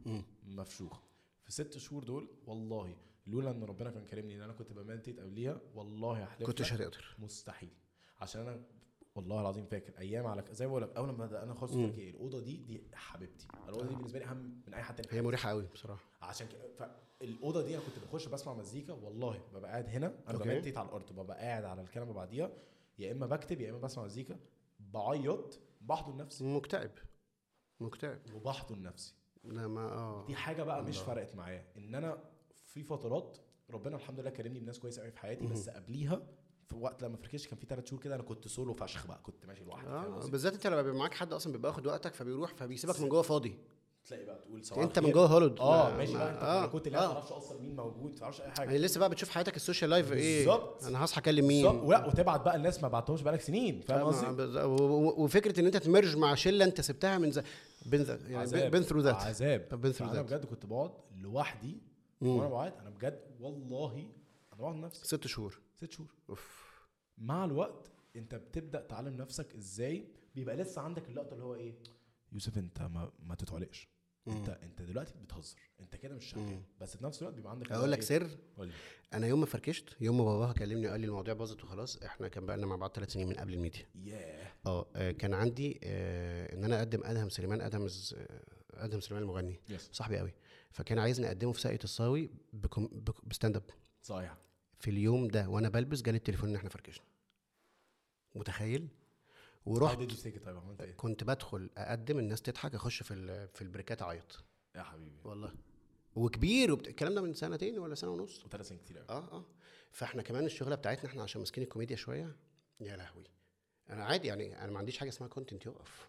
[SPEAKER 1] مفشوخ في ست شهور دول والله لولا ان ربنا كان كرمني ان انا كنت بمنتيت قبليها والله هحلف
[SPEAKER 2] كنتش
[SPEAKER 1] لك
[SPEAKER 2] هتقدر
[SPEAKER 1] مستحيل عشان انا والله العظيم فاكر ايام على زي ما بقول لك اول ما بدأ انا خالص تركي الاوضه دي دي حبيبتي الاوضه دي بالنسبه لي اهم من اي حد تاني
[SPEAKER 2] هي مريحه قوي بصراحه
[SPEAKER 1] عشان كده فالاوضه دي انا كنت بخش بسمع مزيكا والله ببقى قاعد هنا انا
[SPEAKER 2] أوكي.
[SPEAKER 1] بمديت على الارض ببقى قاعد على الكنبه بعديها يا اما بكتب يا اما بسمع مزيكا بعيط بحضن نفسي
[SPEAKER 2] مكتئب مكتئب
[SPEAKER 1] وبحضن نفسي
[SPEAKER 2] لا ما اه
[SPEAKER 1] دي حاجه بقى مش فرقت معايا ان انا في فترات ربنا الحمد لله كرمني بناس كويسه قوي في حياتي بس قبليها في وقت لما فركش كان في ثلاث شهور كده انا كنت سولو فشخ بقى كنت ماشي لوحدي فاهم
[SPEAKER 2] اه
[SPEAKER 1] قصدي؟
[SPEAKER 2] بالذات انت لما بيبقى معاك حد اصلا بيبقى واخد وقتك فبيروح فبيسيبك من جوه فاضي
[SPEAKER 1] تلاقي بقى تقول سواء
[SPEAKER 2] انت
[SPEAKER 1] الخير.
[SPEAKER 2] من جوه هولد
[SPEAKER 1] اه
[SPEAKER 2] ما-
[SPEAKER 1] ماشي بقى انت
[SPEAKER 2] ما-
[SPEAKER 1] آه كنت لا
[SPEAKER 2] آه.
[SPEAKER 1] تعرفش اصلا مين موجود ما تعرفش اي حاجه
[SPEAKER 2] يعني لسه بقى بتشوف حياتك السوشيال لايف ايه
[SPEAKER 1] بالظبط.
[SPEAKER 2] انا هصحى اكلم
[SPEAKER 1] بالظبط.
[SPEAKER 2] مين
[SPEAKER 1] ولا وتبعت بقى الناس ما بعتهمش بقالك سنين فاهم قصدي؟
[SPEAKER 2] بالظبط. و- و- وفكره ان انت تمرج مع شله انت سبتها من ز... بين ذا يعني
[SPEAKER 1] عذاب.
[SPEAKER 2] بين ثرو ذات
[SPEAKER 1] عذاب
[SPEAKER 2] I've been through
[SPEAKER 1] انا
[SPEAKER 2] that.
[SPEAKER 1] بجد كنت بقعد لوحدي وانا بقعد انا بجد والله انا بقعد نفسي
[SPEAKER 2] ست شهور
[SPEAKER 1] ست شهور
[SPEAKER 2] اوف
[SPEAKER 1] مع الوقت انت بتبدا تعلم نفسك ازاي بيبقى لسه عندك اللقطه اللي هو ايه يوسف انت ما ما تتعلقش انت انت دلوقتي بتهزر انت كده مش شغال بس في نفس الوقت بيبقى عندك اللي هو
[SPEAKER 2] اقول لك
[SPEAKER 1] إيه؟
[SPEAKER 2] سر
[SPEAKER 1] قول لي.
[SPEAKER 2] انا يوم ما فركشت يوم ما باباها كلمني وقال لي المواضيع باظت وخلاص احنا كان بقالنا مع بعض ثلاث سنين من قبل الميديا
[SPEAKER 1] ياه
[SPEAKER 2] اه آه، كان عندي آه، ان انا اقدم ادهم سليمان ادهم ز- آه، ادهم سليمان المغني
[SPEAKER 1] يس
[SPEAKER 2] صاحبي قوي فكان عايزني اقدمه في ساقية الصاوي بكم- بك- بستاند اب
[SPEAKER 1] صحيح
[SPEAKER 2] في اليوم ده وانا بلبس جالي التليفون ان احنا فركشنا متخيل
[SPEAKER 1] رحت
[SPEAKER 2] ورحت
[SPEAKER 1] دي تفتكر طيب عملت ايه؟
[SPEAKER 2] كنت بدخل اقدم الناس تضحك اخش في ال- في البريكات اعيط
[SPEAKER 1] يا حبيبي
[SPEAKER 2] والله وكبير وبت... الكلام ده من سنتين ولا سنه ونص
[SPEAKER 1] وثلاث سنين كتير قوي
[SPEAKER 2] اه اه فاحنا كمان الشغله بتاعتنا احنا عشان ماسكين الكوميديا شويه يا لهوي انا عادي يعني انا ما عنديش حاجه اسمها كونتنت يقف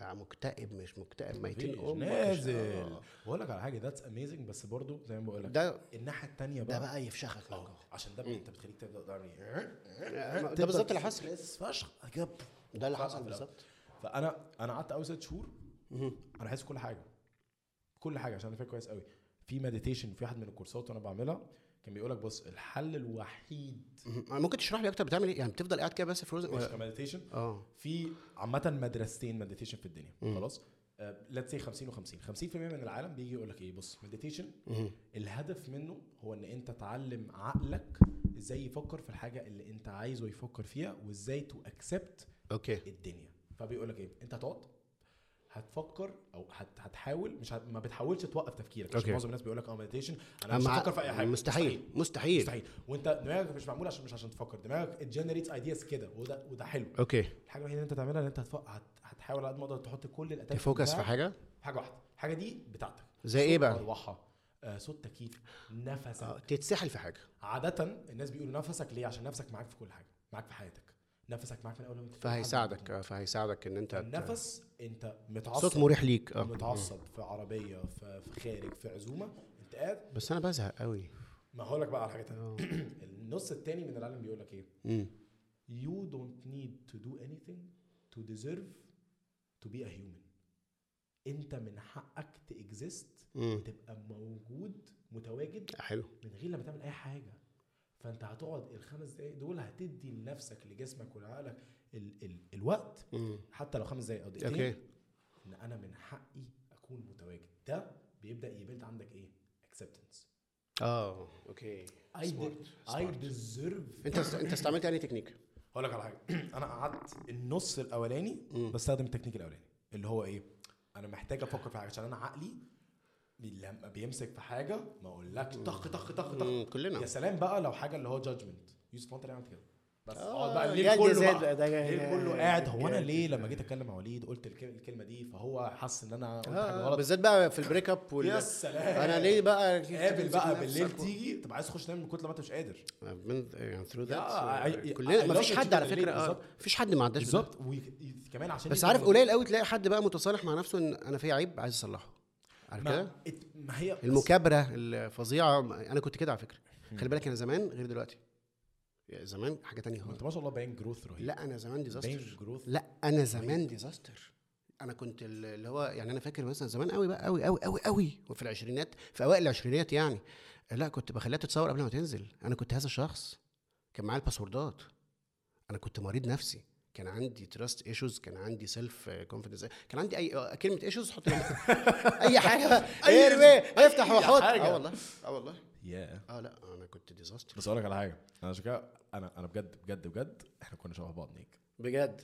[SPEAKER 2] آه، مكتئب مش مكتئب ميتين
[SPEAKER 1] مفيش.
[SPEAKER 2] امك مش-
[SPEAKER 1] نازل
[SPEAKER 2] آه.
[SPEAKER 1] بقول لك على حاجه ذاتس اميزنج بس برضو زي ما بقول لك
[SPEAKER 2] ده
[SPEAKER 1] الناحيه الثانيه
[SPEAKER 2] ده
[SPEAKER 1] بقى
[SPEAKER 2] بقى يفشخك
[SPEAKER 1] *laughs*
[SPEAKER 2] من جوه.
[SPEAKER 1] عشان ده انت بتخليك تبدا تعمل ايه
[SPEAKER 2] آه، ده بالظبط اللي حصل
[SPEAKER 1] فشخ جاب
[SPEAKER 2] ده اللي
[SPEAKER 1] فاهم
[SPEAKER 2] حصل
[SPEAKER 1] في الأول.
[SPEAKER 2] بالظبط
[SPEAKER 1] فانا انا قعدت اول ست شهور انا حاسس كل حاجه كل حاجه عشان انا فاكر كويس قوي في مديتيشن في واحد من الكورسات وانا بعملها كان بيقول لك بص الحل الوحيد
[SPEAKER 2] مم. ممكن تشرح لي اكتر بتعمل ايه يعني بتفضل قاعد كده بس
[SPEAKER 1] مش
[SPEAKER 2] فروزن
[SPEAKER 1] كمديتيشن
[SPEAKER 2] اه
[SPEAKER 1] في عامه مدرستين مديتيشن في الدنيا خلاص آه، ليتس سي 50 و50 50% من العالم بيجي يقول لك ايه بص مديتيشن الهدف منه هو ان انت تعلم عقلك ازاي يفكر في الحاجه اللي انت عايزه يفكر فيها وازاي تو اكسبت
[SPEAKER 2] اوكي
[SPEAKER 1] الدنيا فبيقول لك ايه انت هتقعد هتفكر او هت هتحاول مش هت ما بتحاولش توقف تفكيرك عشان
[SPEAKER 2] أوكي.
[SPEAKER 1] معظم الناس بيقول لك اه مديتيشن انا مش
[SPEAKER 2] أما-
[SPEAKER 1] هفكر في اي حاجه
[SPEAKER 2] مستحيل مستحيل
[SPEAKER 1] مستحيل وانت دماغك مش معمول عشان مش عشان تفكر دماغك اتجنريتس ايدياز كده وده وده حلو
[SPEAKER 2] اوكي
[SPEAKER 1] الحاجه الوحيده اللي انت تعملها ان انت هتف- هت- هتحاول على قد ما تقدر تحط كل الاتاك
[SPEAKER 2] تفوكس في حاجه
[SPEAKER 1] حاجه واحده الحاجه دي بتاعتك
[SPEAKER 2] زي ايه بقى؟
[SPEAKER 1] مروحه آه، صوت تكييف نفسك
[SPEAKER 2] آه، تتسحل في حاجه
[SPEAKER 1] عاده الناس بيقولوا نفسك ليه عشان نفسك معاك في كل حاجه معاك في حياتك نفسك معاك في الاول لما بتتكلم عن
[SPEAKER 2] فهيساعدك
[SPEAKER 1] الموضوع
[SPEAKER 2] آه، فهيساعدك ان انت
[SPEAKER 1] ده.
[SPEAKER 2] ت-
[SPEAKER 1] النفس انت متعصب
[SPEAKER 2] صوت مريح ليك اه
[SPEAKER 1] متعصب في عربيه في في خارج في عزومه انت قاعد
[SPEAKER 2] بس انا بزهق قوي
[SPEAKER 1] ما هقول لك بقى على حاجه تانيه
[SPEAKER 2] آه.
[SPEAKER 1] *clears throat* النص التاني من العالم بيقول لك ايه
[SPEAKER 2] مم.
[SPEAKER 1] you don't need to do anything to deserve to be a human انت من حقك تexist
[SPEAKER 2] مم.
[SPEAKER 1] وتبقى موجود متواجد
[SPEAKER 2] آه، حلو
[SPEAKER 1] من غير لما تعمل اي حاجه فانت هتقعد الخمس دقايق دول هتدي لنفسك لجسمك ولعقلك ال ال الوقت
[SPEAKER 2] مم.
[SPEAKER 1] حتى لو خمس دقايق او دقيقتين
[SPEAKER 2] اوكي
[SPEAKER 1] ان انا من حقي اكون متواجد ده بيبدا يبلد عندك ايه acceptance
[SPEAKER 2] اه اوكي
[SPEAKER 1] I, did, I deserve
[SPEAKER 2] انت است- انت استعملت يعني تكنيك
[SPEAKER 1] هقول لك على حاجه انا قعدت النص الاولاني
[SPEAKER 2] مم.
[SPEAKER 1] بستخدم التكنيك الاولاني اللي هو ايه انا محتاج افكر في حاجه عشان انا عقلي بي- لما بيمسك في حاجه ما اقولكش طخ طخ طخ طخ
[SPEAKER 2] مم، كلنا
[SPEAKER 1] يا سلام بقى لو حاجه اللي هو جادجمنت يوسف انت يعمل كده بس
[SPEAKER 2] آه،
[SPEAKER 1] اقعد بقى الليل
[SPEAKER 2] جلد
[SPEAKER 1] كله
[SPEAKER 2] ذات
[SPEAKER 1] بقى
[SPEAKER 2] بقى، ده جا-
[SPEAKER 1] الليل
[SPEAKER 2] جا-
[SPEAKER 1] كله قاعد هو انا
[SPEAKER 2] جلد
[SPEAKER 1] ليه
[SPEAKER 2] ذات.
[SPEAKER 1] لما جيت اتكلم مع وليد قلت الك- الكلمه دي فهو حس ان انا قلت حاجه
[SPEAKER 2] آه
[SPEAKER 1] غلط
[SPEAKER 2] بالذات بقى في البريك اب وال
[SPEAKER 1] يا سلام
[SPEAKER 2] انا ليه بقى
[SPEAKER 1] *laughs* قابل بقى
[SPEAKER 2] نفسك
[SPEAKER 1] بالليل
[SPEAKER 2] و-
[SPEAKER 1] تيجي طب عايز تخش تنام من كتر ما انت مش قادر
[SPEAKER 2] من يعني ثرو
[SPEAKER 1] يا- I-
[SPEAKER 2] ذات
[SPEAKER 1] I- I
[SPEAKER 2] كلنا
[SPEAKER 1] love
[SPEAKER 2] مفيش
[SPEAKER 1] it
[SPEAKER 2] حد على
[SPEAKER 1] بالليل
[SPEAKER 2] فكره اه
[SPEAKER 1] بالظبط.
[SPEAKER 2] مفيش حد ما عداش بالظبط
[SPEAKER 1] بالظبط وكمان عشان
[SPEAKER 2] بس
[SPEAKER 1] يبقى
[SPEAKER 2] عارف
[SPEAKER 1] من-
[SPEAKER 2] قليل قوي تلاقي حد بقى متصالح مع نفسه ان انا في عيب عايز اصلحه عارف كده
[SPEAKER 1] ما, it- ما هي بس-
[SPEAKER 2] المكابره الفظيعه انا كنت كده على فكره خلي بالك انا زمان غير دلوقتي زمان حاجه تانية
[SPEAKER 1] ما
[SPEAKER 2] خالص
[SPEAKER 1] انت ما شاء الله باين جروث رهيب
[SPEAKER 2] لا انا زمان
[SPEAKER 1] باين
[SPEAKER 2] ديزاستر
[SPEAKER 1] جروث
[SPEAKER 2] لا انا زمان ديزاستر انا كنت ال- اللي هو يعني انا فاكر مثلا زمان قوي بقى قوي قوي قوي قوي وفي العشرينات في اوائل العشرينات يعني لا كنت بخليها تتصور قبل ما تنزل انا كنت هذا الشخص كان معايا الباسوردات انا كنت مريض نفسي كان عندي تراست ايشوز كان عندي سيلف كونفيدنس كان عندي اي آه، كلمه ايشوز حط لها
[SPEAKER 1] *laughs*
[SPEAKER 2] اي حاجه بقى *laughs*
[SPEAKER 1] أي-
[SPEAKER 2] ارمي ايه، افتح
[SPEAKER 1] أي
[SPEAKER 2] وحط
[SPEAKER 1] حاجة.
[SPEAKER 2] اه والله اه والله
[SPEAKER 1] يا
[SPEAKER 2] اه لا انا كنت ديزاستر
[SPEAKER 1] بس اقول لك على حاجه انا عشان كده انا انا بجد بجد بجد احنا كنا شبه بعض نيك
[SPEAKER 2] بجد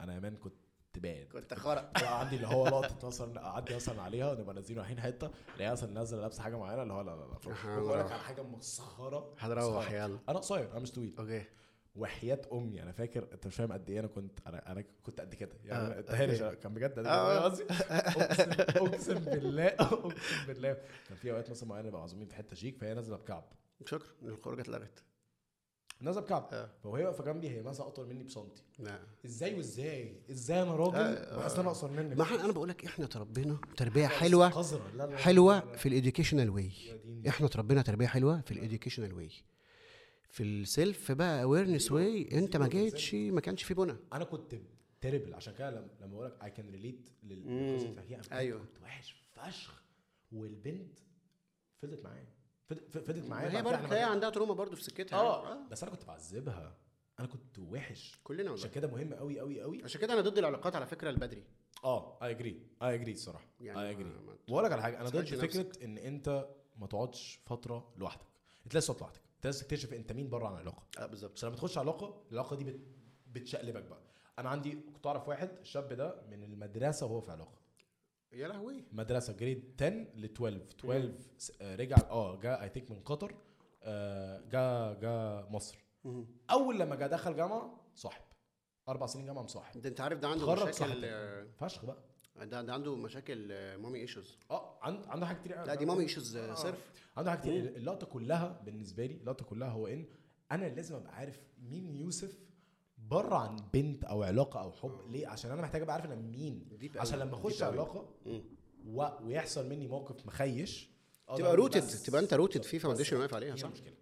[SPEAKER 1] انا يا مان كنت باين
[SPEAKER 2] كنت خرق
[SPEAKER 1] طلع عندي اللي هو لقطه مثلا اعدي مثلا عليها نبقى نازلين رايحين حته الاقيها مثلا نازله لابسه حاجه معينه اللي هو لا لا لا فوق.
[SPEAKER 2] هنروح.
[SPEAKER 1] بقول لك على حاجه مسخره
[SPEAKER 2] هنروح
[SPEAKER 1] مسخرة.
[SPEAKER 2] آه. يلا.
[SPEAKER 1] انا قصير انا مش طويل
[SPEAKER 2] اوكي
[SPEAKER 1] وحياه امي انا فاكر انت مش فاهم قد ايه انا كنت انا انا كنت قد كده يعني
[SPEAKER 2] آه،
[SPEAKER 1] انت هانش
[SPEAKER 2] أوكي.
[SPEAKER 1] كان بجد انا فاهم
[SPEAKER 2] آه.
[SPEAKER 1] قصدي أقسم- اقسم بالله اقسم بالله كان في اوقات مثلا معينه بقى عازمين في حته شيك فهي نازله بكعب
[SPEAKER 2] شكرا الخروجه اتلغت
[SPEAKER 1] نازله بكعب
[SPEAKER 2] آه.
[SPEAKER 1] فهي واقفه جنبي هي مثلا اطول مني بسنتي
[SPEAKER 2] لا
[SPEAKER 1] ازاي وازاي ازاي انا راجل
[SPEAKER 2] آه،
[SPEAKER 1] بحس انا اقصر منك
[SPEAKER 2] ما احنا انا بقول لك احنا تربينا تربيه حلوه
[SPEAKER 1] قذرة. لا، لا، لا، لا، لا.
[SPEAKER 2] حلوه في الاديوكيشنال واي
[SPEAKER 1] يا ديني.
[SPEAKER 2] احنا تربينا تربيه حلوه في الاديوكيشنال واي في السيلف بقى اويرنس واي انت ما جيتش ما كانش في بنا
[SPEAKER 1] انا كنت تيربل عشان كده لما لما بقول لك اي كان ريليت للقصه اللي بتحكيها، أنا كنت-
[SPEAKER 2] أيوة.
[SPEAKER 1] كنت وحش فشخ والبنت فضلت معايا فض- فضلت معايا
[SPEAKER 2] هي
[SPEAKER 1] بعد
[SPEAKER 2] برضه
[SPEAKER 1] كده
[SPEAKER 2] تلاقي
[SPEAKER 1] أنا-
[SPEAKER 2] عندها تروما برضه في سكتها يعني.
[SPEAKER 1] اه بس انا كنت بعذبها انا كنت وحش
[SPEAKER 2] كلنا
[SPEAKER 1] عشان
[SPEAKER 2] والله
[SPEAKER 1] كده مهم قوي قوي قوي
[SPEAKER 2] عشان كده انا ضد العلاقات على فكره البدري
[SPEAKER 1] اه اي اجري اي اجري الصراحه
[SPEAKER 2] يعني
[SPEAKER 1] اي
[SPEAKER 2] ما-
[SPEAKER 1] اجري
[SPEAKER 2] ما
[SPEAKER 1] واقول لك على حاجه انا ضد
[SPEAKER 2] تسألش نفسك.
[SPEAKER 1] فكره ان انت ما تقعدش فتره لوحدك انت لسه لوحدك انت لسه تكتشف انت مين بره عن العلاقه
[SPEAKER 2] اه بالظبط
[SPEAKER 1] بس لما تخش علاقه العلاقه دي بت... بتشقلبك بقى انا عندي كنت اعرف واحد الشاب ده من المدرسه وهو في علاقه
[SPEAKER 2] يا لهوي
[SPEAKER 1] مدرسه جريد 10 ل 12 12 س- آه، رجع اه جا اي ثينك من قطر آه، جا جا مصر اول لما جا دخل جامعه صاحب اربع سنين جامعه مصاحب
[SPEAKER 2] ده انت عارف ده عنده
[SPEAKER 1] اتخرج
[SPEAKER 2] مشاكل
[SPEAKER 1] صاحب.
[SPEAKER 2] آه،
[SPEAKER 1] فشخ بقى
[SPEAKER 2] ده, ده عنده مشاكل مامي ايشوز
[SPEAKER 1] اه عند عنده حاجات كتير
[SPEAKER 2] لا دي مامي ايشوز
[SPEAKER 1] آه.
[SPEAKER 2] صرف
[SPEAKER 1] عنده حاجات كتير اللقطه كلها بالنسبه لي اللقطه كلها هو ان انا لازم ابقى عارف مين يوسف بره عن بنت او علاقه او
[SPEAKER 2] آه.
[SPEAKER 1] حب ليه عشان انا محتاج ابقى عارف انا مين
[SPEAKER 2] Deep
[SPEAKER 1] عشان
[SPEAKER 2] أوي،
[SPEAKER 1] لما
[SPEAKER 2] deep
[SPEAKER 1] اخش
[SPEAKER 2] أوي.
[SPEAKER 1] علاقه و... ويحصل مني موقف مخيش أقدر
[SPEAKER 2] تبقى
[SPEAKER 1] أقول
[SPEAKER 2] rooted،
[SPEAKER 1] بس-
[SPEAKER 2] تبقى أنت rooted
[SPEAKER 1] بس-
[SPEAKER 2] في
[SPEAKER 1] بس
[SPEAKER 2] foundation واقف عليها،
[SPEAKER 1] هي
[SPEAKER 2] صح؟
[SPEAKER 1] المشكله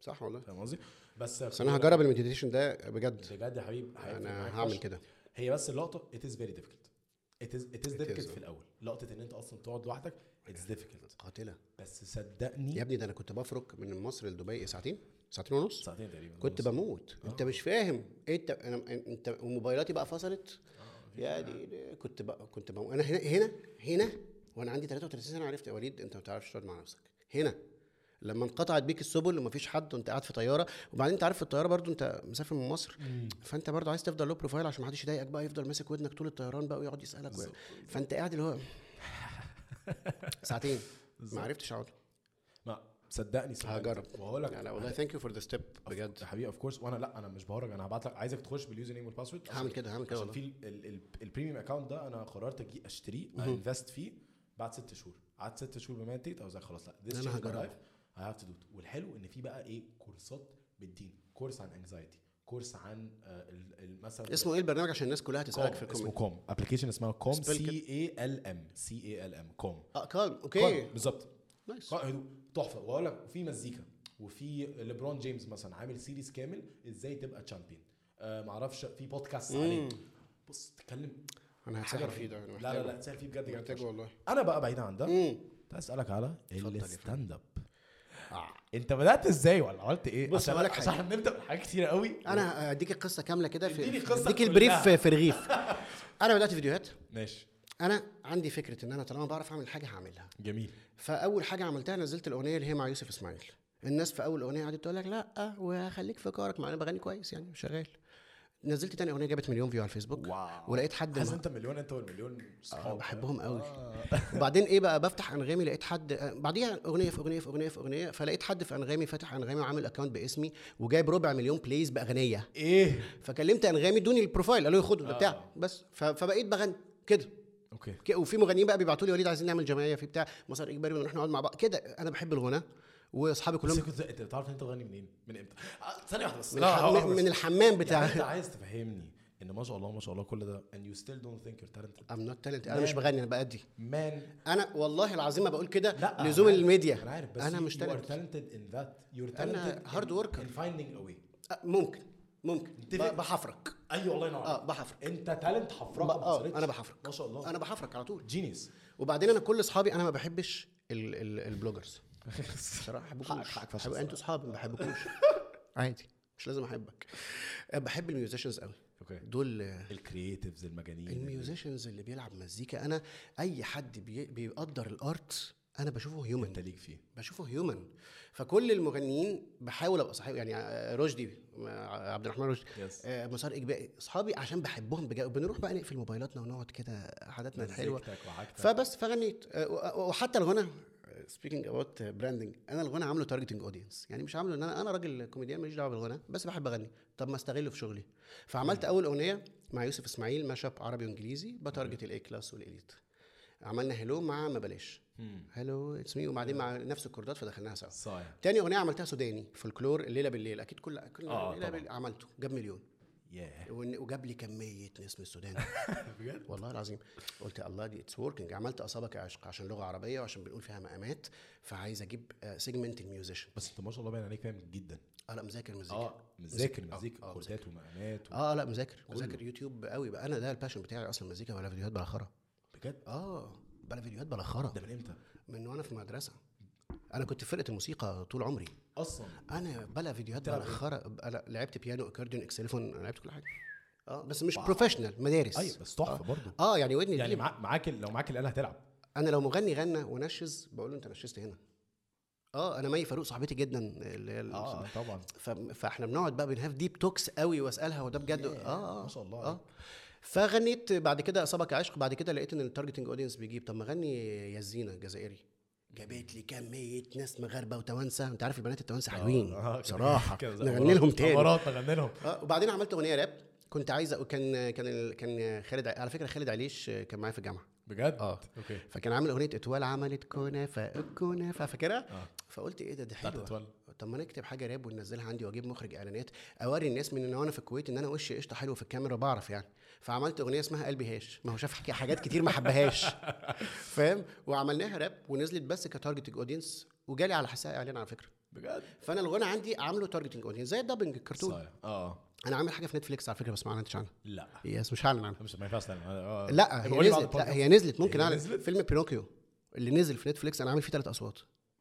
[SPEAKER 2] صح والله
[SPEAKER 1] فاهم قصدي بس
[SPEAKER 2] بس انا هجرب المديتيشن ده بجد
[SPEAKER 1] بجد يا حبيبي هيفرق معاك
[SPEAKER 2] انا هعمل
[SPEAKER 1] فشخ.
[SPEAKER 2] كده
[SPEAKER 1] هي بس اللقطه it is very difficult it is it is difficult
[SPEAKER 2] is. آه.
[SPEAKER 1] في الاول لقطه ان انت اصلا تقعد لوحدك it's difficult
[SPEAKER 2] قاتله
[SPEAKER 1] بس صدقني
[SPEAKER 2] يا ابني ده انا كنت بفرك من مصر لدبي ساعتين ساعتين ونص
[SPEAKER 1] ساعتين آه. تقريبا
[SPEAKER 2] كنت
[SPEAKER 1] بس.
[SPEAKER 2] بموت انت مش فاهم ايه انت انا انت وموبايلاتي بقى فصلت
[SPEAKER 1] آه،
[SPEAKER 2] يا دي دي- كنت بقى كنت بموت انا هنا هنا هنا وانا عندي 33 سنه عرفت يا وليد انت ما بتعرفش تقعد مع نفسك هنا لما انقطعت بيك السبل ومفيش حد وانت قاعد في طياره وبعدين انت عارف في الطياره برضو انت مسافر من مصر فانت برضو عايز تفضل لو بروفايل عشان محدش يضايقك بقى يفضل ماسك ودنك طول الطيران بقى ويقعد يسالك و...
[SPEAKER 1] بالظبط.
[SPEAKER 2] فانت قاعد
[SPEAKER 1] *laughs*
[SPEAKER 2] اللي هو ساعتين ما عرفتش اقعد
[SPEAKER 1] ما صدقني صدقني
[SPEAKER 2] هجرب. يعني
[SPEAKER 1] وهقول لك
[SPEAKER 2] لا لا والله ثانك يو فور ذا ستيب بجد
[SPEAKER 1] يا حبيبي اوف كورس وانا لا انا مش بهرج انا هبعت لك عايزك تخش باليوزر نيم والباسورد
[SPEAKER 2] هعمل كده هعمل كده
[SPEAKER 1] عشان
[SPEAKER 2] والله
[SPEAKER 1] في ال- ال- ال- البريميوم اكونت ده انا قررت اجي اشتريه انفست فيه بعد ست شهور قعدت ست شهور بما انتهيت او زي خلاص لا
[SPEAKER 2] أنا هجربه.
[SPEAKER 1] هاف تو دو والحلو ان في بقى ايه كورسات بالدين كورس عن انكزايتي كورس عن آه، ال- ال- مثلا
[SPEAKER 2] اسمه ايه البرنامج عشان الناس كلها
[SPEAKER 1] كوم.
[SPEAKER 2] تسالك في
[SPEAKER 1] آه، اسمه
[SPEAKER 2] الكومنت
[SPEAKER 1] كوم ابلكيشن اسمها كوم
[SPEAKER 2] Spell
[SPEAKER 1] سي
[SPEAKER 2] كده.
[SPEAKER 1] اي ال ام سي اي ال ام كوم
[SPEAKER 2] اه كالم اوكي
[SPEAKER 1] كوم، بالظبط
[SPEAKER 2] نايس
[SPEAKER 1] قائد هدوء تحفه واقول لك في مزيكا وفي ليبرون جيمس مثلا عامل سيريز كامل ازاي تبقى تشامبيون آه معرفش في بودكاست عليه بص تتكلم
[SPEAKER 2] انا
[SPEAKER 1] حاجه
[SPEAKER 2] هتسحر فيه ده
[SPEAKER 1] لا لا لا تسال فيه بجد جامد
[SPEAKER 2] محتاج
[SPEAKER 1] فشخ.
[SPEAKER 2] والله
[SPEAKER 1] انا بقى بعيد عن ده
[SPEAKER 2] مم.
[SPEAKER 1] تعال اسالك على
[SPEAKER 2] اتفضل يا
[SPEAKER 1] الستاند اب
[SPEAKER 2] آه.
[SPEAKER 1] انت بدات ازاي ولا عملت ايه
[SPEAKER 2] بص،
[SPEAKER 1] عشان-
[SPEAKER 2] هقول لك حاجة.
[SPEAKER 1] عشان احنا بنبدا من حاجات كتيره قوي
[SPEAKER 2] انا هديك القصه كامله كده في
[SPEAKER 1] اديني القصة
[SPEAKER 2] اديك
[SPEAKER 1] كلها.
[SPEAKER 2] البريف في
[SPEAKER 1] *laughs*
[SPEAKER 2] رغيف انا بدات فيديوهات
[SPEAKER 1] ماشي
[SPEAKER 2] انا عندي فكره ان انا طالما بعرف اعمل حاجه هعملها
[SPEAKER 1] جميل
[SPEAKER 2] فاول حاجه عملتها نزلت الاغنيه اللي هي مع يوسف اسماعيل الناس في اول اغنيه قعدت تقول لك لا وخليك في كارك مع انا بغني كويس يعني شغال نزلت تاني اغنيه جابت مليون فيو على الفيسبوك
[SPEAKER 1] واو.
[SPEAKER 2] ولقيت حد
[SPEAKER 1] حاسس
[SPEAKER 2] مع-
[SPEAKER 1] انت مليون انت والمليون
[SPEAKER 2] اه
[SPEAKER 1] صحاب
[SPEAKER 2] بحبهم قوي
[SPEAKER 1] آه.
[SPEAKER 2] وبعدين ايه بقى بفتح انغامي لقيت حد آه، بعديها اغنيه في اغنيه في اغنيه في اغنيه فلقيت حد في انغامي فاتح انغامي وعامل اكونت باسمي وجايب ربع مليون بلايز باغنيه
[SPEAKER 1] ايه
[SPEAKER 2] فكلمت انغامي ادوني البروفايل قالوا لي خده ده
[SPEAKER 1] آه.
[SPEAKER 2] بتاع بس ف- فبقيت بغني كده
[SPEAKER 1] اوكي
[SPEAKER 2] ك- وفي مغنيين بقى بيبعتوا لي وليد عايزين نعمل جمعيه في بتاع مسار اجباري ونروح نقعد مع بعض كده انا بحب الغناء واصحابي
[SPEAKER 1] بس
[SPEAKER 2] كلهم
[SPEAKER 1] كنت انت بتعرف انت تغني منين؟ من امتى؟ آه، ثانية واحدة بس
[SPEAKER 2] من,
[SPEAKER 1] لا،
[SPEAKER 2] الح...
[SPEAKER 1] هقف
[SPEAKER 2] من
[SPEAKER 1] بس.
[SPEAKER 2] الحمام
[SPEAKER 1] يعني انت
[SPEAKER 2] بتاع
[SPEAKER 1] عايز تفهمني ان ما شاء الله ما شاء الله كل ده and you still don't think you're talented
[SPEAKER 2] *laughs* I'm not talented انا مش بغني انا بأدي
[SPEAKER 1] man
[SPEAKER 2] انا والله العظيم ما بقول كده
[SPEAKER 1] لا
[SPEAKER 2] لزوم
[SPEAKER 1] أنا عارف-
[SPEAKER 2] الميديا
[SPEAKER 1] انا عارف بس
[SPEAKER 2] انا مش
[SPEAKER 1] you are
[SPEAKER 2] talented.
[SPEAKER 1] talented in that you're talented
[SPEAKER 2] أنا
[SPEAKER 1] in-
[SPEAKER 2] hard worker.
[SPEAKER 1] in finding a way
[SPEAKER 2] أه، ممكن ممكن ب-
[SPEAKER 1] اتفق.
[SPEAKER 2] بحفرك
[SPEAKER 1] ايوه والله ينور
[SPEAKER 2] اه
[SPEAKER 1] عليك.
[SPEAKER 2] بحفرك
[SPEAKER 1] انت تالنت حفرك
[SPEAKER 2] ب- آه،
[SPEAKER 1] ما
[SPEAKER 2] أنا بحفرك.
[SPEAKER 1] ما شاء الله
[SPEAKER 2] انا بحفرك على طول
[SPEAKER 1] جينيس
[SPEAKER 2] وبعدين انا كل اصحابي انا ما بحبش ال... ال... البلوجرز بصراحه
[SPEAKER 1] حقك-
[SPEAKER 2] بحبكوش
[SPEAKER 1] حقك فشخ
[SPEAKER 2] حبيب- انتوا اصحابي ما
[SPEAKER 1] *laughs*
[SPEAKER 2] بحبكوش عادي مش لازم احبك أه، بحب الميوزيشنز قوي
[SPEAKER 1] اوكي
[SPEAKER 2] دول آه،
[SPEAKER 1] الكرييتيفز المجانين
[SPEAKER 2] الميوزيشنز اللي بيلعب مزيكا انا اي حد بي بيقدر الارت انا بشوفه
[SPEAKER 1] اللي
[SPEAKER 2] هيومن
[SPEAKER 1] انت ليك فيه
[SPEAKER 2] بشوفه هيومن فكل المغنيين بحاول ابقى صاحب يعني آه، رشدي آه، عبد الرحمن رشدي
[SPEAKER 1] يس
[SPEAKER 2] آه، مسار اجباري اصحابي عشان بحبهم بجد بنروح بقى نقفل موبايلاتنا ونقعد كده قعداتنا الحلوه
[SPEAKER 1] مزيكتك وعاجتك.
[SPEAKER 2] فبس فغنيت آه، و- و- وحتى الغنى أه، سبيكينج اباوت براندنج انا الغنى عامله تارجتنج اودينس يعني مش عامله ان انا انا راجل كوميديان ماليش دعوه بالغنى بس بحب اغني طب ما استغله في شغلي فعملت اول اغنيه مع يوسف اسماعيل ماشاب عربي وانجليزي بتارجت الاي كلاس والاليت عملنا هلو مع ما بلاش
[SPEAKER 1] مم.
[SPEAKER 2] هلو اتس مي وبعدين مع نفس الكوردات فدخلناها سوا
[SPEAKER 1] صايع
[SPEAKER 2] تاني اغنيه عملتها سوداني فولكلور الليله بالليل اكيد كل كل
[SPEAKER 1] آه،
[SPEAKER 2] ليله
[SPEAKER 1] طبعاً.
[SPEAKER 2] بالليل عملته جاب مليون
[SPEAKER 1] ياه
[SPEAKER 2] وإن- وجاب لي كميه ناس من السودان
[SPEAKER 1] *laughs* بجد
[SPEAKER 2] والله العظيم قلت الله دي اتس وركينج عملت اصابك يا عشق عشان لغه عربيه وعشان بنقول فيها مقامات فعايز آه، اجيب سيجمنت الميوزيشن
[SPEAKER 1] بس انت ما شاء الله باين عليك فاهم جدا
[SPEAKER 2] انا أه، مذاكر مزيكا
[SPEAKER 1] اه مذاكر
[SPEAKER 2] آه،
[SPEAKER 1] مزيكا
[SPEAKER 2] آه،
[SPEAKER 1] كوردات ومقامات و-
[SPEAKER 2] اه لا مذاكر
[SPEAKER 1] كله.
[SPEAKER 2] مذاكر يوتيوب قوي بقى انا ده الباشن بتاعي اصلا مزيكا ولا فيديوهات بلا خرا
[SPEAKER 1] بجد
[SPEAKER 2] اه بلا فيديوهات بلا خرا
[SPEAKER 1] ده من امتى
[SPEAKER 2] من وانا في مدرسه انا كنت في فرقه الموسيقى طول عمري
[SPEAKER 1] اصلا
[SPEAKER 2] انا بلا فيديوهات
[SPEAKER 1] بتلعب إيه؟
[SPEAKER 2] بلا خرا انا لعبت بيانو اكورديون اكسليفون لعبت كل حاجه اه بس مش بروفيشنال مدارس
[SPEAKER 1] ايوه بس تحفه برضه
[SPEAKER 2] اه يعني ودني
[SPEAKER 1] يعني
[SPEAKER 2] يعني
[SPEAKER 1] مع- معاك ال- لو معاك الاله هتلعب
[SPEAKER 2] انا لو مغني غنى ونشز بقول له انت نشزت هنا اه انا مي فاروق صاحبتي جدا اللي هي ال-
[SPEAKER 1] طبعا
[SPEAKER 2] ف- فاحنا بنقعد بقى بنهاف ديب توكس قوي واسالها وده بجد
[SPEAKER 1] ياه،
[SPEAKER 2] اه اه
[SPEAKER 1] ما شاء الله
[SPEAKER 2] اه
[SPEAKER 1] عليك.
[SPEAKER 2] فغنيت بعد كده اصابك عشق بعد كده لقيت ان التارجتنج اودينس بيجيب طب ما اغني يا زينه جزائري جابت لي كميه ناس مغاربه وتوانسه انت عارف البنات التوانسه حلوين
[SPEAKER 1] آه، *laughs*
[SPEAKER 2] بصراحه آه. نغني لهم تاني
[SPEAKER 1] مرات نغني لهم
[SPEAKER 2] اه وبعدين عملت اغنيه راب كنت عايز أ- كان كان ال- كان خالد ع- على فكره خالد عليش كان معايا في الجامعه
[SPEAKER 1] بجد
[SPEAKER 2] اه
[SPEAKER 1] اوكي
[SPEAKER 2] فكان عامل اغنيه اتوال عملت كنافه كنافه فاكرها؟
[SPEAKER 1] اه
[SPEAKER 2] فقلت ايه ده دي
[SPEAKER 1] بتاعت
[SPEAKER 2] حلوه
[SPEAKER 1] اتولى
[SPEAKER 2] طب ما نكتب حاجه راب وننزلها عندي واجيب مخرج اعلانات اوري الناس من ان انا في الكويت ان انا وشي قشطه حلو في الكاميرا بعرف يعني فعملت اغنيه اسمها قلبي هاش ما هو شاف حكي- حاجات كتير ما حبهاش فاهم وعملناها راب ونزلت بس كتارجتنج اودينس وجالي على حسها اعلان على فكره
[SPEAKER 1] بجد
[SPEAKER 2] فانا الغنى عندي عامله تارجتنج اودينس زي الدبنج الكرتون
[SPEAKER 1] صايع. اه
[SPEAKER 2] انا عامل حاجه في نتفليكس على فكره بس ما اعلنتش عنها
[SPEAKER 1] لا
[SPEAKER 2] يس مش هعلن عنها
[SPEAKER 1] مش ما ينفعش تعمل. آه، آه.
[SPEAKER 2] لا هي
[SPEAKER 1] بقول لي بعد
[SPEAKER 2] نزلت لا
[SPEAKER 1] البودكاست.
[SPEAKER 2] هي نزلت ممكن
[SPEAKER 1] هي
[SPEAKER 2] اعلن
[SPEAKER 1] نزلت؟
[SPEAKER 2] فيلم بينوكيو اللي نزل في نتفليكس انا عامل فيه ثلاث اصوات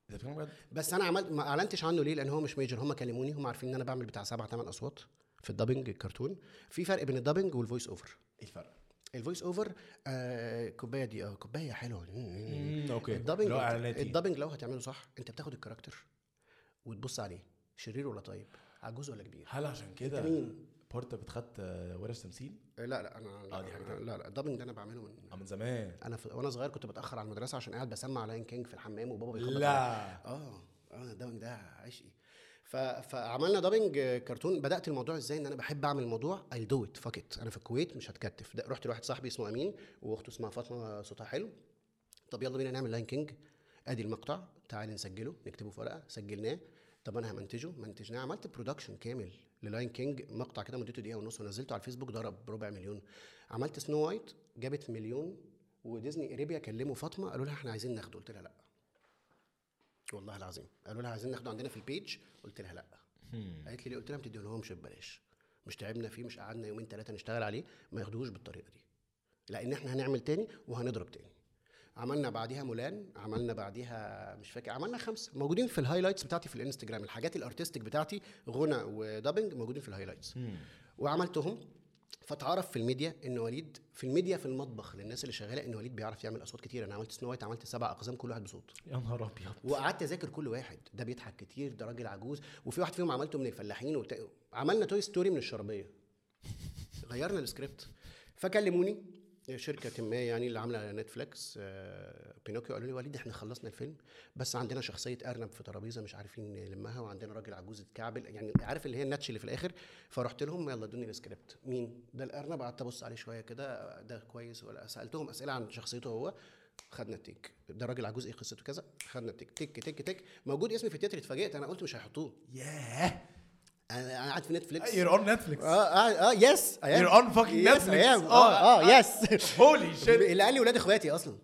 [SPEAKER 1] ده فيلم بجد
[SPEAKER 2] بس انا عملت ما اعلنتش عنه ليه لان هو مش ميجر هم كلموني هم عارفين ان انا بعمل بتاع سبع ثمان اصوات في الدبنج الكرتون في فرق بين الدبنج والفويس اوفر
[SPEAKER 1] ايه الفرق؟
[SPEAKER 2] الفويس اوفر آه كوبايه دي اه كوبايه حلوه مم.
[SPEAKER 1] مم، اوكي
[SPEAKER 2] الدبنج
[SPEAKER 1] لو
[SPEAKER 2] انت-
[SPEAKER 1] اعلاناتي
[SPEAKER 2] الدبنج لو هتعمله صح انت بتاخد الكاركتر وتبص عليه شرير ولا طيب عجوز ولا كبير
[SPEAKER 1] هل عشان كده
[SPEAKER 2] مين
[SPEAKER 1] بورتا بتخد آه، ورش تمثيل؟
[SPEAKER 2] آه، لا لا انا لا
[SPEAKER 1] آه، دي حاجة تانية.
[SPEAKER 2] لا لا الدبنج ده انا بعمله من
[SPEAKER 1] اه من زمان
[SPEAKER 2] انا في... وانا صغير كنت بتاخر على المدرسه عشان قاعد بسمع لاين كينج في الحمام وبابا بيخبط عليا.
[SPEAKER 1] لا
[SPEAKER 2] اه اه الدبنج ده عشقي ف... فعملنا دبنج آه، كرتون بدات الموضوع ازاي ان انا بحب اعمل الموضوع اي دو ات فاك انا في الكويت مش هتكتف ده رحت لواحد صاحبي اسمه امين واخته اسمها فاطمه صوتها حلو طب يلا بينا نعمل لاين كينج ادي المقطع تعال نسجله نكتبه في ورقه سجلناه طب انا همنتجه منتجناه عملت برودكشن كامل للاين كينج مقطع كده مدته دقيقه ونص ونزلته على الفيسبوك ضرب بربع مليون عملت سنو وايت جابت مليون وديزني اريبيا كلموا فاطمه قالوا لها احنا عايزين ناخده قلت لها لا والله العظيم قالوا لها عايزين ناخده عندنا في البيج قلت لها لا قالت لي ليه قلت لها ما تديهولهمش ببلاش مش تعبنا فيه مش قعدنا يومين ثلاثه نشتغل عليه ما ياخدوهوش بالطريقه دي لان احنا هنعمل تاني وهنضرب تاني عملنا بعديها مولان عملنا بعديها مش فاكر عملنا خمسه موجودين في الهايلايتس بتاعتي في الانستجرام الحاجات الارتستيك بتاعتي غنى ودابنج موجودين في الهايلايتس وعملتهم فتعرف في الميديا ان وليد في الميديا في المطبخ للناس اللي شغاله ان وليد بيعرف يعمل اصوات كتير انا عملت سنو وايت عملت سبع اقزام كل واحد بصوت
[SPEAKER 1] يا نهار ابيض
[SPEAKER 2] وقعدت اذاكر كل واحد ده بيضحك كتير ده راجل عجوز وفي واحد فيهم عملته من الفلاحين وبتاع عملنا توي ستوري من الشربيه غيرنا السكريبت فكلموني شركه ما يعني اللي عامله نتفليكس آه، بينوكيو قالوا لي وليد احنا خلصنا الفيلم بس عندنا شخصيه ارنب في ترابيزه مش عارفين نلمها وعندنا راجل عجوز اتكعبل يعني عارف اللي هي الناتش اللي في الاخر فرحت لهم يلا ادوني السكريبت مين ده الارنب قعدت ابص عليه شويه كده ده كويس ولا سالتهم اسئله عن شخصيته هو خدنا التيك ده راجل عجوز ايه قصته كذا خدنا التيك تيك تيك تيك موجود اسمي في التتر اتفاجئت انا قلت مش هيحطوه
[SPEAKER 1] ياه
[SPEAKER 2] انا أنا قاعد في نتفليكس
[SPEAKER 1] يور اون نتفليكس
[SPEAKER 2] اه اه اه يس I am.
[SPEAKER 1] أيوة. You're on fucking
[SPEAKER 2] Yes, I
[SPEAKER 1] Netflix.
[SPEAKER 2] am. اه
[SPEAKER 1] آه.
[SPEAKER 2] اه يس
[SPEAKER 1] هولي شيت
[SPEAKER 2] اللي قال لي ولاد اخواتي اصلا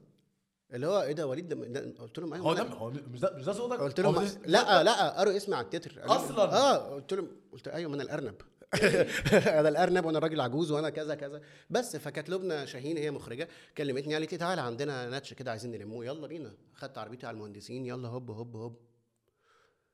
[SPEAKER 2] اللي هو ايه ده وليد ده- ده قلت لهم ايوه
[SPEAKER 1] هو ده
[SPEAKER 2] أنا-
[SPEAKER 1] هو مش ده مش ده صوتك
[SPEAKER 2] قلت لهم
[SPEAKER 1] هو مش-
[SPEAKER 2] لا لا قروا اسمي على التتر قالوا لي-
[SPEAKER 1] أصلاً؟
[SPEAKER 2] اه قلت لهم قلت ايوه ما انا الارنب *laughs* انا الارنب وانا الراجل عجوز وانا كذا كذا بس فكانت لبنى شاهين هي مخرجه كلمتني قالت لي تعالى عندنا ناتش كده عايزين نلمه يلا بينا خدت عربيتي على المهندسين يلا هوب هوب هوب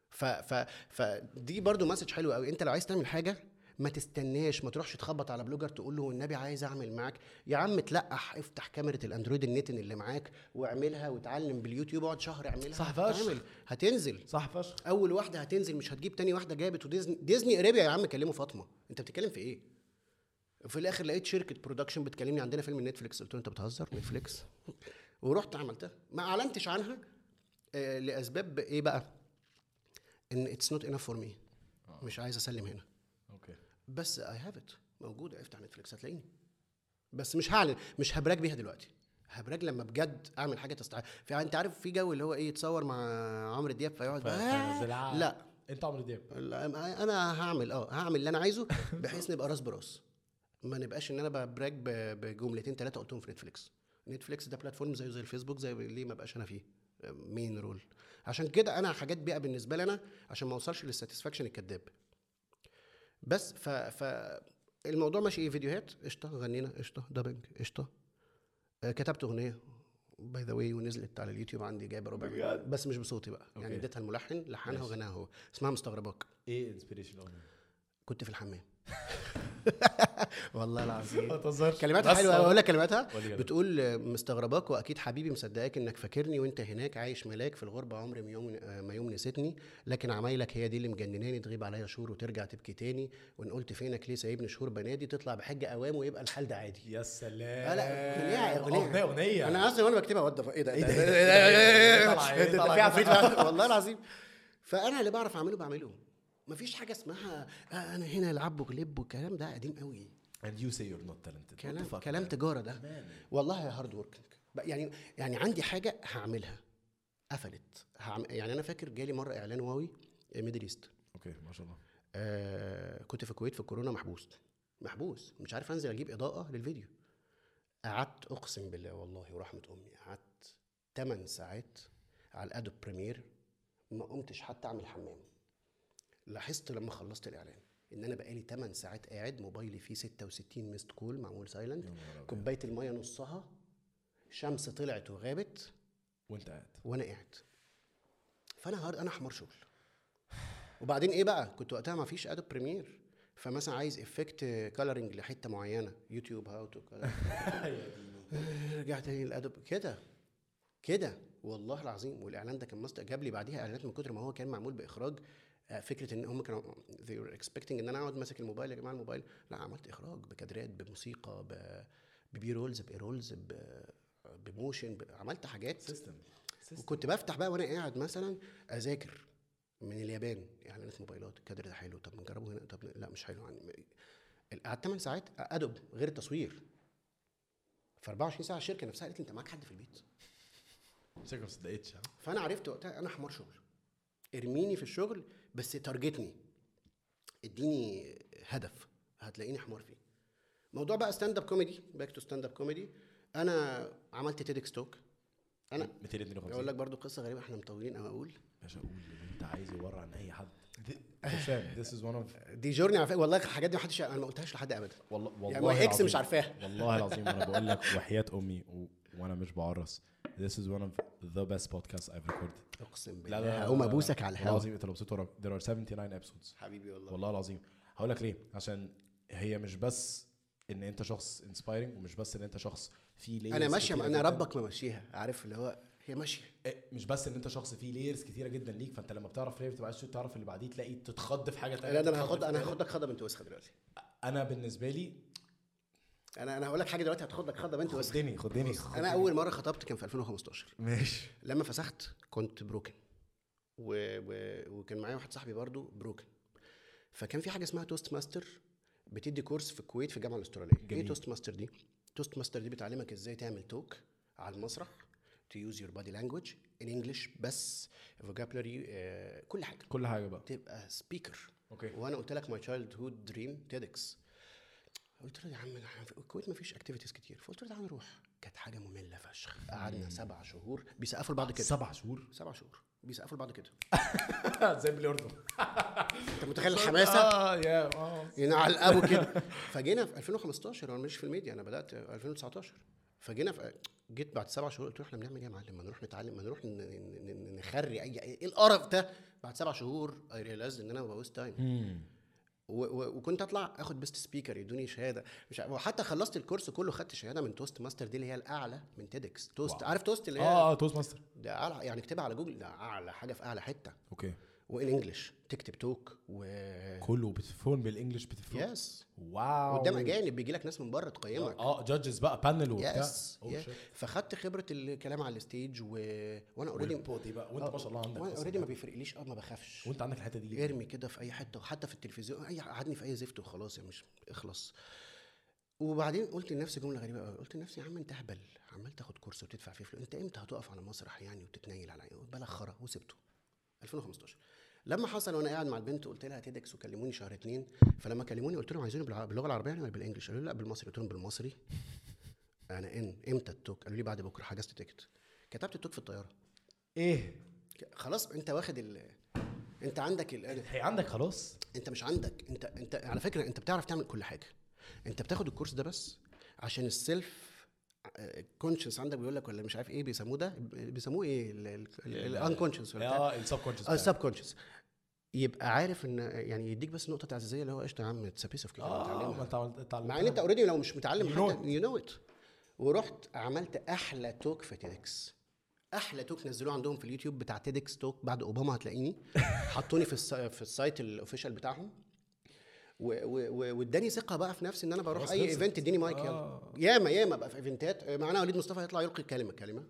[SPEAKER 2] ف ف فدي برضو مسج حلو قوي انت لو عايز تعمل حاجه ما تستناش ما تروحش تخبط على بلوجر تقول له والنبي عايز اعمل معاك يا عم تلقح افتح كاميرا الاندرويد النتن اللي معاك واعملها واتعلم باليوتيوب اقعد شهر اعملها
[SPEAKER 1] صح فشخ.
[SPEAKER 2] هتعمل. هتنزل
[SPEAKER 1] صح فشخ
[SPEAKER 2] اول واحده هتنزل مش هتجيب تاني واحده جابت وديزني ديزني قريبه يا عم كلموا فاطمه انت بتتكلم في ايه في الاخر لقيت شركه برودكشن بتكلمني عندنا فيلم نتفليكس قلت له انت بتهزر نتفليكس *laughs* ورحت عملتها ما اعلنتش عنها آه، لاسباب ايه بقى ان اتس نوت انف فور مي مش عايز اسلم هنا
[SPEAKER 1] اوكي
[SPEAKER 2] بس اي هاف ات موجوده افتح نتفليكس هتلاقيني بس مش هعلن مش هبراك بيها دلوقتي هبراك لما بجد اعمل حاجه تستحق في انت عارف في جو اللي هو ايه يتصور مع عمرو دياب فيقعد بقى،
[SPEAKER 1] فنزلها.
[SPEAKER 2] لا
[SPEAKER 1] انت عمرو دياب
[SPEAKER 2] لا، ما- انا هعمل اه هعمل اللي انا عايزه بحيث نبقى راس براس ما نبقاش ان انا ببراك ب- بجملتين ثلاثه قلتهم في نتفليكس نتفليكس ده بلاتفورم زيه زي الفيسبوك زي ليه ما بقاش انا فيه مين رول عشان كده انا حاجات بيئه بالنسبه لي انا عشان ما اوصلش للساتسفاكشن الكذاب بس ف ف الموضوع ماشي ايه فيديوهات قشطه غنينا قشطه دبنج قشطه آه، كتبت اغنيه باي ذا واي ونزلت على اليوتيوب عندي جايبه ربع مليون بس مش بصوتي بقى يعني
[SPEAKER 1] أوكي.
[SPEAKER 2] اديتها الملحن لحنها
[SPEAKER 1] ماشي.
[SPEAKER 2] وغناها هو اسمها مستغرباك
[SPEAKER 1] ايه انسبيريشن اغنيه
[SPEAKER 2] كنت في الحمام والله
[SPEAKER 1] ما
[SPEAKER 2] العظيم
[SPEAKER 1] تهزرش
[SPEAKER 2] كلماتها
[SPEAKER 1] بس
[SPEAKER 2] حلوه أوي، اقول لك كلماتها
[SPEAKER 1] قول لي كده.
[SPEAKER 2] بتقول آه، مستغرباك واكيد حبيبي مصدقاك انك فاكرني وانت هناك عايش ملاك في الغربه عمري ما يوم آه، ما يوم نسيتني لكن عمايلك هي دي اللي مجنناني تغيب عليا شهور وترجع تبكي تاني وان قلت فينك ليه سايبني شهور بنادي تطلع بحجه اوام ويبقى الحال ده عادي
[SPEAKER 1] يا سلام
[SPEAKER 2] آه، لا، أغنية- أغنية.
[SPEAKER 1] اغنيه اغنيه
[SPEAKER 2] انا اصلا وانا بكتبها وات ايه ده ايه ده
[SPEAKER 1] إيه ده؟
[SPEAKER 2] إيه ده؟
[SPEAKER 1] طلع إيه؟
[SPEAKER 2] إيه ده؟
[SPEAKER 1] طلع
[SPEAKER 2] ده في
[SPEAKER 1] إيه؟
[SPEAKER 2] عفريت بقى. والله العظيم فانا اللي بعرف اعمله بعمله مفيش حاجه اسمها آه، انا هنا العب وكليب والكلام ده قديم قوي
[SPEAKER 1] and you say you're not talented What the
[SPEAKER 2] كلام
[SPEAKER 1] fuck,
[SPEAKER 2] كلام
[SPEAKER 1] man?
[SPEAKER 2] تجاره ده
[SPEAKER 1] Man.
[SPEAKER 2] والله هارد وركينج يعني يعني عندي حاجه هعملها قفلت هعم... يعني انا فاكر جالي مره اعلان واوي آه، ميدل ايست
[SPEAKER 1] اوكي ما شاء الله
[SPEAKER 2] آه كنت في الكويت في الكورونا محبوس محبوس مش عارف انزل اجيب اضاءه للفيديو قعدت اقسم بالله والله ورحمه امي قعدت 8 ساعات على الادوب بريمير ما قمتش حتى اعمل حمام لاحظت لما خلصت الاعلان ان انا بقالي 8 ساعات قاعد موبايلي فيه 66 ميست كول معمول
[SPEAKER 1] يا
[SPEAKER 2] سايلنت
[SPEAKER 1] نهار أبيض.
[SPEAKER 2] كوبايه الميه نصها شمس طلعت وغابت
[SPEAKER 1] وانت قاعد
[SPEAKER 2] وانا قاعد فانا هار انا حمار شغل وبعدين ايه بقى كنت وقتها ما فيش ادوب بريمير فمثلا عايز افكت كلرنج لحته معينه يوتيوب هاو تو رجعت تاني الادوب كده كده والله العظيم والاعلان ده كان مصدر جاب لي بعديها اعلانات من كتر ما هو كان معمول باخراج آه، فكره ان هم كانوا they were expecting ان انا اقعد ماسك الموبايل يا جماعه الموبايل لا عملت اخراج بكادرات بموسيقى ب ببي رولز بايرولز ب- بموشن ب- عملت حاجات
[SPEAKER 1] سيستم
[SPEAKER 2] وكنت بفتح بقى وانا قاعد مثلا اذاكر من اليابان اعلانات موبايلات الكادر ده حلو طب نجربه هنا طب لا مش حلو يعني قعدت 8 ساعات ادوب غير التصوير في 24 ساعه الشركه نفسها قالت لي انت معاك حد في البيت
[SPEAKER 1] شكلك ما صدقتش ها؟
[SPEAKER 2] فانا عرفت وقتها انا حمار شغل ارميني في الشغل بس تارجتني اديني هدف هتلاقيني حمار فيه موضوع بقى ستاند اب كوميدي باك تو ستاند اب كوميدي انا عملت تيدكس توك انا
[SPEAKER 1] 252
[SPEAKER 2] اقول لك برضو قصه غريبه احنا مطولين او اقول
[SPEAKER 1] باشا قول اللي انت عايزه ورا عن اي حد هشام this is one of
[SPEAKER 2] دي جورني على فكره والله الحاجات دي محدش انا ما قلتهاش لحد ابدا
[SPEAKER 1] والله والله
[SPEAKER 2] يعني ما اكس
[SPEAKER 1] العظيم-
[SPEAKER 2] مش عارفاها
[SPEAKER 1] والله العظيم انا بقول لك وحياة امي و... وانا مش بعرس this is one of the best podcasts I've recorded
[SPEAKER 2] اقسم
[SPEAKER 1] لا، لا، لا،
[SPEAKER 2] بالله هقوم
[SPEAKER 1] لا، لا.
[SPEAKER 2] ابوسك على
[SPEAKER 1] والله
[SPEAKER 2] الهوا
[SPEAKER 1] العظيم انت لو بصيت ورا there are 79 episodes
[SPEAKER 2] حبيبي والله
[SPEAKER 1] والله العظيم هقول لك ليه عشان هي مش بس ان انت شخص انسبايرنج ومش بس ان انت شخص فيه layers
[SPEAKER 2] انا ماشيه
[SPEAKER 1] كتيرة
[SPEAKER 2] انا
[SPEAKER 1] جداً.
[SPEAKER 2] ربك ممشيها عارف اللي هو هي ماشيه
[SPEAKER 1] إيه، مش بس ان انت شخص فيه لايرز كتيره جدا ليك فانت لما بتعرف ليه بتبقى عايز تشوف، تعرف اللي بعديه تلاقي تتخض في حاجه تانية
[SPEAKER 2] لا ده انا
[SPEAKER 1] تتخض في
[SPEAKER 2] هاخد انا
[SPEAKER 1] تالت.
[SPEAKER 2] هاخدك خضه بنت وسخه دلوقتي
[SPEAKER 1] انا بالنسبه لي
[SPEAKER 2] انا انا هقول لك حاجه دلوقتي هتاخدك خضه بنت وسخه
[SPEAKER 1] خدني خدني
[SPEAKER 2] انا اول مره خطبت كان في 2015
[SPEAKER 1] ماشي
[SPEAKER 2] لما فسخت كنت بروكن و... و... وكان معايا واحد صاحبي برضو بروكن فكان في حاجه اسمها توست ماستر بتدي كورس في الكويت في الجامعه الاستراليه ايه
[SPEAKER 1] جميل.
[SPEAKER 2] توست ماستر دي توست ماستر دي بتعلمك ازاي تعمل توك على المسرح to use your body language in English بس vocabulary آه كل حاجه
[SPEAKER 1] كل حاجه بقى
[SPEAKER 2] تبقى سبيكر
[SPEAKER 1] اوكي.
[SPEAKER 2] وانا قلت لك ماي تشايلد هود دريم تيدكس قلت له يا عم احنا في الكويت مفيش اكتيفيتيز كتير فقلت له تعالى نروح كانت حاجه ممله فشخ قعدنا سبع شهور بيسقفوا لبعض كده
[SPEAKER 1] سبع شهور
[SPEAKER 2] سبع شهور بيسقفوا لبعض كده
[SPEAKER 1] *laughs* زي بلي اورتون
[SPEAKER 2] انت متخيل الحماسه
[SPEAKER 1] اه يا اه
[SPEAKER 2] ينعل ابو كده فجينا في 2015 انا مش في الميديا انا بدات 2019 فجينا في جيت بعد سبع شهور قلت له احنا بنعمل ايه يا معلم؟ ما نروح نتعلم ما نروح ن- ن- ن- نخري اي ايه القرف ده؟ بعد سبع شهور اي ريلايز ان انا بوظ تايم و- و- وكنت اطلع اخد بيست سبيكر يدوني شهاده مش عارف- وحتى خلصت الكورس كله خدت شهاده من توست ماستر دي اللي هي الاعلى من تيدكس توست
[SPEAKER 1] واو.
[SPEAKER 2] عارف توست اللي هي
[SPEAKER 1] اه اه توست ماستر
[SPEAKER 2] ده اعلى يعني اكتبها على جوجل ده اعلى حاجه في اعلى حته
[SPEAKER 1] اوكي
[SPEAKER 2] والانجلش تكتب توك و
[SPEAKER 1] كله بتفون بالانجلش بتفون
[SPEAKER 2] يس
[SPEAKER 1] واو
[SPEAKER 2] قدام اجانب بيجي لك ناس من بره تقيمك
[SPEAKER 1] اه جادجز بقى بانل وبتاع
[SPEAKER 2] يس
[SPEAKER 1] Oh,
[SPEAKER 2] يس.
[SPEAKER 1] shit.
[SPEAKER 2] فخدت خبره الكلام على الستيج و... وانا اوريدي
[SPEAKER 1] والبودي بقى وانت ما شاء الله عندك
[SPEAKER 2] وانا
[SPEAKER 1] أصلاً.
[SPEAKER 2] اوريدي آه. ما بيفرقليش اه ما بخافش
[SPEAKER 1] وانت عندك الحته دي
[SPEAKER 2] ارمي كده في اي حته وحتى في التلفزيون اي قعدني في اي زفت وخلاص يا مش اخلص وبعدين قلت لنفسي جمله غريبه قوي قلت لنفسي يا عم انت اهبل عمال تاخد كورس وتدفع فيه فلوس انت امتى هتقف على المسرح يعني وتتنيل على بلا خرا وسبته 2015 لما حصل وانا قاعد مع البنت قلت لها تيدكس وكلموني شهر اتنين فلما كلموني قلت لهم عايزيني بالع- باللغه العربيه يعني ولا بالانجلش قالوا لي لا بالمصري قلت لهم بالمصري انا ان امتى التوك قالوا لي بعد بكره حجزت تيكت كتبت التوك في الطياره
[SPEAKER 1] ايه
[SPEAKER 2] ك- خلاص انت واخد ال... انت عندك ال...
[SPEAKER 1] هي عندك خلاص
[SPEAKER 2] انت مش عندك انت انت على فكره انت بتعرف تعمل كل حاجه انت بتاخد الكورس ده بس عشان السيلف كونشنس عندك بيقول لك ولا مش عارف ايه بيسموه ده بيسموه ايه الانكونشنس ولا بتاع
[SPEAKER 1] اه السبكونشس
[SPEAKER 2] آه، السب كونشنس يبقى عارف ان يعني يديك بس نقطه تعزيزيه اللي هو قشطه يا عم تسبيسف كده
[SPEAKER 1] اه
[SPEAKER 2] وتعلمها.
[SPEAKER 1] ما انت عملت- اتعلمت
[SPEAKER 2] مع ان انت اوريدي لو مش متعلم
[SPEAKER 1] You
[SPEAKER 2] you
[SPEAKER 1] know
[SPEAKER 2] حاجه يو نو ات ورحت عملت احلى توك في تيدكس احلى توك نزلوه عندهم في اليوتيوب بتاع تيدكس توك بعد
[SPEAKER 1] *laughs*
[SPEAKER 2] اوباما هتلاقيني حطوني في الس... في السايت الاوفيشال بتاعهم و- و- و- واداني ثقه بقى في نفسي ان انا بروح
[SPEAKER 1] خلاص
[SPEAKER 2] اي
[SPEAKER 1] خلصت.
[SPEAKER 2] ايفنت اديني مايك يلا
[SPEAKER 1] آه.
[SPEAKER 2] ياما ياما بقى في ايفنتات معانا وليد مصطفى هيطلع يلقي كلمه كلمه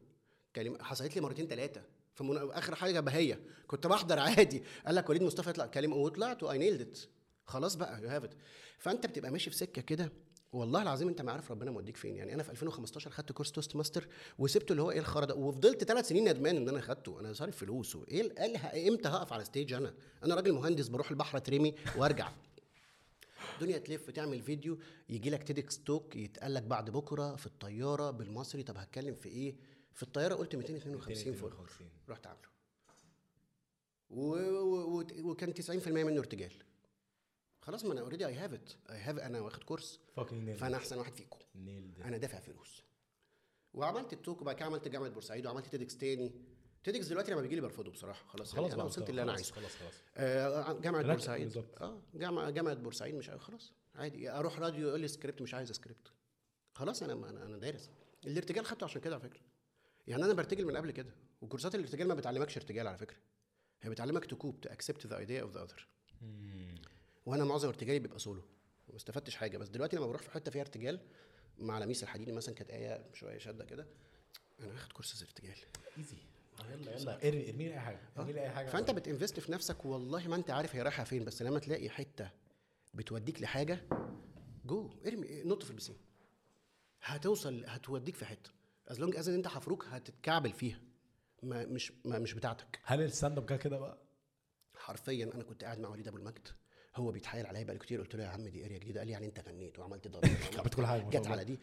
[SPEAKER 2] كلمه حصلت لي مرتين ثلاثه في من... اخر حاجه بهيه كنت بحضر عادي قال لك وليد مصطفى يطلع كلمه وطلعت واي نيلد ات خلاص بقى يو هاف ات فانت بتبقى ماشي في سكه كده والله العظيم انت ما عارف ربنا موديك فين يعني انا في 2015 خدت كورس توست ماستر وسبته اللي هو ايه الخرا ده وفضلت ثلاث سنين ندمان ان انا خدته انا صارف فلوس وايه ال- قال لها امتى هقف على ستيج انا انا راجل مهندس بروح البحر اترمي وارجع الدنيا تلف تعمل فيديو يجي لك تيدكس توك يتقال لك بعد بكره في الطياره بالمصري طب هتكلم في ايه في الطياره قلت 252 فولور
[SPEAKER 1] 252.
[SPEAKER 2] رحت عامله و... و... و... وكان 90% منه ارتجال خلاص ما انا اوريدي اي هاف ات اي هاف انا واخد كورس
[SPEAKER 1] فاكينج نيل
[SPEAKER 2] فانا احسن واحد فيكم
[SPEAKER 1] نيل
[SPEAKER 2] انا دافع فلوس وعملت التوك وبعد كده عملت جامعه بورسعيد وعملت تيدكس تاني تيدكس دلوقتي لما بيجي لي برفضه بصراحه خلاص
[SPEAKER 1] خلاص
[SPEAKER 2] خلاص يعني انا
[SPEAKER 1] بقى،
[SPEAKER 2] وصلت
[SPEAKER 1] خلاص،
[SPEAKER 2] اللي انا
[SPEAKER 1] خلاص،
[SPEAKER 2] عايزه
[SPEAKER 1] خلاص خلاص
[SPEAKER 2] آه، جامعه
[SPEAKER 1] ركب
[SPEAKER 2] بورسعيد
[SPEAKER 1] بالظبط.
[SPEAKER 2] اه جامعه جامعه بورسعيد مش خلاص عادي اروح راديو يقول لي سكريبت مش عايز سكريبت خلاص انا انا انا دارس الارتجال خدته عشان كده على فكره يعني انا برتجل من قبل كده وكورسات الارتجال ما بتعلمكش ارتجال على فكره هي بتعلمك تكوب تاكسبت ذا ايديا اوف ذا اذر وانا معظم ارتجالي بيبقى سولو ما استفدتش حاجه بس دلوقتي لما بروح في حته فيها ارتجال مع لميس الحديدي مثلا كانت ايه شويه شاده كده انا هاخد كورسز ارتجال
[SPEAKER 1] ايزي يلا يلا ارمي ارمي لي اي حاجه
[SPEAKER 2] آه.
[SPEAKER 1] ارمي لي اي حاجه
[SPEAKER 2] فانت بتنفست في نفسك والله ما انت عارف هي رايحه فين بس لما تلاقي حته بتوديك لحاجه جو ارمي نط في البسين هتوصل هتوديك في حته از لونج از انت حفروك هتتكعبل فيها ما مش ما مش بتاعتك
[SPEAKER 1] هل الستاند اب جه كده بقى؟
[SPEAKER 2] حرفيا انا كنت قاعد مع وليد ابو المجد هو بيتحايل عليا بقاله كتير قلت له يا عم دي اريا جديده قال لي يعني انت غنيت وعملت ضرب
[SPEAKER 1] عملت كل حاجة ما شاء
[SPEAKER 2] جت
[SPEAKER 1] الله.
[SPEAKER 2] على دي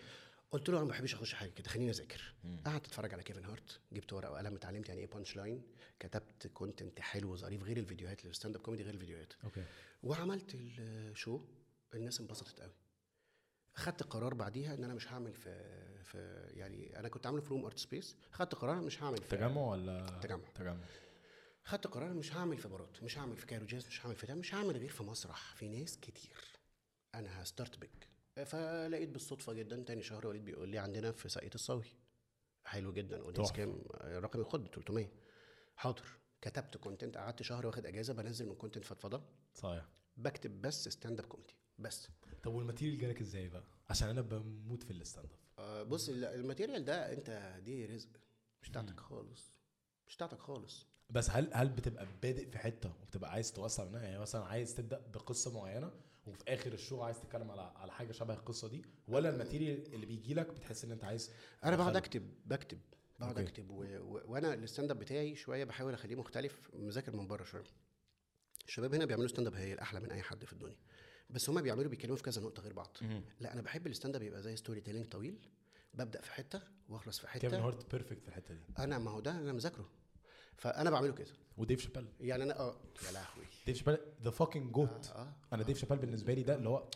[SPEAKER 2] قلت له انا ما بحبش اخش حاجه كده خليني اذاكر
[SPEAKER 1] مم.
[SPEAKER 2] قعدت اتفرج على كيفن هارت جبت ورقه وقلم اتعلمت يعني ايه بانش لاين كتبت كونتنت حلو ظريف غير الفيديوهات الستاند اب كوميدي غير الفيديوهات
[SPEAKER 1] اوكي
[SPEAKER 2] وعملت الشو الناس انبسطت قوي خدت قرار بعديها ان انا مش هعمل في في يعني انا كنت عامله في روم ارت سبيس خدت قرار مش هعمل في
[SPEAKER 1] تجمع ولا
[SPEAKER 2] تجمع.
[SPEAKER 1] تجمع
[SPEAKER 2] خدت قرار مش هعمل في بارات مش هعمل في كايرو جاز مش هعمل في ده مش هعمل غير في مسرح في ناس كتير انا هستارت بيك فلقيت بالصدفه جدا تاني شهر وليد بيقول لي عندنا في ساقية الصاوي حلو جدا اودينس
[SPEAKER 1] تحفة.
[SPEAKER 2] كام رقم الخد 300 حاضر كتبت كونتنت قعدت شهر واخد اجازه بنزل من كونتنت فضفضه
[SPEAKER 1] صحيح
[SPEAKER 2] بكتب بس ستاند اب كوميدي بس
[SPEAKER 1] طب والماتيريال جالك ازاي بقى؟ عشان انا بموت في الستاند اب
[SPEAKER 2] آه، بص ال- الماتيريال ده انت دي رزق مش بتاعتك خالص مش بتاعتك خالص
[SPEAKER 1] بس هل هل بتبقى بادئ في حته وبتبقى عايز توسع منها يعني مثلا عايز تبدا بقصه معينه وفي اخر الشغل عايز تتكلم على على حاجه شبه القصه دي ولا الماتيريال اللي بيجي لك بتحس ان انت عايز
[SPEAKER 2] انا بقعد
[SPEAKER 1] تدخله؟
[SPEAKER 2] اكتب بكتب بقعد
[SPEAKER 1] أوكي.
[SPEAKER 2] اكتب و... و... وانا الستاند اب بتاعي شويه بحاول اخليه مختلف مذاكر من بره شويه الشباب هنا بيعملوا ستاند اب هي الاحلى من اي حد في الدنيا بس هما بيعملوا بيتكلموا في كذا نقطه غير بعض لا انا بحب الستاند اب يبقى زي ستوري تيلينج طويل ببدا في حته واخلص في
[SPEAKER 1] كيفن
[SPEAKER 2] حته
[SPEAKER 1] هارت بيرفكت في الحته دي
[SPEAKER 2] انا ما هو ده انا مذاكره فانا بعمله كده
[SPEAKER 1] وديف شابيل
[SPEAKER 2] يعني انا اه يا لهوي
[SPEAKER 1] ديف شابيل ذا فاكينج جوت
[SPEAKER 2] اه
[SPEAKER 1] انا ديف شابيل بالنسبه لي ده اللي هو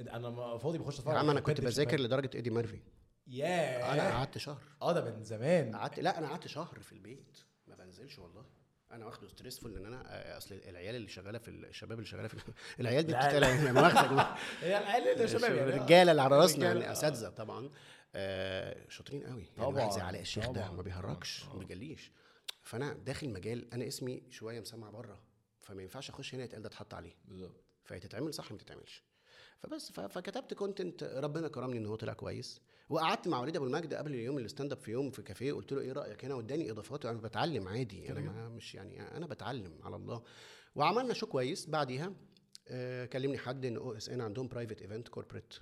[SPEAKER 1] انا ما فاضي بخش
[SPEAKER 2] يا
[SPEAKER 1] اتفرج
[SPEAKER 2] عم
[SPEAKER 1] على
[SPEAKER 2] انا كنت
[SPEAKER 1] ديف
[SPEAKER 2] بذاكر
[SPEAKER 1] شابيل.
[SPEAKER 2] لدرجه ايدي ميرفي انا
[SPEAKER 1] ياه
[SPEAKER 2] قعدت شهر
[SPEAKER 1] اه ده من زمان
[SPEAKER 2] قعدت لا انا قعدت شهر في البيت ما بنزلش والله انا واخده ستريسفول ان انا آه، اصل العيال اللي شغاله في ال- الشباب اللي شغاله في ال- *laughs* العيال دي
[SPEAKER 1] لا، لا.
[SPEAKER 2] بتتقلق
[SPEAKER 1] *laughs*
[SPEAKER 2] مؤاخذه
[SPEAKER 1] هي العيال اللي شباب يعني.
[SPEAKER 2] الرجاله اللي على راسنا
[SPEAKER 1] الرجالة،
[SPEAKER 2] يعني
[SPEAKER 1] آه.
[SPEAKER 2] اساتذه طبعا آه، شاطرين قوي يعني
[SPEAKER 1] طبعاً،
[SPEAKER 2] واحد زي علاء الشيخ ده
[SPEAKER 1] طبعاً.
[SPEAKER 2] ما بيهرجش ما بيجليش فانا داخل مجال انا اسمي شويه مسمع بره فما ينفعش اخش هنا يتقال ده اتحط عليه
[SPEAKER 1] بالظبط
[SPEAKER 2] فهي تتعمل صح ما تتعملش فبس ف- فكتبت كونتنت ربنا كرمني ان هو طلع كويس وقعدت مع وليد ابو المجد قبل اليوم الستاند اب في يوم في كافيه قلت له ايه رايك هنا واداني اضافات وانا بتعلم عادي انا ما مش يعني انا بتعلم على الله وعملنا شو كويس بعديها آه، كلمني حد ان او اس ان عندهم برايفت ايفنت كوربريت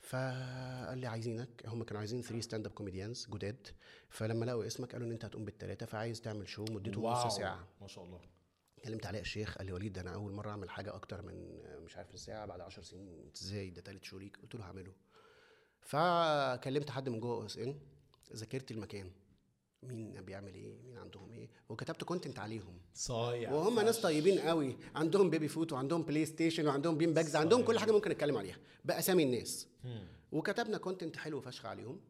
[SPEAKER 2] فقال لي عايزينك هم كانوا عايزين 3 ستاند اب كوميديانز جداد فلما لقوا اسمك قالوا ان انت هتقوم بالثلاثه فعايز تعمل شو مدته
[SPEAKER 1] واو.
[SPEAKER 2] نص ساعه
[SPEAKER 1] ما شاء الله
[SPEAKER 2] كلمت علاء الشيخ قال لي وليد ده انا اول مره اعمل حاجه اكتر من آه، مش عارف الساعه بعد 10 سنين ازاي ده تالت شو ليك قلت له هعمله فكلمت حد من جوه اس ان ذاكرت المكان مين بيعمل ايه مين عندهم ايه وكتبت كونتنت عليهم
[SPEAKER 1] صايع
[SPEAKER 2] وهم ناس طيبين قوي عندهم بيبي فوت وعندهم بلاي ستيشن وعندهم بين باجز عندهم كل حاجه ممكن اتكلم عليها باسامي الناس
[SPEAKER 1] مم.
[SPEAKER 2] وكتبنا كونتنت حلو فشخ عليهم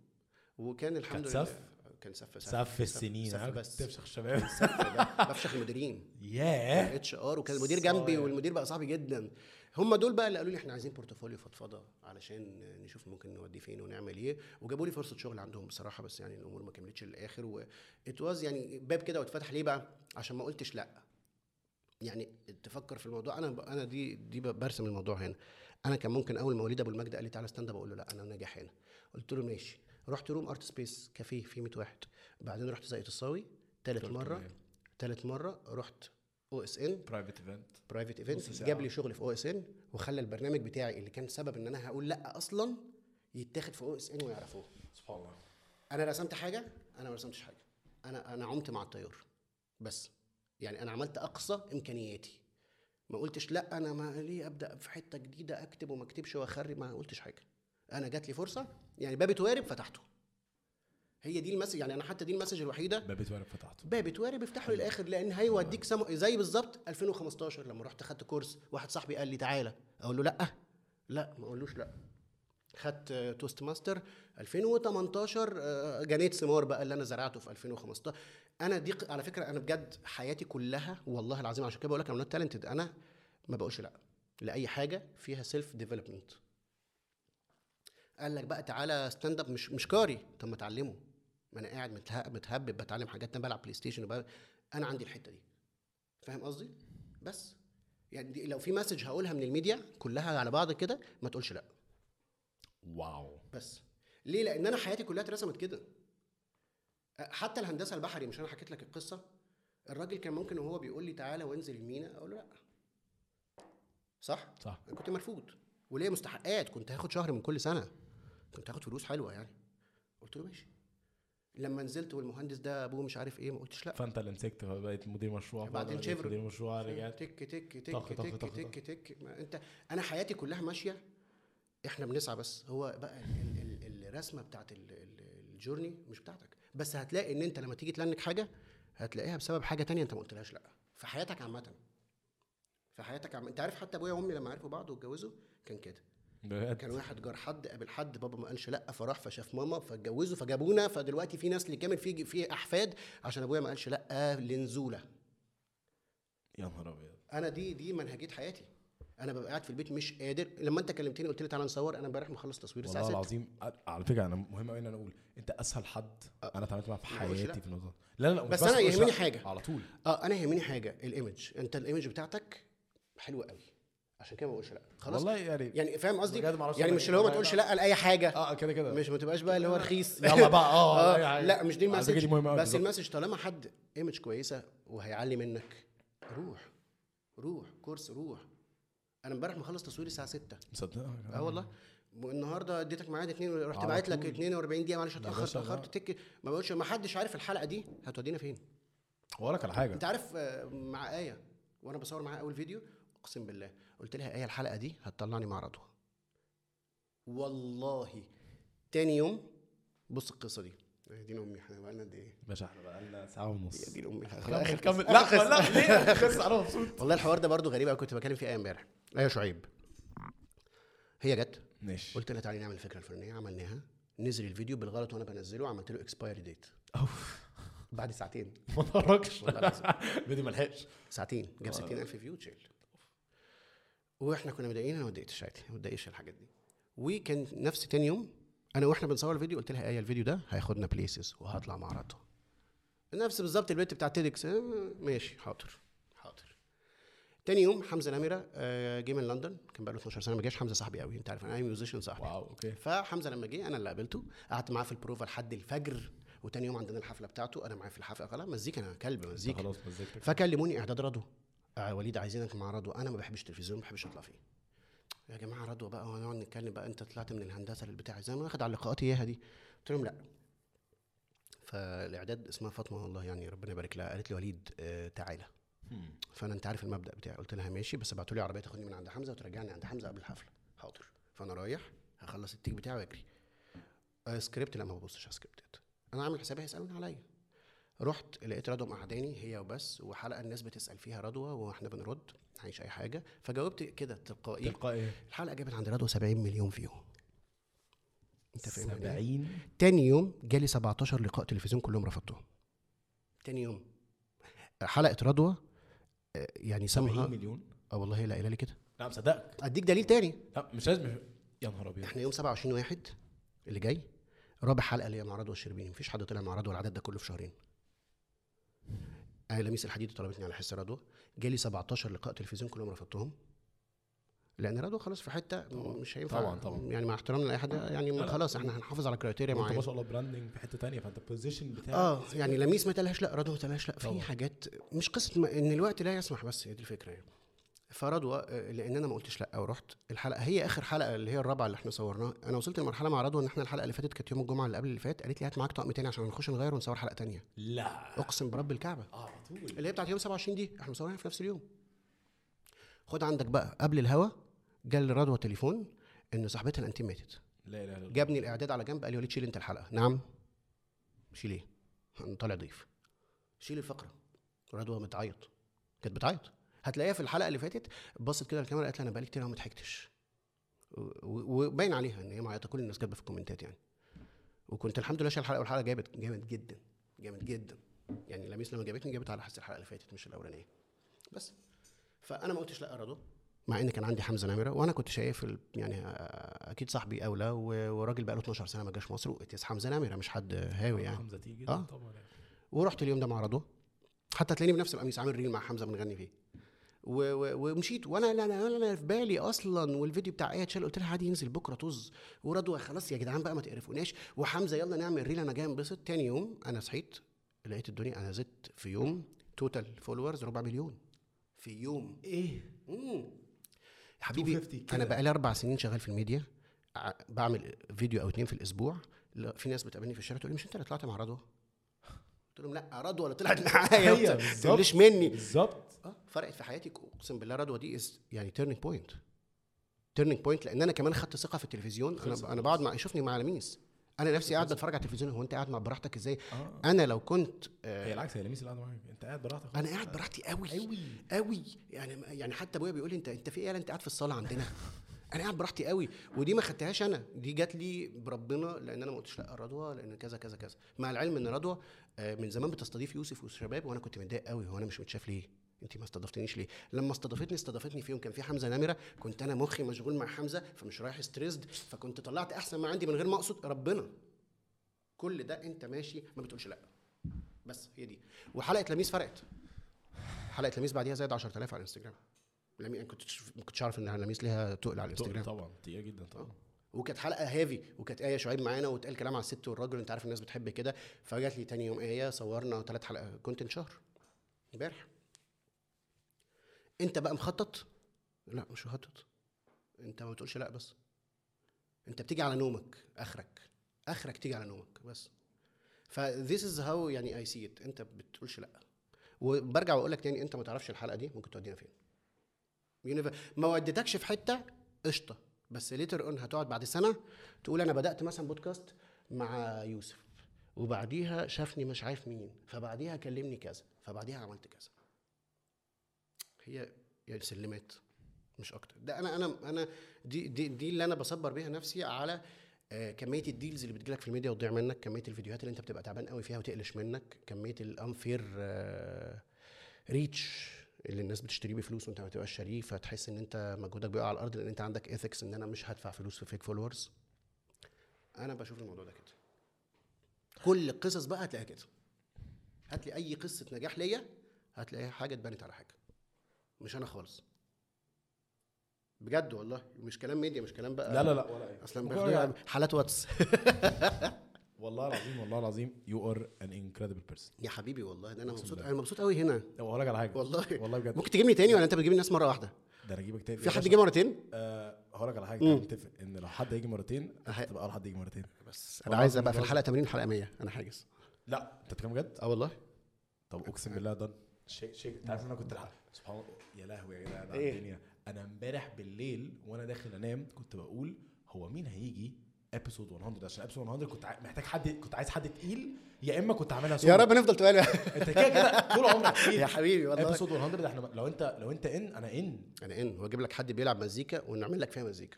[SPEAKER 2] وكان الحمد
[SPEAKER 1] كان
[SPEAKER 2] لله
[SPEAKER 1] سف؟
[SPEAKER 2] كان سف
[SPEAKER 1] سف السنين
[SPEAKER 2] سف
[SPEAKER 1] عارف؟
[SPEAKER 2] بس
[SPEAKER 1] تفشخ شباب
[SPEAKER 2] سف ده *laughs* بفشخ المديرين
[SPEAKER 1] ياه
[SPEAKER 2] اتش ار وكان المدير جنبي
[SPEAKER 1] صايع.
[SPEAKER 2] والمدير بقى صاحبي جدا هم دول بقى اللي قالوا لي احنا عايزين بورتفوليو فضفضه علشان نشوف ممكن نوديه فين ونعمل ايه وجابوا لي فرصه شغل عندهم بصراحه بس يعني الامور ما كملتش للاخر و it was يعني باب كده واتفتح ليه بقى عشان ما قلتش لا يعني تفكر في الموضوع انا ب... انا دي دي ب- برسم الموضوع هنا انا كان ممكن اول ما وليد ابو المجد قال لي تعالى ستاند اب اقول له لا انا ناجح هنا قلت له ماشي رحت روم ارت سبيس كافيه فيه 100 واحد بعدين رحت زائد الصاوي تالت
[SPEAKER 1] تالت
[SPEAKER 2] مره
[SPEAKER 1] مرة.
[SPEAKER 2] تالت مره رحت او اس ان
[SPEAKER 1] برايفت ايفنت
[SPEAKER 2] برايفت
[SPEAKER 1] نص
[SPEAKER 2] ايفنت
[SPEAKER 1] ساعة.
[SPEAKER 2] جاب لي شغل في او اس ان وخلى البرنامج بتاعي اللي كان سبب ان انا هقول لا اصلا يتاخد في او اس ان ويعرفوه
[SPEAKER 1] سبحان الله
[SPEAKER 2] انا رسمت حاجه انا ما رسمتش حاجه انا انا عمت مع التيار بس يعني انا عملت اقصى امكانياتي ما قلتش لا انا ما ليه ابدا في حته جديده اكتب وما اكتبش واخرب ما قلتش حاجه انا جات لي فرصه يعني باب توارب فتحته هي دي المسج يعني انا حتى دي المسج الوحيده
[SPEAKER 1] باب اتوارب فتحته
[SPEAKER 2] باب توارب افتحه للاخر لان هيوديك سمو... زي بالظبط 2015 لما رحت خدت كورس واحد صاحبي قال لي تعالى اقول له لا لا ما اقولوش لا خدت آه، توست ماستر 2018 آه، جنيت ثمار بقى اللي انا زرعته في 2015 انا دي ق- على فكره انا بجد حياتي كلها والله العظيم عشان كده بقول لك انا نوت تالنتد انا ما بقولش لا لاي حاجه فيها سيلف ديفلوبمنت قال لك بقى تعالى ستاند اب مش مش كاري طب ما اتعلمه ما انا قاعد متها- متهبب بتعلم حاجات انا بلعب بلاي ستيشن وبقى انا عندي الحته دي فاهم قصدي بس يعني دي لو في مسج هقولها من الميديا كلها على بعض كده ما تقولش لا
[SPEAKER 1] واو
[SPEAKER 2] بس ليه لان انا حياتي كلها اترسمت كده حتى الهندسه البحري مش انا حكيت لك القصه الراجل كان ممكن وهو بيقول لي تعالى وانزل المينا اقول له لا صح
[SPEAKER 1] صح
[SPEAKER 2] انا كنت مرفوض وليا مستحقات كنت هاخد شهر من كل سنه كنت هاخد فلوس حلوه يعني قلت له ماشي لما نزلت والمهندس ده ابوه مش عارف ايه ما قلتش لا
[SPEAKER 1] فانت اللي مسكت فبقيت مدير مشروع
[SPEAKER 2] بعدين
[SPEAKER 1] بعد ما بقيت
[SPEAKER 2] شيفرون.
[SPEAKER 1] مدير مشروع رجعت
[SPEAKER 2] تك تك تك
[SPEAKER 1] طخ، طخ،
[SPEAKER 2] تك
[SPEAKER 1] طخ،
[SPEAKER 2] تك تك ما انت انا حياتي كلها ماشيه احنا بنسعى بس هو بقى ال- ال- ال- الرسمه بتاعت ال- ال- الجورني مش بتاعتك بس هتلاقي ان انت لما تيجي تلنك حاجه هتلاقيها بسبب حاجه تانية انت ما قلتلهاش لا في حياتك عامه في حياتك عم... انت عارف حتى ابويا وامي لما عرفوا بعض واتجوزوا كان كده كان
[SPEAKER 1] بجد
[SPEAKER 2] واحد جار حد قابل حد بابا ما قالش لا فراح فشاف ماما فاتجوزوا فجابونا فدلوقتي في نسل كامل في في احفاد عشان ابويا ما قالش لا لنزوله
[SPEAKER 1] يا نهار ابيض
[SPEAKER 2] انا دي دي منهجيه حياتي انا ببقى قاعد في البيت مش قادر لما انت كلمتني قلت لي تعالى نصور انا امبارح مخلص تصوير الساعه
[SPEAKER 1] والله
[SPEAKER 2] 6
[SPEAKER 1] العظيم أ- على فكره انا مهم قوي ان انا اقول انت اسهل حد انا اتعاملت معاه في
[SPEAKER 2] ما قلتش
[SPEAKER 1] حياتي
[SPEAKER 2] لأ.
[SPEAKER 1] في النقطه دي. لا لا لا مش
[SPEAKER 2] بس أنا
[SPEAKER 1] ما قلتش
[SPEAKER 2] يهمني
[SPEAKER 1] لأ،
[SPEAKER 2] حاجة.
[SPEAKER 1] على طول
[SPEAKER 2] اه انا يهمني حاجه الايمج انت الايمج بتاعتك حلوه قوي عشان كده ما بقولش لا خلاص
[SPEAKER 1] والله يعني
[SPEAKER 2] يعني فاهم قصدي
[SPEAKER 1] بجد ما أعرفش
[SPEAKER 2] يعني
[SPEAKER 1] أنا
[SPEAKER 2] مش
[SPEAKER 1] إيه.
[SPEAKER 2] اللي هو ما
[SPEAKER 1] لا،
[SPEAKER 2] تقولش
[SPEAKER 1] لا.
[SPEAKER 2] لا لاي حاجه
[SPEAKER 1] اه كده كده
[SPEAKER 2] مش ما تبقاش بقى اللي هو رخيص
[SPEAKER 1] يلا
[SPEAKER 2] *laughs*
[SPEAKER 1] بقى، *laughs* آه، أي
[SPEAKER 2] اه
[SPEAKER 1] حاجة.
[SPEAKER 2] لا مش دي
[SPEAKER 1] على فكرة
[SPEAKER 2] المسج
[SPEAKER 1] دي مهمة أوي
[SPEAKER 2] بس
[SPEAKER 1] آه، بالظبط.
[SPEAKER 2] المسج طالما حد ايمج كويسه وهيعلي منك روح روح كورس روح انا امبارح مخلص تصوير الساعه 6
[SPEAKER 1] مصدقك
[SPEAKER 2] اه والله النهارده اديتك ميعاد اتنين رحت
[SPEAKER 1] آه. على
[SPEAKER 2] باعت لك
[SPEAKER 1] طول.
[SPEAKER 2] 42 دقيقه معلش اتاخر
[SPEAKER 1] باشا، آه.
[SPEAKER 2] اتاخرت تك ما بقولش ما حدش عارف الحلقه دي هتودينا فين
[SPEAKER 1] هقول أه، لك على حاجه
[SPEAKER 2] انت عارف آه، مع ايه وانا بصور معاها اول فيديو اقسم بالله قلت لها ايه الحلقه دي هتطلعني معرضها والله تاني يوم بص القصه دي يا دين امي احنا بقالنا قد ايه
[SPEAKER 1] باشا احنا بقالنا ساعه ونص
[SPEAKER 2] يا دين امي اخر
[SPEAKER 1] كمل
[SPEAKER 2] آخر-
[SPEAKER 1] كمل لا لا ليه خلص انا مبسوط
[SPEAKER 2] والله الحوار ده برضو غريب أوي كنت بكلم فيه ايه امبارح ايه شعيب هي جت
[SPEAKER 1] ماشي
[SPEAKER 2] قلت لها تعالي نعمل الفكره الفلانيه عملناها نزل الفيديو بالغلط وانا بنزله عملت له اكسبايري ديت بعد ساعتين
[SPEAKER 1] ما اتحركش
[SPEAKER 2] والله العظيم.
[SPEAKER 1] بدي ما لحقش
[SPEAKER 2] ساعتين جاب 60000 فيو تشيل واحنا كنا مضايقين انا ما اتضايقتش عادي ما اتضايقش الحاجات دي وكان نفس تاني يوم انا واحنا بنصور الفيديو قلت لها ايه الفيديو ده هياخدنا بليسز وهطلع معرضه نفس بالظبط البنت بتاعت تيدكس آه، ماشي حاضر حاضر تاني يوم حمزه نمره آه، جه من لندن كان بقاله 12 سنه ما جاش حمزه صاحبي قوي انت عارف انا ميوزيشن صاحبي
[SPEAKER 1] واو اوكي
[SPEAKER 2] فحمزه لما جه انا اللي قابلته قعدت معاه في البروفا لحد الفجر وتاني يوم عندنا الحفله بتاعته انا معاه في الحفله خلاص مزيكا انا كلب مزيكا
[SPEAKER 1] خلاص مزجتك
[SPEAKER 2] فكلموني اعداد رضوى آه وليد عايزينك مع رضوى انا ما بحبش التلفزيون ما بحبش اطلع فيه يا جماعه رضوى بقى وهنقعد نتكلم بقى انت طلعت من الهندسه للبتاع زي ما واخد على اللقاءات اياها دي قلت لهم لا فالاعداد اسمها فاطمه والله يعني ربنا يبارك لها قالت لي وليد آه تعالى فانا انت عارف المبدا بتاعي قلت لها ماشي بس ابعتوا لي عربيه تاخدني من عند حمزه وترجعني عند حمزه قبل الحفله حاضر فانا رايح هخلص التيك بتاعي واجري آه، سكريبت لا ما ببصش على سكريبتات انا عامل حسابي هيسالون عليا رحت لقيت رضوى مقعداني هي وبس وحلقه الناس بتسال فيها رضوى واحنا بنرد عايش اي حاجه فجاوبت كده تلقائي
[SPEAKER 1] تلقائي
[SPEAKER 2] الحلقه جابت عند رضوى 70 مليون فيو انت فاهم يعني إيه؟
[SPEAKER 1] 70
[SPEAKER 2] تاني يوم جالي 17 لقاء تلفزيون كلهم رفضتهم تاني يوم حلقه رضوى آه، يعني سامها
[SPEAKER 1] 70 مليون
[SPEAKER 2] اه والله هي اللي قايله لي كده
[SPEAKER 1] لا مصدقك
[SPEAKER 2] اديك دليل تاني
[SPEAKER 1] لا مش لازم يا نهار ابيض
[SPEAKER 2] احنا يوم 27 واحد اللي جاي رابع حلقه ليا مع رضوى الشربيني مفيش حد طلع مع رضوى العدد ده كله في شهرين انا لميس الحديد طلبتني على حصه رضوى جالي 17 لقاء تلفزيون كلهم رفضتهم لان رضوى خلاص في حته مش هينفع
[SPEAKER 1] طبعا، طبعا.
[SPEAKER 2] يعني مع احترامنا لاي حد يعني خلاص احنا هنحافظ على كرايتيريا
[SPEAKER 1] انت
[SPEAKER 2] معينه
[SPEAKER 1] ما شاء الله براندنج في حته تانية فانت البوزيشن بتاعك
[SPEAKER 2] اه يعني لميس ما تلهاش لا رضوى ما تلهاش لا في
[SPEAKER 1] طبعا.
[SPEAKER 2] حاجات مش قصه م- ان الوقت لا يسمح بس هي دي الفكره يعني فرضوى آه، لان انا ما قلتش لا ورحت الحلقه هي اخر حلقه اللي هي الرابعه اللي احنا صورناها انا وصلت لمرحله مع رضوى ان احنا الحلقه اللي فاتت كانت يوم الجمعه اللي قبل اللي فات قالت لي هات معاك طقم تاني عشان نخش نغير ونصور حلقه تانية
[SPEAKER 1] لا
[SPEAKER 2] اقسم برب الكعبه
[SPEAKER 1] على طول
[SPEAKER 2] اللي هي بتاعت يوم 27 دي احنا مصورينها في نفس اليوم خد عندك بقى قبل الهوا جال رضوى تليفون ان صاحبتها الانتيم ماتت
[SPEAKER 1] لا لا لا
[SPEAKER 2] جابني الاعداد على جنب قال لي وليد شيل انت الحلقه نعم شيل ايه انا طالع ضيف شيل الفقره رضوى بتعيط كانت بتعيط هتلاقيها في الحلقه اللي فاتت بصت كده الكاميرا قالت لي انا بقالي كتير أوي ما ضحكتش و- و- وباين عليها ان هي معيطه كل الناس كاتبه في الكومنتات يعني وكنت الحمد لله شايل الحلقه والحلقه جابت جامد جدا جامد جدا يعني لميس لما جابتني جابت على حس الحلقه اللي فاتت مش الاولانيه بس فانا ما قلتش لا رضوى مع ان كان عندي حمزه نمره وانا كنت شايف ال- يعني آه، اكيد صاحبي اولى و- وراجل بقاله 12 سنه ما جاش مصر وقتيس حمزه نمره مش حد هاوي يعني
[SPEAKER 1] حمزه تيجي
[SPEAKER 2] آه.
[SPEAKER 1] طبعا يعني.
[SPEAKER 2] ورحت اليوم ده مع رضوى حتى تلاقيني بنفس القميص عامل ريل مع حمزه بنغني فيه و- و- ومشيت وانا لا انا انا في بالي اصلا والفيديو بتاع ايه اتشال قلت لها عادي ينزل بكره طز ورضوى خلاص يا جدعان بقى ما تقرفوناش وحمزه يلا نعمل ريل انا جاي انبسط تاني يوم انا صحيت لقيت الدنيا انا زدت في يوم توتال فولورز ربع مليون في يوم
[SPEAKER 1] ايه
[SPEAKER 2] مم. يا حبيبي
[SPEAKER 1] 250 كده.
[SPEAKER 2] انا بقالي اربع سنين شغال في الميديا ع- بعمل فيديو او اتنين في الاسبوع لا، في ناس بتقابلني في الشارع تقول لي مش انت اللي طلعت مع رضوى؟ قلت لهم لا رضوى اللي طلعت
[SPEAKER 1] *laughs*
[SPEAKER 2] معايا
[SPEAKER 1] أيوة،
[SPEAKER 2] ما
[SPEAKER 1] بالظبط.
[SPEAKER 2] تقوليش مني
[SPEAKER 1] بالظبط
[SPEAKER 2] اه فرقت في حياتي اقسم بالله رضوى دي is يعني تيرنينج بوينت تيرنينج بوينت لان انا كمان خدت ثقه في التلفزيون
[SPEAKER 1] خلصت
[SPEAKER 2] انا انا بقعد مع شوفني مع لميس انا نفسي قاعد بتفرج على التلفزيون هو انت قاعد مع براحتك ازاي
[SPEAKER 1] آه.
[SPEAKER 2] انا لو كنت
[SPEAKER 1] هي
[SPEAKER 2] آه
[SPEAKER 1] العكس هي لميس اللي قاعده معاك انت قاعد براحتك
[SPEAKER 2] انا قاعد براحتي قوي
[SPEAKER 1] قوي
[SPEAKER 2] قوي يعني يعني حتى ابويا بيقول لي انت انت في ايه يالا انت قاعد في الصاله عندنا *laughs* انا قاعد براحتي قوي ودي ما خدتهاش انا دي جات لي بربنا لان انا ما قلتش لا رضوى لان كذا كذا كذا مع العلم ان رضوى آه، من زمان بتستضيف يوسف والشباب وانا كنت متضايق قوي هو انا مش متشاف ليه انت ما استضفتنيش ليه لما استضفتني استضفتني في يوم كان في حمزه نمره كنت انا مخي مشغول مع حمزه فمش رايح ستريسد فكنت طلعت احسن ما عندي من غير ما اقصد ربنا كل ده انت ماشي ما بتقولش لا بس هي دي وحلقه لميس فرقت حلقه لميس بعديها زاد 10000 على الانستجرام لمي... أنا كنت ما كنتش عارف ان لميس ليها تقل على
[SPEAKER 1] تقل
[SPEAKER 2] الانستجرام
[SPEAKER 1] طبعا تقيله جدا طبعا
[SPEAKER 2] وكانت حلقه هافي وكانت ايه شعيب معانا واتقال كلام على الست والراجل انت عارف الناس بتحب كده فجت لي تاني يوم ايه صورنا ثلاث حلقات كونتنت شهر امبارح انت بقى مخطط لا مش مخطط انت ما بتقولش لا بس انت بتيجي على نومك اخرك اخرك تيجي على نومك بس ف this is how يعني اي سي ات انت بتقولش لا وبرجع واقول لك تاني انت ما تعرفش الحلقه دي ممكن تودينا فين يونيفر- ما ودتكش في حته قشطه بس ليتر اون هتقعد بعد سنه تقول انا بدات مثلا بودكاست مع يوسف وبعديها شافني مش عارف مين فبعديها كلمني كذا فبعديها عملت كذا هي يعني سلمات مش اكتر ده انا انا انا دي دي, دي اللي انا بصبر بيها نفسي على آه، كميه الديلز اللي بتجيلك في الميديا وتضيع منك كميه الفيديوهات اللي انت بتبقى تعبان قوي فيها وتقلش منك كميه الانفير ريتش آه، اللي الناس بتشتريه بفلوس وانت ما تبقاش شاريه فتحس ان انت مجهودك بيقع على الارض لان انت عندك ايثكس ان انا مش هدفع فلوس في فيك فولورز انا بشوف الموضوع ده كده كل القصص بقى هتلاقيها كده هات لي اي قصه نجاح ليا هتلاقيها حاجه اتبنت على حاجه مش انا خالص بجد والله مش كلام ميديا مش كلام بقى
[SPEAKER 1] لا لا لا ولا ايه
[SPEAKER 2] اصلا
[SPEAKER 1] ممكن
[SPEAKER 2] بياخدوها
[SPEAKER 1] أرجع-
[SPEAKER 2] حالات واتس *laughs*
[SPEAKER 1] والله العظيم والله العظيم يو ار ان انكريدبل بيرسون
[SPEAKER 2] يا حبيبي والله ده انا
[SPEAKER 1] أقسم
[SPEAKER 2] مبسوط
[SPEAKER 1] بالله.
[SPEAKER 2] انا مبسوط قوي هنا
[SPEAKER 1] طب هقول لك على حاجه
[SPEAKER 2] والله
[SPEAKER 1] والله بجد
[SPEAKER 2] ممكن تجيبني تاني ولا انت بتجيب الناس مره واحده
[SPEAKER 1] ده انا اجيبك تاني
[SPEAKER 2] في حد جه مرتين
[SPEAKER 1] آه، هقول لك على حاجه تعالى نتفق ان لو حد هيجي مرتين
[SPEAKER 2] أحي-
[SPEAKER 1] تبقى اول حد يجي مرتين
[SPEAKER 2] بس
[SPEAKER 1] والله
[SPEAKER 2] انا عايز
[SPEAKER 1] العظيم
[SPEAKER 2] ابقى في
[SPEAKER 1] بجد.
[SPEAKER 2] الحلقه 80 الحلقه 100 انا حاجز
[SPEAKER 1] لا انت بتتكلم بجد؟
[SPEAKER 2] اه والله
[SPEAKER 1] طب اقسم بالله ده شيء شيء انت عارف إن انا كنت الحق. سبحان الله يا لهوي يا جدعان على
[SPEAKER 2] إيه؟
[SPEAKER 1] الدنيا انا امبارح بالليل وانا داخل انام كنت بقول هو مين هيجي ابيسود 100 عشان ابيسود 100 كنت عاي- محتاج حد كنت عايز حد تقيل يا اما كنت عاملها
[SPEAKER 2] يا
[SPEAKER 1] سولو.
[SPEAKER 2] رب نفضل تقول
[SPEAKER 1] انت كده كده طول
[SPEAKER 2] *laughs*
[SPEAKER 1] عمرك
[SPEAKER 2] يا
[SPEAKER 1] تقيل
[SPEAKER 2] حبيبي والله
[SPEAKER 1] ابيسود 100 ده احنا لو انت لو انت ان انا ان
[SPEAKER 2] انا ان واجيب لك حد بيلعب مزيكا ونعمل لك فيها مزيكا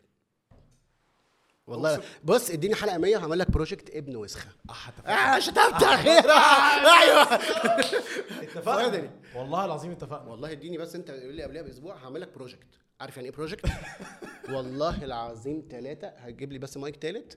[SPEAKER 2] والله بص اديني حلقه 100 هعمل لك بروجكت
[SPEAKER 1] *laughs*
[SPEAKER 2] ابن وسخه
[SPEAKER 1] آه،
[SPEAKER 2] اه شتمت اخيرا ايوه
[SPEAKER 1] *laughs* اتفقنا
[SPEAKER 2] فاضل.
[SPEAKER 1] والله العظيم اتفقنا
[SPEAKER 2] والله اديني بس انت قول لي قبلها باسبوع هعمل لك بروجكت عارف يعني ايه بروجكت
[SPEAKER 1] *laughs*
[SPEAKER 2] والله العظيم ثلاثه هتجيب لي بس مايك ثالث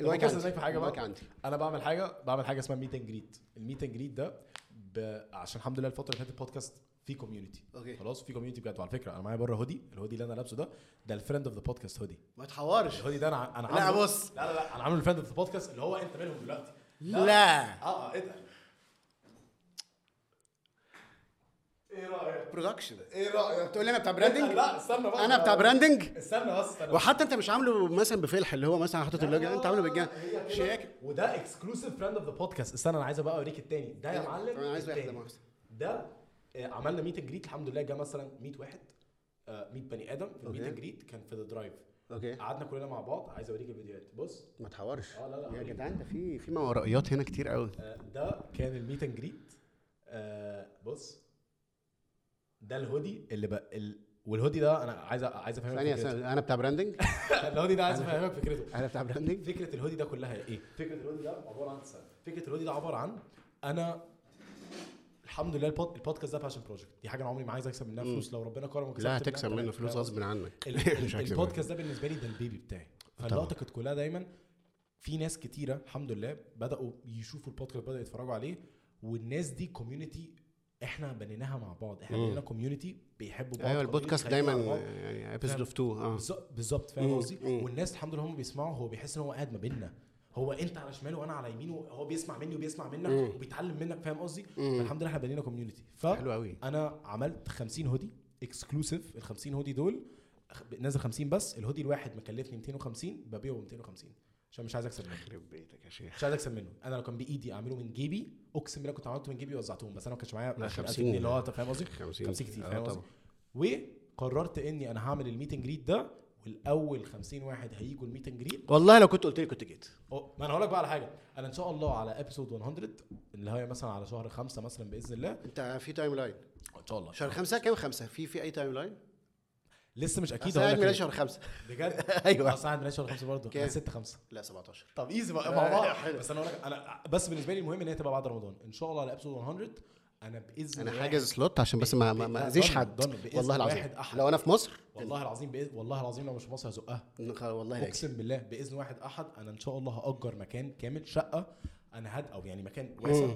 [SPEAKER 2] المايك
[SPEAKER 1] بص
[SPEAKER 2] عندي
[SPEAKER 1] ازيك في حاجه
[SPEAKER 2] المايك
[SPEAKER 1] بقى
[SPEAKER 2] عندي
[SPEAKER 1] انا بعمل حاجه بعمل حاجه اسمها ميت اند جريت الميت اند جريت ده ب... عشان الحمد لله الفتره اللي فاتت البودكاست في كوميونتي
[SPEAKER 2] أوكي.
[SPEAKER 1] خلاص في كوميونتي بجد وعلى فكره انا معايا بره هودي الهودي اللي انا لابسه ده ده الفريند اوف ذا بودكاست هودي
[SPEAKER 2] ما تحورش
[SPEAKER 1] الهودي ده انا انا
[SPEAKER 2] لا،
[SPEAKER 1] عامله-
[SPEAKER 2] بص.
[SPEAKER 1] لا لا لا انا عامله الفريند اوف ذا بودكاست اللي هو انت منهم دلوقتي
[SPEAKER 2] لا
[SPEAKER 1] اه اه ايه ده
[SPEAKER 2] إيه
[SPEAKER 1] ايه رايك
[SPEAKER 2] برودكشن
[SPEAKER 1] ايه رايك
[SPEAKER 2] تقول يعني لي انا بتاع براندنج
[SPEAKER 1] لا استنى بقى
[SPEAKER 2] انا بتاع براندنج
[SPEAKER 1] استنى بس استنى
[SPEAKER 2] وحتى انت مش عامله مثلا بفلح اللي هو مثلا حاطط اللوجو انت عامله بالجنة
[SPEAKER 1] هي كده.
[SPEAKER 2] شياكه
[SPEAKER 1] وده اكسكلوسيف فريند اوف ذا بودكاست استنى انا عايز بقى اوريك التاني ده يا
[SPEAKER 2] أنا-
[SPEAKER 1] معلم
[SPEAKER 2] أيوة. أنا عايز واحد
[SPEAKER 1] التاني.
[SPEAKER 2] لمؤاخذة.
[SPEAKER 1] ده آه، عملنا ميت اند جريت الحمد لله جه مثلا 100 واحد آه، 100 بني ادم في الميت
[SPEAKER 2] أوكي.
[SPEAKER 1] اند جريت كان في ذا درايف
[SPEAKER 2] اوكي
[SPEAKER 1] قعدنا كلنا مع بعض عايز اوريك الفيديوهات بص
[SPEAKER 2] ما تحورش
[SPEAKER 1] آه، لا، لا،
[SPEAKER 2] يا
[SPEAKER 1] أوريك.
[SPEAKER 2] جدعان ده في في ماورائيات هنا كتير قوي
[SPEAKER 1] آه، ده كان الميت اند جريت آه، بص ده الهودي اللي بقى ال... والهودي ده انا عايز أ- عايز افهمك
[SPEAKER 2] ثانيه
[SPEAKER 1] فكرته
[SPEAKER 2] ثانيه انا بتاع براندنج
[SPEAKER 1] *laughs* الهودي ده عايز افهمك فكرته
[SPEAKER 2] انا بتاع براندنج
[SPEAKER 1] فكره الهودي ده كلها ايه؟ فكره الهودي ده عباره عن سنة. فكره الهودي ده عباره عن انا الحمد لله البود... البودكاست ده باشن بروجكت دي حاجه انا عمري ما عايز اكسب منها فلوس لو ربنا كرمك وكسبت
[SPEAKER 2] *laughs* لا
[SPEAKER 1] منها
[SPEAKER 2] هتكسب
[SPEAKER 1] تمام.
[SPEAKER 2] منه فلوس
[SPEAKER 1] فاهم
[SPEAKER 2] غصب عنك
[SPEAKER 1] ال- ال-
[SPEAKER 2] *laughs* مش هكسب منه.
[SPEAKER 1] البودكاست ده بالنسبه لي ده البيبي بتاعي فاللقطه كانت كلها دايما في ناس كتيره الحمد لله بداوا يشوفوا البودكاست بداوا يتفرجوا عليه والناس دي كوميونتي احنا بنيناها مع بعض احنا
[SPEAKER 2] مم.
[SPEAKER 1] بنينا كوميونتي بيحبوا بعض
[SPEAKER 2] ايوه
[SPEAKER 1] community
[SPEAKER 2] البودكاست
[SPEAKER 1] خايفين
[SPEAKER 2] دايما
[SPEAKER 1] على بعض.
[SPEAKER 2] يعني ابيسود اوف تو اه
[SPEAKER 1] بالظبط- بالظبط فاهم
[SPEAKER 2] مم،
[SPEAKER 1] قصدي
[SPEAKER 2] مم.
[SPEAKER 1] والناس الحمد لله هم بيسمعوا هو بيحس ان هو قاعد ما بيننا هو انت على شماله وانا على يمينه هو بيسمع مني وبيسمع منك
[SPEAKER 2] مم.
[SPEAKER 1] وبيتعلم منك فاهم قصدي
[SPEAKER 2] مم.
[SPEAKER 1] الحمد لله احنا بنينا كوميونتي ف
[SPEAKER 2] حلو قوي
[SPEAKER 1] انا عملت 50 هودي اكسكلوسيف ال 50 هودي دول أخ- نازل 50 بس الهودي الواحد مكلفني 250 ببيعه 250 عشان مش عايز اكسب منه
[SPEAKER 2] يخرب بيتك يا شيخ
[SPEAKER 1] مش عايز اكسب منه انا لو كان بايدي اعمله من جيبي اقسم بالله كنت عملته من جيبي ووزعتهم بس انا ما كانش معايا 20000
[SPEAKER 2] 50
[SPEAKER 1] جنيه اللي هو انت فاهم قصدي
[SPEAKER 2] 50
[SPEAKER 1] 50 كتير
[SPEAKER 2] آه
[SPEAKER 1] فاهم قصدي
[SPEAKER 2] طبعاً.
[SPEAKER 1] وقررت اني انا هعمل الميت اند جريد ده والاول 50 واحد هيجوا الميت اند جريد
[SPEAKER 2] والله لو كنت قلت لي كنت جيت
[SPEAKER 1] أو- ما انا هقول لك بقى على حاجه انا ان شاء الله على ابيسود 100 اللي هي مثلا على شهر خمسة مثلا باذن الله
[SPEAKER 2] انت في تايم لاين
[SPEAKER 1] ان شاء الله
[SPEAKER 2] شهر خمسة كام خمسة في في اي تايم لاين
[SPEAKER 1] لسه مش اكيد
[SPEAKER 2] أصل أنا عيد
[SPEAKER 1] لك
[SPEAKER 2] ميلادي
[SPEAKER 1] إيه.
[SPEAKER 2] شهر خمسة
[SPEAKER 1] بجد
[SPEAKER 2] *laughs* أيوة.
[SPEAKER 1] اصل عندي شهر خمسة برضه
[SPEAKER 2] كام؟
[SPEAKER 1] انا 6 5
[SPEAKER 2] لا 17
[SPEAKER 1] طب ايزي بقى *laughs*
[SPEAKER 2] آه، *laughs*
[SPEAKER 1] مع بعض
[SPEAKER 2] حلو.
[SPEAKER 1] بس انا اقول لك انا بس بالنسبه لي المهم ان هي تبقى بعد رمضان ان شاء الله على ابسود 100 انا باذن
[SPEAKER 2] انا
[SPEAKER 1] الله
[SPEAKER 2] حاجز سلوت عشان بس ما ما- ما
[SPEAKER 1] لا،
[SPEAKER 2] اذيش
[SPEAKER 1] ضن-
[SPEAKER 2] حد
[SPEAKER 1] ضن بإذن
[SPEAKER 2] والله
[SPEAKER 1] واحد أحد.
[SPEAKER 2] العظيم لو انا في مصر
[SPEAKER 1] والله العظيم بإذن والله العظيم لو مش في مصر هزقها
[SPEAKER 2] نخ- والله لا
[SPEAKER 1] اقسم بالله باذن واحد احد انا ان شاء الله هاجر مكان كامل شقه انا هد او يعني مكان واسع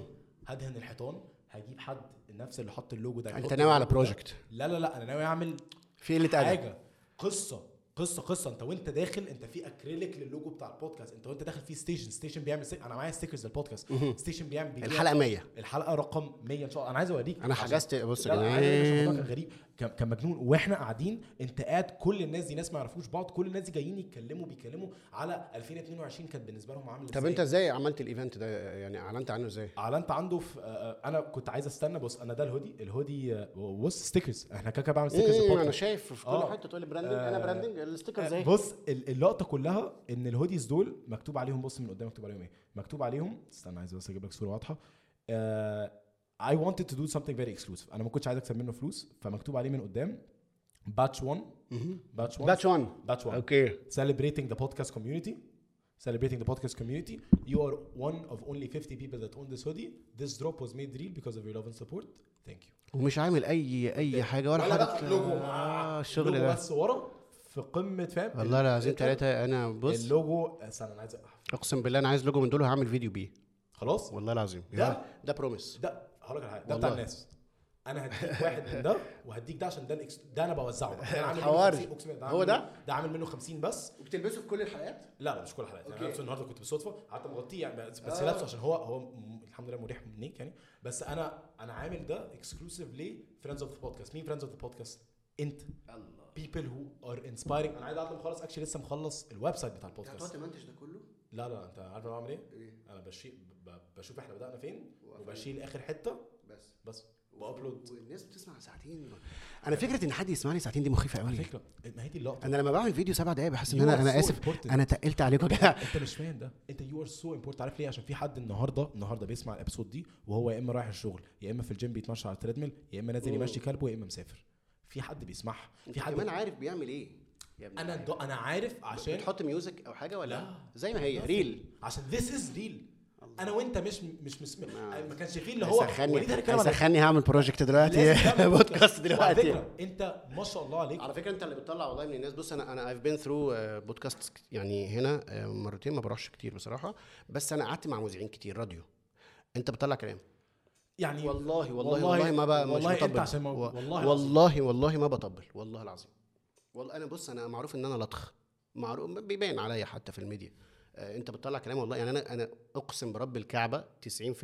[SPEAKER 1] هدهن الحيطان هجيب حد نفس اللي حط اللوجو ده
[SPEAKER 2] انت
[SPEAKER 1] يحط
[SPEAKER 2] ناوي على
[SPEAKER 1] اللوجو ده.
[SPEAKER 2] بروجكت
[SPEAKER 1] لا لا لا انا ناوي اعمل
[SPEAKER 2] في قله ادب
[SPEAKER 1] حاجه قصه قصه قصه انت وانت داخل انت في اكريليك للوجو بتاع البودكاست انت وانت داخل في ستيشن ستيشن بيعمل ستيشن. انا معايا ستيكرز للبودكاست ستيشن بيعمل بيبيع-
[SPEAKER 2] الحلقه 100
[SPEAKER 1] الحلقه رقم 100 ان شاء الله انا عايز اوريك
[SPEAKER 2] انا
[SPEAKER 1] عشان-
[SPEAKER 2] حجزت بص يا
[SPEAKER 1] لا، عايز أقول لك عشان الموضوع
[SPEAKER 2] جدعان
[SPEAKER 1] كان غريب كان كان مجنون واحنا قاعدين انت قاعد كل الناس دي ناس ما يعرفوش بعض كل الناس دي جايين يتكلموا بيتكلموا على 2022 كانت بالنسبه لهم عامله
[SPEAKER 2] طب
[SPEAKER 1] إزاي.
[SPEAKER 2] انت ازاي عملت الايفنت ده يعني اعلنت عنه ازاي؟
[SPEAKER 1] اعلنت عنده في آه، آه، انا كنت عايز استنى بص انا ده الهودي الهودي آه، بص ستيكرز احنا كده كده بعمل ستيكرز
[SPEAKER 2] مم، انا
[SPEAKER 1] البودكاست.
[SPEAKER 2] إيه، شايف في كل
[SPEAKER 1] آه.
[SPEAKER 2] حته تقول لي براندنج انا
[SPEAKER 1] آه.
[SPEAKER 2] براندنج الستيكر
[SPEAKER 1] آه،
[SPEAKER 2] زي
[SPEAKER 1] بص ال- اللقطه كلها ان الهوديز دول مكتوب عليهم بص من قدام مكتوب عليهم ايه مكتوب عليهم استنى عايز بس اجيب لك صوره واضحه آه I wanted to do something very exclusive انا ما كنتش عايز اكسب منه فلوس فمكتوب عليه من قدام باتش 1 باتش 1
[SPEAKER 2] باتش 1
[SPEAKER 1] باتش 1
[SPEAKER 2] اوكي
[SPEAKER 1] celebrating the podcast community celebrating the podcast community you are one of only 50 people that own this hoodie this drop was made real because of your love and support thank you
[SPEAKER 2] ومش عامل اي اي حاجه ولا حاطط آه، الشغل
[SPEAKER 1] لوجو
[SPEAKER 2] ده
[SPEAKER 1] بس ورا في قمه فاهم
[SPEAKER 2] والله العظيم
[SPEAKER 1] ال-
[SPEAKER 2] ثلاثه انا بص
[SPEAKER 1] اللوجو استنى انا عايز أقف.
[SPEAKER 2] اقسم بالله انا عايز لوجو من دول هعمل فيديو بيه
[SPEAKER 1] خلاص
[SPEAKER 2] والله العظيم
[SPEAKER 1] ده-
[SPEAKER 2] يا- ده بروميس
[SPEAKER 1] ده هقول لك على حاجه ده بتاع
[SPEAKER 2] والله.
[SPEAKER 1] الناس انا هديك واحد من ده وهديك ده عشان ده الإكس... ده انا
[SPEAKER 2] *laughs*
[SPEAKER 1] بوزعه بقى. ده انا عامل منه
[SPEAKER 2] حواري.
[SPEAKER 1] 50 أقسم بالله،
[SPEAKER 2] هو
[SPEAKER 1] عامل
[SPEAKER 2] ده؟
[SPEAKER 1] منه- ده عامل منه 50 بس
[SPEAKER 2] وبتلبسه في كل الحلقات؟
[SPEAKER 1] لا لا مش كل حلقات انا
[SPEAKER 2] أوكي.
[SPEAKER 1] لابسه النهارده كنت بالصدفه قعدت مغطيه يعني بس
[SPEAKER 2] آه.
[SPEAKER 1] آه. لابسه عشان هو هو م- الحمد لله مريح منيك يعني بس انا انا عامل ده اكسكلوسيف ليه فريندز اوف ذا بودكاست مين فريندز اوف ذا بودكاست انت
[SPEAKER 2] الله
[SPEAKER 1] بيبل هو ار انسبايرنج انا عايز اعلم خالص اكشلي لسه مخلص الويب سايت بتاع البودكاست
[SPEAKER 2] تمنتج ده كله؟
[SPEAKER 1] لا لا انت عارف انا بعمل ايه
[SPEAKER 2] ايه
[SPEAKER 1] انا بشيل ب- بشوف احنا بدانا فين
[SPEAKER 2] وقفنا.
[SPEAKER 1] وبشيل اخر حته
[SPEAKER 2] بس
[SPEAKER 1] بس وابلود
[SPEAKER 2] والناس بتسمع ساعتين انا فكره ان حد يسمعني ساعتين دي مخيفه
[SPEAKER 1] على
[SPEAKER 2] قوي
[SPEAKER 1] فكره ما هي دي اللقطه
[SPEAKER 2] انا لما بعمل فيديو سبع دقايق بحس ان
[SPEAKER 1] You
[SPEAKER 2] انا
[SPEAKER 1] are
[SPEAKER 2] انا
[SPEAKER 1] so
[SPEAKER 2] اسف
[SPEAKER 1] important.
[SPEAKER 2] انا تقلت عليكم يا جماعه
[SPEAKER 1] انت مش فاهم ده انت يو ار سو امبورت عارف ليه عشان في حد النهارده النهارده بيسمع الابسود دي وهو يا اما رايح الشغل يا اما في الجيم بيتمشى على التريدميل يا اما نازل
[SPEAKER 2] مم.
[SPEAKER 1] يمشي كلبه يا اما مسافر في حد بيسمعها في حد
[SPEAKER 2] كمان عارف بيعمل
[SPEAKER 1] إيه؟
[SPEAKER 2] ايه يا ابني
[SPEAKER 1] انا ده انا عارف عشان
[SPEAKER 2] بتحط ميوزك او حاجه ولا
[SPEAKER 1] لا.
[SPEAKER 2] زي ما هي ريل
[SPEAKER 1] عشان ذيس از ريل انا وانت مش مش مش
[SPEAKER 2] ما-
[SPEAKER 1] ما كانش فيه اللي هو
[SPEAKER 2] هيسخني
[SPEAKER 1] وليد هنتكلم عن-
[SPEAKER 2] هيسخني هعمل بروجكت دلوقتي *laughs*
[SPEAKER 1] لازم تعمل
[SPEAKER 2] بودكاست
[SPEAKER 1] وعلى
[SPEAKER 2] دلوقتي
[SPEAKER 1] فكرة، انت ما شاء الله عليك
[SPEAKER 2] على فكره انت اللي بتطلع والله من الناس بص انا انا ايف بين ثرو بودكاست آه، يعني هنا آه، مرتين ما بروحش كتير بصراحه بس انا قعدت مع مذيعين كتير راديو انت بتطلع كلام
[SPEAKER 1] يعني
[SPEAKER 2] والله والله والله ما بقى مش
[SPEAKER 1] والله انت
[SPEAKER 2] بطبل.
[SPEAKER 1] عشان ما-
[SPEAKER 2] و-
[SPEAKER 1] والله العظيم.
[SPEAKER 2] والله والله ما بطبل والله العظيم والله انا بص انا معروف ان انا لطخ معروف بيبان عليا حتى في الميديا آه، انت بتطلع كلام والله يعني انا انا اقسم برب الكعبه 90% م-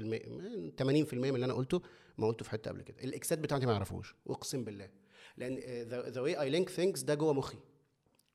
[SPEAKER 2] 80% من اللي انا قلته ما قلته في حته قبل كده الاكسات بتاعتي ما يعرفوش اقسم بالله آه، لان ذا واي اي لينك ثينكس ده جوه مخي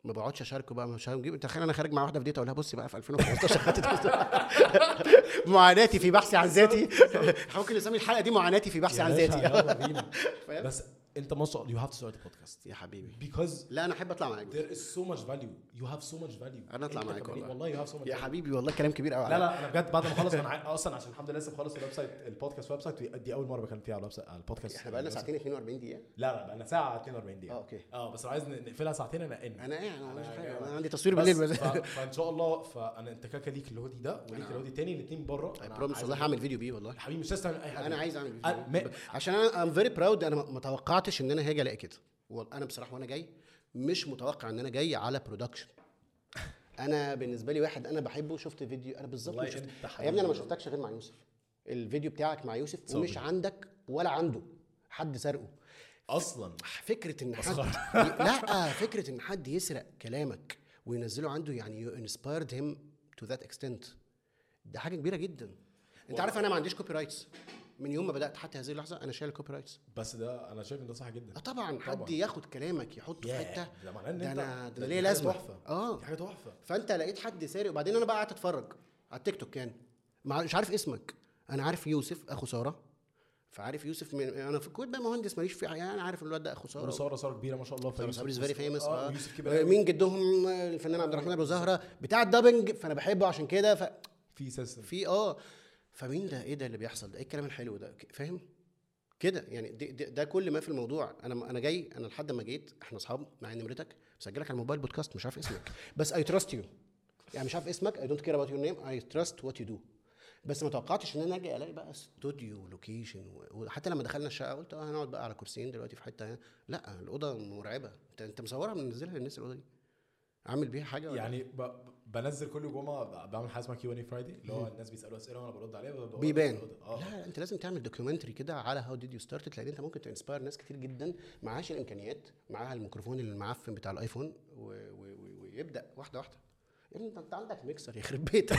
[SPEAKER 2] ما بقعدش اشاركه بقى مش هجيب تخيل انا خارج مع واحده في ديت اقول لها بصي بقى في 2015 خدت كذا. *laughs* معاناتي في بحثي عن ذاتي *laughs* ممكن نسمي الحلقه دي معاناتي في بحثي
[SPEAKER 1] يا
[SPEAKER 2] عن
[SPEAKER 1] باشا،
[SPEAKER 2] ذاتي
[SPEAKER 1] يلا بينا.
[SPEAKER 2] فاهم؟
[SPEAKER 1] بس انت ما شاء الله يو هاف تو ستارت بودكاست
[SPEAKER 2] *laughs* يا حبيبي
[SPEAKER 1] because
[SPEAKER 2] لا انا احب اطلع معاك
[SPEAKER 1] there is so much value you have so much value
[SPEAKER 2] أنا أطلع
[SPEAKER 1] أنت
[SPEAKER 2] معاك
[SPEAKER 1] كبني-
[SPEAKER 2] والله.
[SPEAKER 1] والله you have so much
[SPEAKER 2] يا
[SPEAKER 1] value
[SPEAKER 2] حبيبي والله كلام كبير قوي
[SPEAKER 1] لا لا انا بجد بعد ما اخلص انا عا- اصلا عشان الحمد لله لسه مخلص الويب سايت البودكاست ويب سايت دي اول مره بكلم فيها على الويب سايت على البودكاست
[SPEAKER 2] احنا بقالنا ساعتين 42 دقيقه
[SPEAKER 1] لا لا بقالنا ساعه 42 دقيقه
[SPEAKER 2] آه، أوكي.
[SPEAKER 1] اه بس لو عايز نقفلها ساعتين انا ان
[SPEAKER 2] انا ايه انا مش
[SPEAKER 1] أنا-
[SPEAKER 2] فاهم
[SPEAKER 1] أنا-
[SPEAKER 2] انا عندي تصوير بالليل
[SPEAKER 1] بس
[SPEAKER 2] بس
[SPEAKER 1] ف- فان شاء الله فانا انت كاكا ليك الهودي ده وليك
[SPEAKER 2] أنا-
[SPEAKER 1] الهودي التاني الاثنين بره
[SPEAKER 2] اي بروميس والله هعمل فيديو بيه والله
[SPEAKER 1] حبيبي مش عايز تعمل اي حاجه
[SPEAKER 2] انا عايز اعمل
[SPEAKER 1] أنا-
[SPEAKER 2] فيديو
[SPEAKER 1] ما-
[SPEAKER 2] بيه. عشان انا ام فيري براود انا ما ما توقعتش ان انا هاجي الاقي كده وال- انا بصراحه وانا جاي مش متوقع ان انا جاي على برودكشن انا بالنسبه لي واحد انا بحبه شفت فيديو انا بالظبط ما
[SPEAKER 1] والله
[SPEAKER 2] شفت
[SPEAKER 1] أنت حبيبي
[SPEAKER 2] يا ابني انا ما
[SPEAKER 1] والله.
[SPEAKER 2] شفتكش غير مع يوسف الفيديو بتاعك مع يوسف ومش عندك ولا عنده حد سرقه
[SPEAKER 1] اصلا
[SPEAKER 2] فكره ان حد لا فكره ان حد يسرق كلامك وينزله عنده يعني يو انسبايرد هيم تو ذات اكستنت ده حاجه كبيره جدا انت عارف انا ما عنديش كوبي رايتس من يوم ما بدات حتى هذه اللحظه انا شايل الكوبي رايتس
[SPEAKER 1] بس ده انا شايف ان ده صح جدا
[SPEAKER 2] اه طبعا
[SPEAKER 1] طبعاً.
[SPEAKER 2] حد ياخد كلامك يحطه في
[SPEAKER 1] ياه،
[SPEAKER 2] حته
[SPEAKER 1] ده معناه ان
[SPEAKER 2] ده
[SPEAKER 1] انت
[SPEAKER 2] أنا-
[SPEAKER 1] دي
[SPEAKER 2] ده ليه
[SPEAKER 1] حاجة
[SPEAKER 2] لازمة.
[SPEAKER 1] تحفه
[SPEAKER 2] آه.
[SPEAKER 1] دي حاجه تحفه
[SPEAKER 2] فانت لقيت حد سارق وبعدين انا بقى قعدت اتفرج على التيك توك يعني مع- مش عارف اسمك انا عارف يوسف اخو ساره فعارف يوسف من انا في الكويت بقى مهندس ماليش في يعني انا عارف الواد ده اخو ساره
[SPEAKER 1] وساره ساره كبيره ما شاء الله
[SPEAKER 2] ساره
[SPEAKER 1] فيوسف-
[SPEAKER 2] صبري فيري فيمس
[SPEAKER 1] اه
[SPEAKER 2] اه
[SPEAKER 1] ويوسف كبير
[SPEAKER 2] مين جدهم آه، الفنان عبد الرحمن ابو زهره بتاع الدبنج فانا بحبه عشان كده ففي
[SPEAKER 1] في سيستم
[SPEAKER 2] اه فمين ده ايه ده اللي بيحصل ده ايه الكلام الحلو ده ك- فاهم كده يعني ده, ده, ده كل ما في الموضوع انا انا جاي انا لحد ما جيت احنا اصحاب مع نمرتك مسجلك على الموبايل بودكاست مش عارف اسمك بس اي تراست يو يعني مش عارف اسمك اي دونت كير اباوت يور نيم اي تراست وات يو دو بس ما توقعتش ان انا اجي الاقي بقى استوديو ولوكيشن و- وحتى لما دخلنا الشقه قلت اه هنقعد بقى على كرسيين دلوقتي في حته هنا. لا الاوضه مرعبه انت انت مصورها منزلها للناس الاوضه دي عامل بيها حاجه ولا
[SPEAKER 1] يعني ب... بنزل كل جمعه ب- بعمل حاجه اسمها كيو ان فرايدي اللي هو الناس بيسالوا اسئله وانا برد عليها وبقول-
[SPEAKER 2] بيبان
[SPEAKER 1] اه
[SPEAKER 2] لا لا، انت لازم تعمل دوكيومنتري كده على هاو ديد يو ستارت لان انت ممكن تنسباير ناس كتير جدا معهاش الامكانيات معاها الميكروفون المعفن بتاع الايفون و... و... و... ويبدا واحده واحده يا ابني انت يعني انت عندك ميكسر يخرب
[SPEAKER 1] *laughs*
[SPEAKER 2] بيتك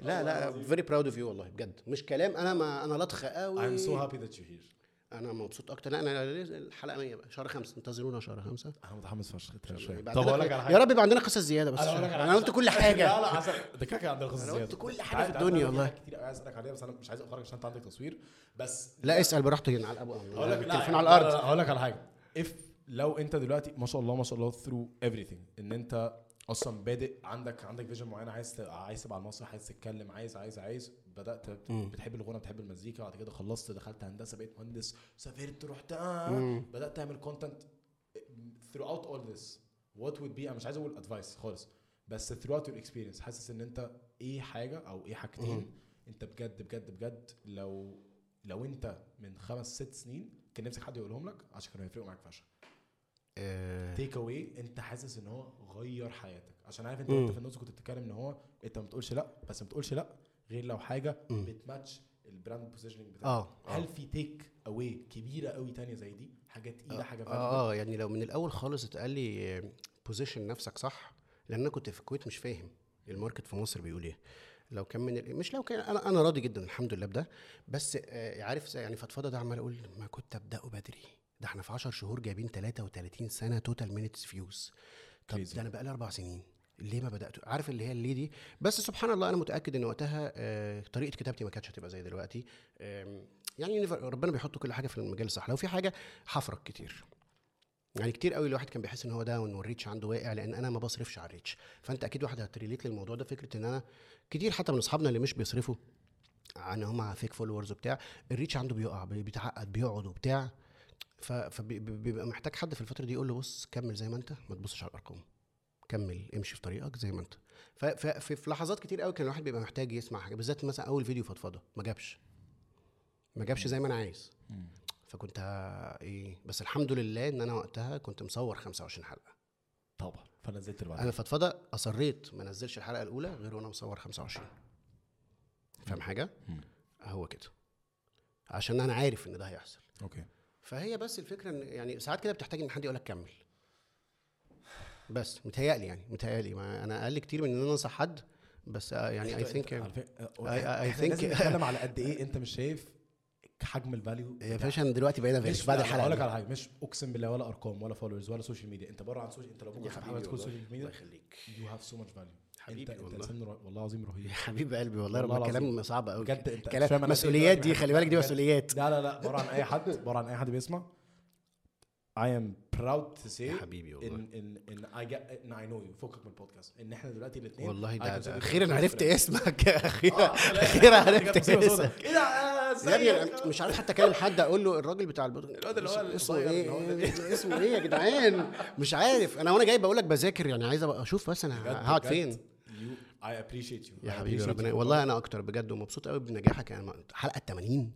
[SPEAKER 2] لا لا فيري براود اوف يو والله بجد مش كلام انا ما انا لطخ قوي
[SPEAKER 1] I'm so happy that you're here
[SPEAKER 2] انا مبسوط اكتر لا انا الحلقه 100 بقى شهر خمسة انتظرونا شهر خمسة
[SPEAKER 1] انا متحمس فشخ
[SPEAKER 2] يبقى
[SPEAKER 1] طب
[SPEAKER 2] عندنا-
[SPEAKER 1] اقول لك على حاجه
[SPEAKER 2] يا رب يبقى عندنا قصص زياده بس
[SPEAKER 1] أنا هقول لك على
[SPEAKER 2] انا قلت كل
[SPEAKER 1] لا
[SPEAKER 2] حاجه
[SPEAKER 1] لا عسل ده كده كان عندنا
[SPEAKER 2] أنا
[SPEAKER 1] قصص
[SPEAKER 2] قلت
[SPEAKER 1] زياده
[SPEAKER 2] كل
[SPEAKER 1] تعال-
[SPEAKER 2] حاجة في
[SPEAKER 1] تعال-
[SPEAKER 2] الدنيا
[SPEAKER 1] تعال- في
[SPEAKER 2] والله.
[SPEAKER 1] حاجات كتير قوي عايز اسالك عليها بس انا مش عايز اخرج عشان انت عندك تصوير بس
[SPEAKER 2] لا اسال براحتك على الابو
[SPEAKER 1] اقول لك
[SPEAKER 2] التليفون
[SPEAKER 1] لا،
[SPEAKER 2] على
[SPEAKER 1] لا،
[SPEAKER 2] الارض
[SPEAKER 1] لا، هقول لك على حاجه اف لو انت دلوقتي ما شاء الله ما شاء الله through everything ان انت اصلا بادئ عندك عندك فيجن معين عايز ت- عايز تبقى على المسرح عايز تتكلم عايز عايز عايز بدات بت- بتحب الغنى بتحب المزيكا بعد كده خلصت دخلت هندسه بقيت مهندس سافرت رحت آه، بدات تعمل كونتنت throughout all this what would be انا مش عايز اقول ادفايس خالص بس throughout your experience حاسس ان انت ايه حاجه او ايه حاجتين انت بجد بجد بجد لو لو انت من خمس ست سنين كان نفسك حد يقولهم لك عشان كانوا هيفرقوا معاك فشخ
[SPEAKER 2] آه،
[SPEAKER 1] تيك اواي انت حاسس ان هو غير حياتك عشان عارف انت انت في النص كنت بتتكلم ان هو انت ما بتقولش لا بس ما بتقولش لا غير لو حاجه بتماتش البراند بوزيشننج بتاعك
[SPEAKER 2] آه،
[SPEAKER 1] هل في تيك اواي كبيره قوي تانية زي دي حاجه تقيله حاجه valuable؟
[SPEAKER 2] اه اه يعني لو من الاول خالص اتقال لي بوزيشن نفسك صح لان انا كنت في الكويت مش فاهم الماركت في مصر بيقول ايه لو كان من ال- مش لو كان انا انا راضي جدا الحمد لله بده بس آه عارف زي- يعني فضفضه ده عمال اقول ما كنت ابداه بدري ده احنا في 10 شهور جايبين 33 سنه توتال مينتس فيوز طب
[SPEAKER 1] Crazy.
[SPEAKER 2] ده انا بقى لي اربع سنين ليه ما بدات عارف اللي هي اللي دي بس سبحان الله انا متاكد ان وقتها آه، طريقه كتابتي ما كانتش هتبقى زي دلوقتي آم، يعني يونيفر- ربنا بيحط كل حاجه في المجال الصح لو في حاجه حفرك كتير يعني كتير قوي الواحد كان بيحس ان هو داون والريتش عنده واقع لان انا ما بصرفش على الريتش فانت اكيد واحد هتريليت للموضوع ده فكره ان انا كتير حتى من اصحابنا اللي مش بيصرفوا عن هم فيك فولورز وبتاع الريتش عنده بيقع بي- بيتعقد بيقعد وبتاع فبيبقى محتاج حد في الفتره دي يقول له بص كمل زي ما انت ما تبصش على الارقام كمل امشي في طريقك زي ما انت ف- ف- في في لحظات كتير قوي كان الواحد بيبقى محتاج يسمع حاجه بالذات مثلا اول فيديو فضفضه ما جابش ما جابش زي ما انا عايز فكنت ه- ايه بس الحمد لله ان انا وقتها كنت مصور 25 حلقه
[SPEAKER 1] طبعا فنزلت اللي
[SPEAKER 2] انا
[SPEAKER 1] بعدها
[SPEAKER 2] الفضفضه اصريت ما انزلش الحلقه الاولى غير وانا مصور 25 فاهم حاجه
[SPEAKER 1] مم.
[SPEAKER 2] هو كده عشان انا عارف ان ده هيحصل
[SPEAKER 1] اوكي
[SPEAKER 2] يعني فهي بس الفكره ان يعني ساعات كده بتحتاج ان حد يقول لك كمل بس متهيألي يعني متهيألي ما انا اقل كتير من ان انا انصح حد بس آه، يعني اي ثينك
[SPEAKER 1] على فكره
[SPEAKER 2] I- I
[SPEAKER 1] اي
[SPEAKER 2] think-
[SPEAKER 1] ثينك
[SPEAKER 2] *laughs*
[SPEAKER 1] نتكلم على قد ايه انت مش شايف حجم الفاليو
[SPEAKER 2] يا باشا انا دلوقتي بقينا
[SPEAKER 1] مش
[SPEAKER 2] في بعد الحلقه
[SPEAKER 1] هقول لك
[SPEAKER 2] دي.
[SPEAKER 1] على حاجه مش اقسم بالله ولا ارقام ولا فولورز ولا سوشيال ميديا انت بره عن سوشيال انت لو
[SPEAKER 2] يا
[SPEAKER 1] بكره فتحت حاجه
[SPEAKER 2] حبيبي والله
[SPEAKER 1] سوشيال
[SPEAKER 2] الله
[SPEAKER 1] ميديا
[SPEAKER 2] يخليك
[SPEAKER 1] يو هاف سو ماتش فاليو
[SPEAKER 2] حبيبي
[SPEAKER 1] انت
[SPEAKER 2] والله.
[SPEAKER 1] انت انسان رو- والله العظيم رهيب
[SPEAKER 2] *laughs* يا حبيب قلبي والله
[SPEAKER 1] والله
[SPEAKER 2] ربنا كلام
[SPEAKER 1] العظيم.
[SPEAKER 2] صعب قوي
[SPEAKER 1] بجد انت مش فاهم
[SPEAKER 2] كلام
[SPEAKER 1] انا
[SPEAKER 2] مسؤوليات
[SPEAKER 1] فين
[SPEAKER 2] دي خلي بالك دي
[SPEAKER 1] يعني. بجد.
[SPEAKER 2] مسؤوليات
[SPEAKER 1] لا لا لا بره عن اي حد بره عن اي حد بيسمع I am proud to say
[SPEAKER 2] يا حبيبي والله.
[SPEAKER 1] ان ان ان I get ان I know you فكك من البودكاست ان احنا دلوقتي الاثنين
[SPEAKER 2] والله ده, ده اخيرا
[SPEAKER 1] *laughs*
[SPEAKER 2] عرفت إيه؟ اسمك *laughs* اخيرا
[SPEAKER 1] إيه؟ آه، لا،
[SPEAKER 2] اخيرا
[SPEAKER 1] لا، لا،
[SPEAKER 2] عرفت
[SPEAKER 1] لا،
[SPEAKER 2] اسمك
[SPEAKER 1] ايه ده آه،
[SPEAKER 2] يا ابني
[SPEAKER 1] زيك.
[SPEAKER 2] أنا مش عارف حتى اكلم حد اقول له الراجل بتاع
[SPEAKER 1] الواد
[SPEAKER 2] البودكاست
[SPEAKER 1] اللي هو
[SPEAKER 2] اسمه
[SPEAKER 1] القصير اللي
[SPEAKER 2] ايه
[SPEAKER 1] هو
[SPEAKER 2] إيه- *laughs* اسمه ايه يا جدعان مش عارف انا وانا جاي بقول لك بذاكر يعني عايز ابقى اشوف بس
[SPEAKER 1] بجد
[SPEAKER 2] انا هقعد
[SPEAKER 1] بجد يعني
[SPEAKER 2] فين
[SPEAKER 1] you- I appreciate you I
[SPEAKER 2] يا حبيبي
[SPEAKER 1] appreciate
[SPEAKER 2] ربنا
[SPEAKER 1] you.
[SPEAKER 2] والله انا اكتر بجد ومبسوط قوي بنجاحك يعني حلقه 80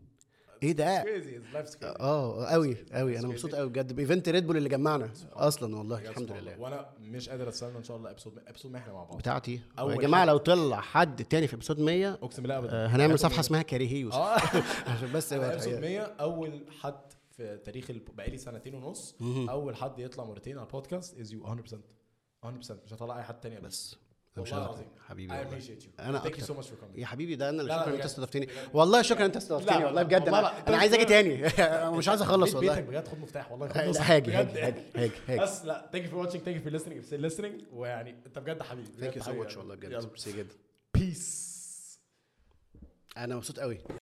[SPEAKER 2] ايه ده
[SPEAKER 1] crazy it's life's crazy
[SPEAKER 2] اه قوي قوي انا مبسوط قوي بجد بايفنت ريد بول اللي جمعنا اصلا والله
[SPEAKER 1] آه. بجد
[SPEAKER 2] الحمد
[SPEAKER 1] سبحان الله.
[SPEAKER 2] لله
[SPEAKER 1] وانا مش قادر استنى ان شاء الله ابسط ابسط ما احنا مع بعض
[SPEAKER 2] بتاعتي يا
[SPEAKER 1] أول
[SPEAKER 2] جماعه
[SPEAKER 1] حاجة.
[SPEAKER 2] لو طلع حد تاني في ابسود 100
[SPEAKER 1] اقسم بالله
[SPEAKER 2] آه،
[SPEAKER 1] ابدا
[SPEAKER 2] هنعمل صفحه اسمها كاريهيوس
[SPEAKER 1] اه
[SPEAKER 2] *laughs* عشان بس
[SPEAKER 1] أنا
[SPEAKER 2] يبقى
[SPEAKER 1] ابسط
[SPEAKER 2] الحقيقة.
[SPEAKER 1] 100 اول حد في تاريخ الب- بقالي سنتين ونص اول حد يطلع مرتين على البودكاست از يو 100% 100% مش هطلع اي حد تاني قبل.
[SPEAKER 2] بس مش
[SPEAKER 1] والله
[SPEAKER 2] هقدر.
[SPEAKER 1] العظيم.
[SPEAKER 2] حبيبي
[SPEAKER 1] I
[SPEAKER 2] والله.
[SPEAKER 1] appreciate you.
[SPEAKER 2] انا
[SPEAKER 1] Thank you
[SPEAKER 2] أكتر.
[SPEAKER 1] so much for coming.
[SPEAKER 2] يا حبيبي ده انا اللي
[SPEAKER 1] لا،
[SPEAKER 2] شكرا
[SPEAKER 1] لا،
[SPEAKER 2] إن انت
[SPEAKER 1] بجد.
[SPEAKER 2] استضفتني
[SPEAKER 1] بجد.
[SPEAKER 2] والله شكرا إن انت
[SPEAKER 1] لا،
[SPEAKER 2] استضفتني
[SPEAKER 1] لا،
[SPEAKER 2] والله
[SPEAKER 1] لا،
[SPEAKER 2] بجد
[SPEAKER 1] والله
[SPEAKER 2] انا
[SPEAKER 1] بقى.
[SPEAKER 2] انا عايز اجي
[SPEAKER 1] بجد.
[SPEAKER 2] تاني *laughs* أنا مش عايز اخلص
[SPEAKER 1] بيت-
[SPEAKER 2] والله
[SPEAKER 1] بيتك بجد خد مفتاح والله
[SPEAKER 2] لا،
[SPEAKER 1] خلص.
[SPEAKER 2] *laughs* هاجي
[SPEAKER 1] بجد
[SPEAKER 2] هاجي
[SPEAKER 1] يعني.
[SPEAKER 2] هاجي هاجي هاجي
[SPEAKER 1] بس لا thank you for watching thank you for listening if you're listening ويعني انت بجد حبيبي يعني. بجد
[SPEAKER 2] ثانك يو سو
[SPEAKER 1] حبيبي
[SPEAKER 2] ماتش
[SPEAKER 1] يعني.
[SPEAKER 2] والله بجد
[SPEAKER 1] يلا.
[SPEAKER 2] ميرسي جدا
[SPEAKER 1] peace
[SPEAKER 2] انا مبسوط قوي